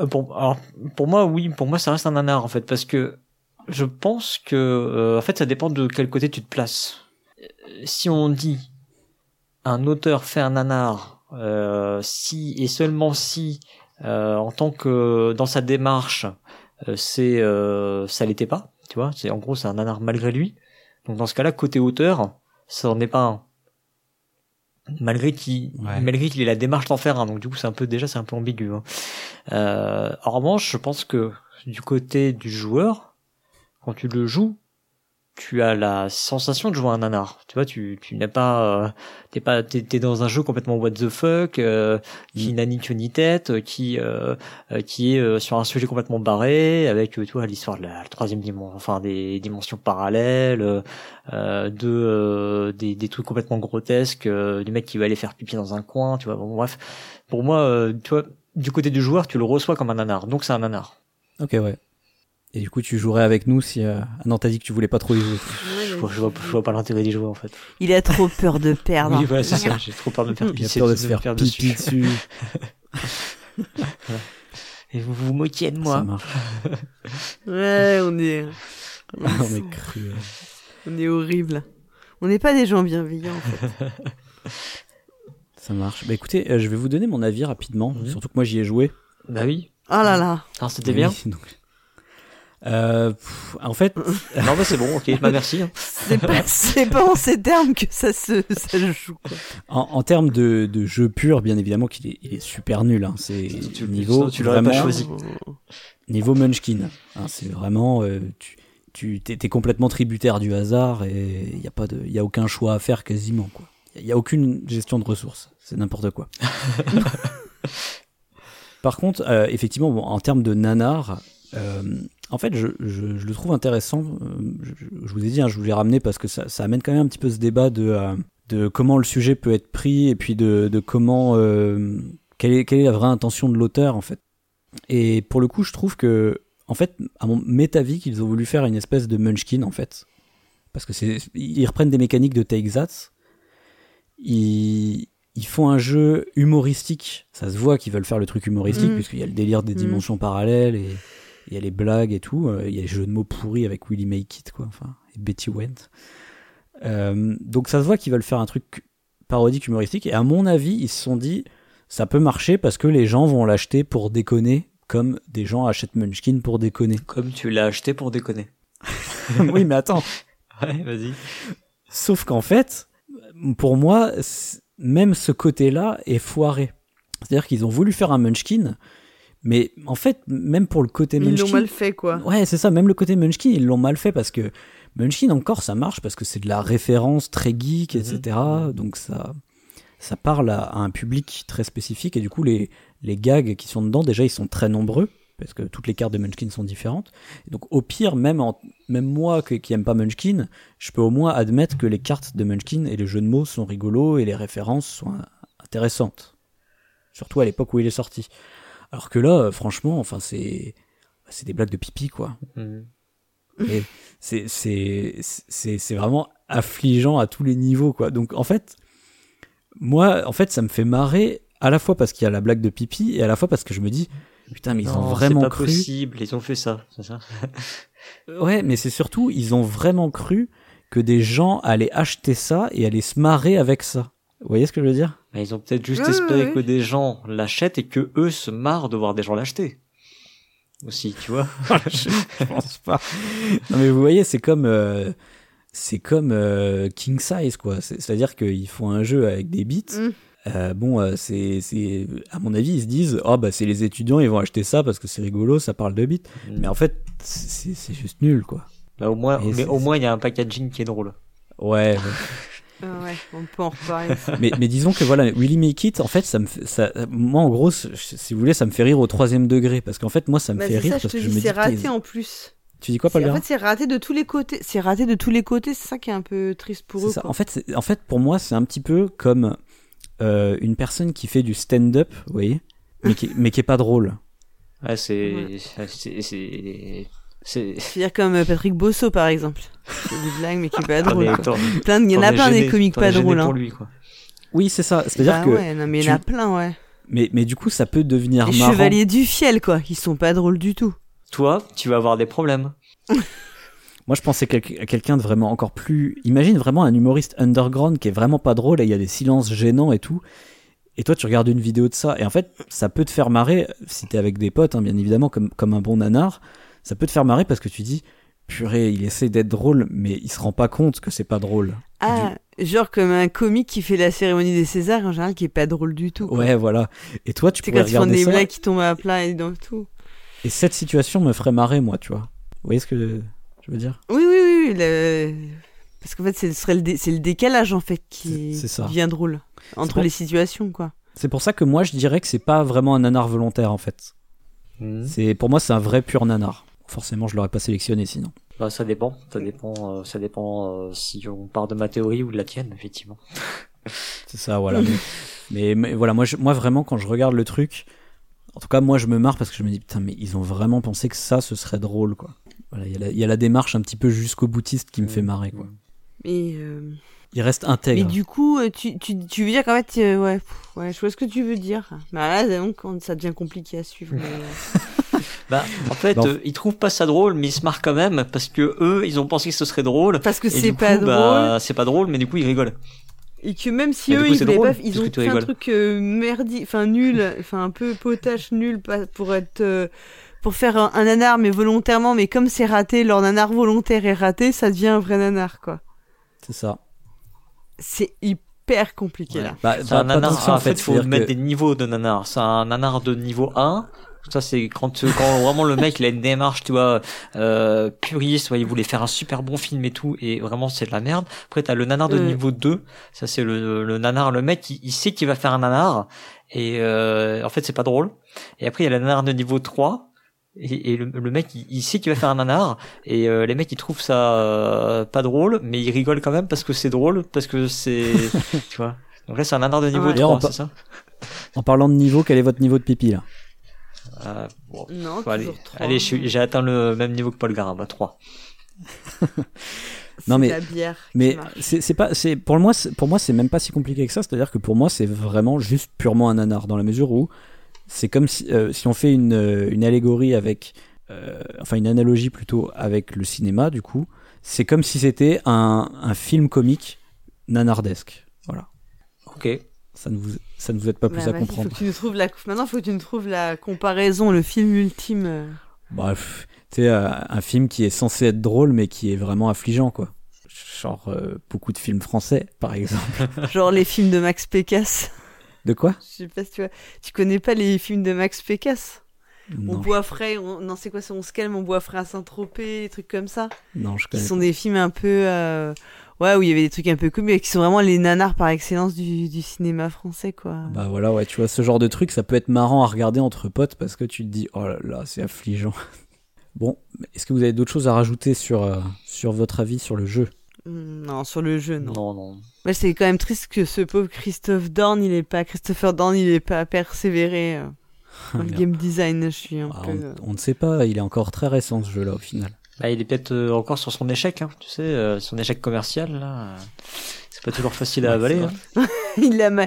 euh, Pour, alors, pour moi, oui, pour moi, ça reste un nanar en fait, parce que je pense que, euh, en fait, ça dépend de quel côté tu te places. Euh, Si on dit un auteur fait un nanar, euh, si et seulement si, euh, en tant que dans sa démarche, euh, c'est euh, ça l'était pas, tu vois, c'est en gros c'est un nanar malgré lui. Donc dans ce cas-là, côté auteur, ça n'en est pas un. Malgré qu'il Ouais. malgré qu'il ait la démarche d'en faire un, donc du coup c'est un peu déjà c'est un peu ambigu. hein. Euh, en revanche, je pense que du côté du joueur, quand tu le joues, tu as la sensation de jouer à un nanar. Tu vois, tu, tu n'es pas, euh, t'es pas, t'es, t'es dans un jeu complètement what the fuck, euh, qui n'a ni queue ni tête, euh, qui, euh, euh, qui est euh, sur un sujet complètement barré, avec, euh, tu vois, l'histoire de la, la troisième dimension, enfin des dimensions parallèles, euh, de, euh, des, des trucs complètement grotesques, euh, du mec qui va aller faire pipi dans un coin, tu vois. Bon, bref, pour moi, euh, tu vois, du côté du joueur, tu le reçois comme un nanar, donc c'est un nanar. Ok, ouais. Et du coup, tu jouerais avec nous si. euh, Ah non, t'as dit que tu voulais pas trop y jouer. Je vois, je vois, je vois pas l'intérêt d'y jouer en fait. Il a trop peur de perdre. Oui, voilà, c'est ça. J'ai trop peur de me faire Il a pisser peur de dessus, se me faire pipi dessus. dessus. Et vous vous moquiez de Ça moi. marche. Ouais, on est. On Ah, est, mais cruel. on est horrible. On n'est pas des gens bienveillants. en fait. Ça marche. Bah écoutez, euh, je vais vous donner mon avis rapidement, Mhm. surtout que moi j'y ai joué. Bah oui. Oh là là. Ah, c'était Oui, bien. donc- Euh, pff, en fait, Non, bah c'est bon, ok. Bah merci. C'est pas, c'est pas en ces termes que ça se, ça se joue. quoi. en, en termes de, de jeu pur, bien évidemment qu'il est, il est super nul. hein. C'est Tu- niveau sinon, tu l'aurais pas vraiment- choisi. Vas-y. niveau Munchkin. hein. c'est vraiment euh, tu tu t'es, t'es complètement tributaire du hasard et il y a pas de il y a aucun choix à faire quasiment quoi. Il y a aucune gestion de ressources, c'est n'importe quoi. Par contre, euh, effectivement, bon, en termes de nanar, euh, en fait, je, je, je le trouve intéressant. euh, je, je- je vous ai dit, hein, je vous l'ai ramené parce que ça, ça amène quand même un petit peu ce débat de, euh, de comment le sujet peut être pris et puis de, de comment euh, quelle est, quelle est la vraie intention de l'auteur en fait. Et pour le coup, je trouve que, en fait, à mon métavis, qu'ils ont voulu faire une espèce de Munchkin, en fait. Parce que c'est, ils reprennent des mécaniques de Take That. Ils, ils font un jeu humoristique. Ça se voit qu'ils veulent faire le truc humoristique, Mm. puisqu'il y a le délire des Mm. dimensions parallèles et il y a les blagues et tout. Euh, Il y a les jeux de mots pourris avec Willy Make It, quoi. Enfin, et Betty Went. Euh, donc ça se voit qu'ils veulent faire un truc parodique, humoristique. Et à mon avis, ils se sont dit, ça peut marcher parce que les gens vont l'acheter pour déconner, comme des gens achètent Munchkin pour déconner. Comme tu l'as acheté pour déconner. oui, mais attends. Ouais, vas-y. Sauf qu'en fait, pour moi, c- même ce côté-là est foiré. C'est-à-dire qu'ils ont voulu faire un Munchkin, mais en fait, même pour le côté Ils l'ont Munchkin, mal fait, quoi. Ouais, c'est ça, même le côté Munchkin, ils l'ont mal fait parce que Munchkin encore ça marche parce que c'est de la référence très geek, Mhm. etc. Donc ça, ça parle à, à un public très spécifique et du coup les, les gags qui sont dedans déjà ils sont très nombreux parce que toutes les cartes de Munchkin sont différentes. Et donc au pire, même, en, même moi que- qui aime pas Munchkin, je peux au moins admettre que les cartes de Munchkin et les jeux de mots sont rigolos et les références sont euh, intéressantes. Surtout à l'époque où il est sorti. Alors que là, euh, franchement, enfin c'est... C'est des blagues de pipi, quoi Mhm. c'est c'est c'est c'est vraiment affligeant à tous les niveaux quoi donc en fait moi en fait ça me fait marrer à la fois parce qu'il y a la blague de pipi et à la fois parce que je me dis putain mais ils Non, ont vraiment C'est pas cru possible, ils ont fait ça, c'est ça ouais mais c'est surtout ils ont vraiment cru que des gens allaient acheter ça et allaient se marrer avec ça vous voyez ce que je veux dire Mais Ils ont peut-être juste Ouais, espéré ouais, ouais. que des gens l'achètent et que eux se marrent de voir des gens l'acheter. Aussi, tu vois. je pense pas non mais vous voyez c'est comme euh, c'est comme euh, King Size quoi c'est à dire qu'ils font un jeu avec des bits Mm. Euh, bon, euh, c'est, c'est, à mon avis, ils se disent, oh bah c'est les étudiants, ils vont acheter ça parce que c'est rigolo, ça parle de bite. Mm. Mais en fait, c'est, c'est juste nul, quoi. Bah, au moins, Et mais c'est- au moins, il y a un packaging qui est drôle. Ouais. Ah ouais, on peut en reparler. ouais. mais, mais disons que voilà, Willy Make It, en fait, ça me, fait- ça, moi en gros, c- si vous voulez, ça me fait rire au troisième degré, parce qu'en fait, moi, ça me Bah, fait c'est rire ça, je parce te que je dis, me dis, c'est raté putain, en plus. tu dis quoi, Paul C'est- en Guérin fait, c'est raté de tous les côtés. C'est raté de tous les côtés. C'est ça qui est un peu triste pour eux. C'est ça. quoi. En fait, c'est- en fait, pour moi, c'est un petit peu comme euh, une personne qui fait du stand-up, vous voyez, mais qui, mais qui est pas drôle. Ouais, c'est, Ouais. c'est, c'est, c'est, C'est-à-dire comme euh, Patrick Bosso, par exemple. C'est des blagues, Ah, mais qui est pas drôle. Attendez, quoi. attends, Plein de- Il y en a attendez, plein des gêné, comiques pas attendez, gêné drôles. pour hein. lui, quoi. Oui, c'est ça. C'est-à-dire Bah que, ouais, non, mais il y en a tu- plein, ouais. mais, mais du coup, ça peut devenir Les marrant. chevaliers du fiel, quoi. Ils sont pas drôles du tout. Toi, tu vas avoir des problèmes. Moi, je pensais quel- à quelqu'un de vraiment encore plus. Imagine vraiment un humoriste underground qui est vraiment pas drôle et il y a des silences gênants et tout. Et toi, tu regardes une vidéo de ça. Et en fait, ça peut te faire marrer si t'es avec des potes, hein, bien évidemment, comme, comme un bon nanar. Ça peut te faire marrer parce que tu dis purée, il essaie d'être drôle, mais il se rend pas compte que c'est pas drôle. Ah, genre comme un comique qui fait la cérémonie des Césars, en général, qui est pas drôle du tout. quoi. Ouais, voilà. Et toi, tu C'est pourrais quand ils font regarder des ça. blagues qui tombent à plat et dans tout. Et cette situation me ferait marrer, moi, tu vois. Vous voyez ce que je veux dire Oui, oui, oui, oui, le- parce qu'en fait, c'est- ce serait le, dé- c'est le décalage en fait qui C'est- c'est ça. qui devient drôle entre pour- les situations, quoi. C'est pour ça que moi je dirais que c'est pas vraiment un nanar volontaire en fait. Hmm. C'est pour moi c'est un vrai pur nanar. Forcément je l'aurais pas sélectionné sinon. Bah, ça dépend, ça dépend, euh, ça dépend euh, si on part de ma théorie ou de la tienne, effectivement. C'est ça voilà. mais, mais- mais voilà moi je- moi vraiment quand je regarde le truc, en tout cas moi je me marre parce que je me dis putain mais ils ont vraiment pensé que ça ce serait drôle quoi. Voilà il y a la- il y, a la démarche un petit peu jusqu'au boutiste qui me Hmm. fait marrer quoi. Mais, euh, Il reste mais intègre. du coup, euh, tu, tu, tu veux dire qu'en fait, euh, ouais, pff, ouais, je vois ce que tu veux dire. Mais là, donc, on- ça devient compliqué à suivre. mais, euh, Bah, en fait, Bon. euh, ils trouvent pas ça drôle, mais ils se marrent quand même parce que eux, ils ont pensé que ce serait drôle. parce que Et c'est du coup, pas drôle. bah, c'est pas drôle, mais du coup, ils rigolent. Bah, Et que même si Mais du eux, coup, ils c'est voulaient drôle, pas, ils puisque ont tu fait un rigoles. truc euh, merdi, enfin nul, enfin un peu potache nul pas- pour être, euh, pour faire un, un nanar mais volontairement, mais comme c'est raté, leur nanar volontaire est raté, ça devient un vrai nanar quoi. C'est ça. C'est hyper compliqué là. Bah, C'est pas- un pas nanar. tant que ça, en fait, faut C'est-à-dire mettre que- des niveaux de nanar. C'est un nanar de niveau 1. Ça, c'est quand, euh, quand vraiment le mec, il a une démarche, tu vois, euh, puriste, ouais, il voulait faire un super bon film et tout, et vraiment, c'est de la merde. Après, t'as le nanar de Euh. niveau 2. Ça, c'est le, le nanar, le mec, il, il sait qu'il va faire un nanar. Et, euh, en fait, c'est pas drôle. Et après, il y a le nanar de niveau 3. Et, et le, le mec, il, il sait qu'il va faire un nanar. Et euh, les mecs, ils trouvent ça euh, pas drôle, mais ils rigolent quand même parce que c'est drôle, parce que c'est... tu vois Donc là, c'est un nanar de niveau Ouais. 3, Et on c'est ça En parlant de niveau, quel est votre niveau de pipi là Euh, bon, Non, faut aller- toujours trois. hein. Allez, je suis- j'ai atteint le même niveau que Paul bah, Garab, à 3. C'est Non, mais- la bière. qui Mais marche. c'est c'est pas, c'est pour moi, c'est- pour moi, c'est même pas si compliqué que ça. C'est-à-dire que pour moi, c'est vraiment juste purement un nanar dans la mesure où c'est comme si, euh, si on fait une, euh, une allégorie avec, euh, enfin une analogie plutôt avec le cinéma. Du coup, c'est comme si c'était un, un film comique nanardesque. Voilà, Ok. ça ne vous, ça ne vous aide pas plus Bah, à vas-y, Faut comprendre. que tu nous trouves la... Maintenant, faut que tu nous trouves la comparaison, le film ultime. euh. Bref, c'est euh, un film qui est censé être drôle mais qui est vraiment affligeant quoi. Genre euh, beaucoup de films français, par exemple. Genre les films de Max Pécasse. De quoi Je sais pas si tu vois. Tu connais pas les films de Max Pécasse On Non, boit frais, on... non, c'est quoi ça On se calme, on boit frais à Saint-Tropez, des trucs comme ça. non, je Qui connais. sont des films un peu. euh, Ouais, où il y avait des trucs un peu cool, mais qui sont vraiment les nanars par excellence du, du cinéma français, quoi. Bah voilà, ouais, tu vois, ce genre de truc, ça peut être marrant à regarder entre potes parce que tu te dis, oh là là, c'est affligeant. Bon, est-ce que vous avez d'autres choses à rajouter sur, euh, sur votre avis sur le jeu Hmm, Non, sur le jeu, non. Non, non. Moi, c'est quand même triste que ce pauvre Christophe Dorn, il est pas. Christopher Dorn, il est pas persévéré euh, dans le Merde. game design. Je suis un Ah, peu. euh, on, on ne sait pas, il est encore très récent ce jeu-là au final. Bah, il est peut-être euh, encore sur son échec, hein, tu sais, euh, son échec commercial, là. euh, C'est pas toujours facile à Ouais, c'est avaler. vrai. hein. il l'a ma-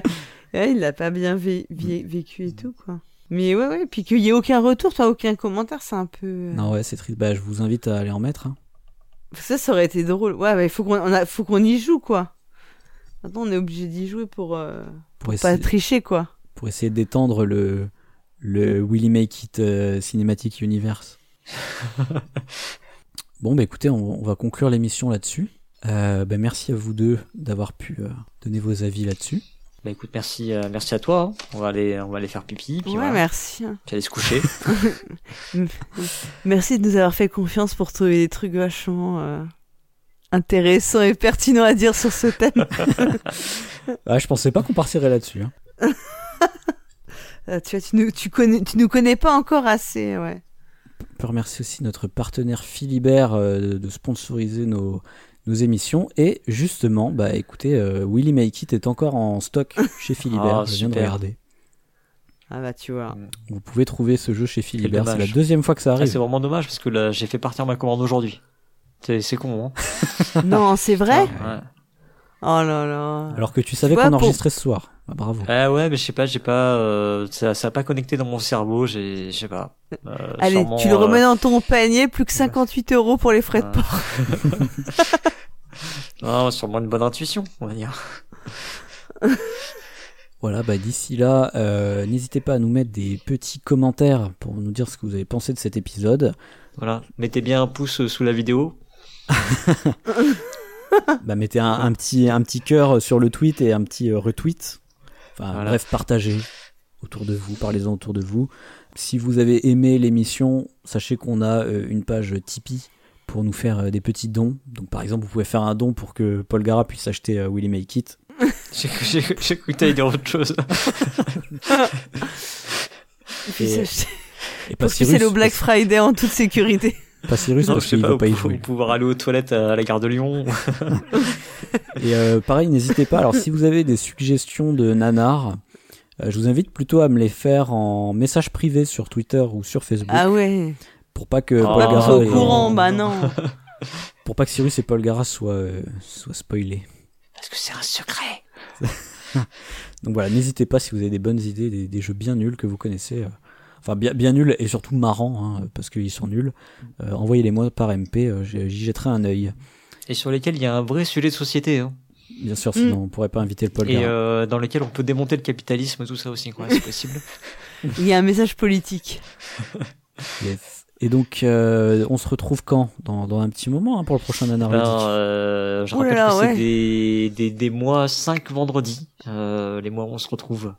ouais, il l'a pas bien vé- vie- Mm. vécu et tout, quoi. Mais ouais, ouais, puis qu'il y ait aucun retour, toi, aucun commentaire, c'est un peu. euh, Non, ouais, c'est triste. Bah, je vous invite à aller en mettre. hein. Ça, ça aurait été drôle. Ouais, mais faut qu'on on a- faut qu'on y joue, quoi. Maintenant, on est obligé d'y jouer pour euh, Pour, pas essayer, tricher, quoi. pour essayer d'étendre le, le Willy Make It euh, Cinematic Universe. bon, bah écoutez, on, on va conclure l'émission là-dessus. Euh, bah, merci à vous deux d'avoir pu euh, donner vos avis là-dessus. Bah, écoute, merci, euh, merci à toi. hein. On va aller, on va aller faire pipi, puis Ouais, voilà. merci. hein. Puis aller se coucher. Merci de nous avoir fait confiance pour trouver des trucs vachement euh, intéressants et pertinents à dire sur ce thème. Ah, je pensais pas qu'on partirait là-dessus. hein. Euh, tu vois, tu nous, tu, connais, tu nous connais pas encore assez, ouais. On peut remercier aussi notre partenaire Philibert euh, de- de sponsoriser nos, nos émissions. Et justement, bah écoutez, euh, Willy Make It est encore en stock chez Philibert. Ah, je viens de super. regarder. Ah bah, tu vois. Vous pouvez trouver ce jeu chez Philibert. C'est la dommage. deuxième fois que ça Ah, arrive. c'est vraiment dommage parce que là, j'ai fait partir ma commande aujourd'hui. C'est c'est con, hein. non, c'est vrai Ouais. Oh là là. Alors que tu savais vois, qu'on pour- enregistrait ce soir. Ah, bravo. Ah ouais, mais je sais pas, j'ai pas, euh, ça, ça a pas connecté dans mon cerveau, j'ai, je sais pas. Euh, Allez, sûrement, tu le euh, remets dans ton panier, plus que 58 euros pour les frais de Ouais. port. euh, Non, sûrement une bonne intuition, on va dire. Voilà, bah d'ici là, euh, n'hésitez pas à nous mettre des petits commentaires pour nous dire ce que vous avez pensé de cet épisode. Voilà. Mettez bien un pouce euh, sous la vidéo. Ah. Bah mettez un, un petit un petit cœur sur le tweet et un petit euh, retweet. Enfin Voilà. bref, partagez autour de vous, parlez-en autour de vous. Si vous avez aimé l'émission, sachez qu'on a euh, une page Tipeee pour nous faire euh, des petits dons. Donc par exemple, vous pouvez faire un don pour que Paul Gara puisse acheter euh, Willy Make It. J'ai cru- J'ai cru j'ai cru que t'allais dire autre chose. Et puis, Et- bah, ça, Et Parce que c'est le Black Friday en toute sécurité. Pas, pas Cyrus Non, parce je sais qu'il pas, veut pas y pour- jouer. pouvoir aller aux toilettes à la gare de Lyon. Et euh, pareil, n'hésitez pas. Alors, si vous avez des suggestions de nanars, euh, je vous invite plutôt à me les faire en message privé sur Twitter ou sur Facebook Ah ouais. pour pas que Ah, Paul Pas Gara tous Gara au et- courant, bah non. pour pas que Cyrus et Paul Gara soient, euh, soient spoilés. Parce que c'est un secret. Donc voilà, n'hésitez pas si vous avez des bonnes idées, des, des jeux bien nuls que vous connaissez. euh, Enfin, bien, bien nuls et surtout marrants, hein, parce qu'ils sont nuls. euh, Envoyez-les-moi par MP, euh, j'y j'y jetterai un œil. Et sur lesquels il y a un vrai sujet de société. hein. Bien sûr, sinon on pourrait pas inviter le Paul Et Gara. euh, dans lesquels on peut démonter le capitalisme, tout ça aussi, quoi, c'est possible. Il y a un message politique. Yes. Et donc, euh, on se retrouve quand dans, dans un petit moment hein, pour le prochain nanar Ben, ludique. euh, je Ouh là rappelle là, ouais. que c'est des, des, des mois 5 vendredis, euh, les mois où on se retrouve.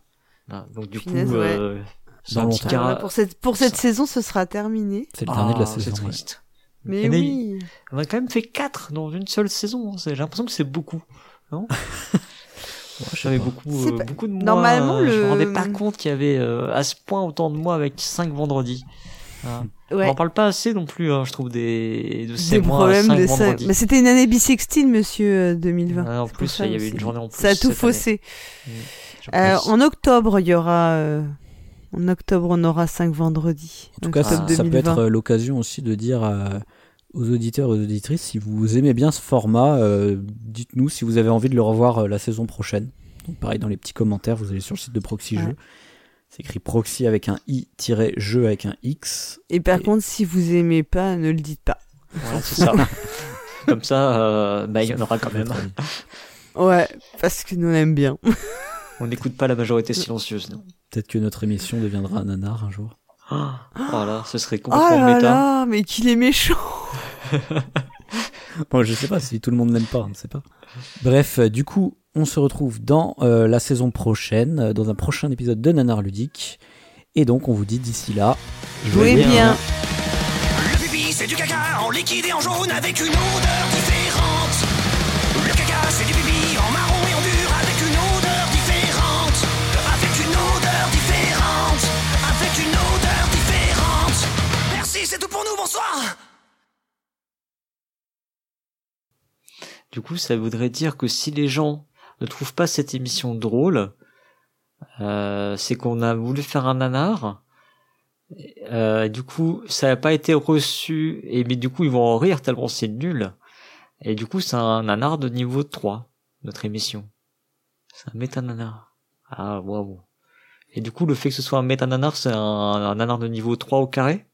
Ben, donc du Punaise, coup, euh, c'est un Dans petit longtemps. Alors cara- là, pour cette, pour cette saison, ce sera terminé. C'est le dernier de la Ah, c'est saison. ouais. triste. Mais Et oui. On a quand même fait 4 dans une seule saison. hein. C'est- J'ai l'impression que c'est beaucoup. Non Ouais, je sais J'avais pas. beaucoup, C'est euh, pas- beaucoup de mois. Normalement, euh, Je me le- rendais pas compte qu'il y avait euh, à ce point autant de mois avec 5 vendredis. Hein. Ouais. On en parle pas assez non plus, hein, je trouve, des, de ces Des mois problèmes 5 de ça. vendredis. Mais c'était une année bissextile, monsieur euh, 2020. Ouais, en C'est pour plus, ça il y avait aussi. une journée en plus. Ça a tout cette année, faussé. je Euh, pense. en octobre, il y aura. euh, En octobre, on aura 5 vendredis. En tout cas, ça, Octobre ça peut être euh, l'occasion aussi de dire à- aux auditeurs et aux auditrices si vous aimez bien ce format, euh, dites-nous si vous avez envie de le revoir euh, la saison prochaine. Donc, pareil, dans les petits commentaires, vous allez sur le site de Proxy Jeux. Ouais. C'est écrit Proxy avec un i-jeu avec un x. Et par Et- contre, si vous aimez pas, ne le dites pas. Voilà, c'est ça. Comme ça, euh, bah, il y en Ah, aura quand même. Ouais, parce que nous on aime bien. On n'écoute pas la majorité silencieuse, non. Peut-être que notre émission deviendra un nanar un jour. Voilà, ce serait Oh complètement là méta. là, mais qu'il est méchant. Bon, je sais pas si tout le monde n'aime pas, on ne sait pas. Bref, euh, du coup, on se retrouve dans euh, la saison prochaine, euh, dans un prochain épisode de Nanar Ludique. Et donc, on vous dit d'ici là, Jouez bien. hein. Le pipi, c'est du caca en liquide et en jaune avec une odeur différente. Le caca, c'est du pipi en marron et en dur avec une odeur différente. Avec une odeur différente. Avec une odeur différente. Merci, c'est tout pour nous, bonsoir. Du coup, ça voudrait dire que si les gens ne trouvent pas cette émission drôle, euh, c'est qu'on a voulu faire un nanar. Euh, du coup, ça n'a pas été reçu, et mais du coup, ils vont en rire tellement c'est nul. Et du coup, c'est un nanar de niveau 3, notre émission. C'est un méta-nanar. Ah, waouh. Et du coup, le fait que ce soit un méta-nanar, c'est un, un nanar de niveau 3 au carré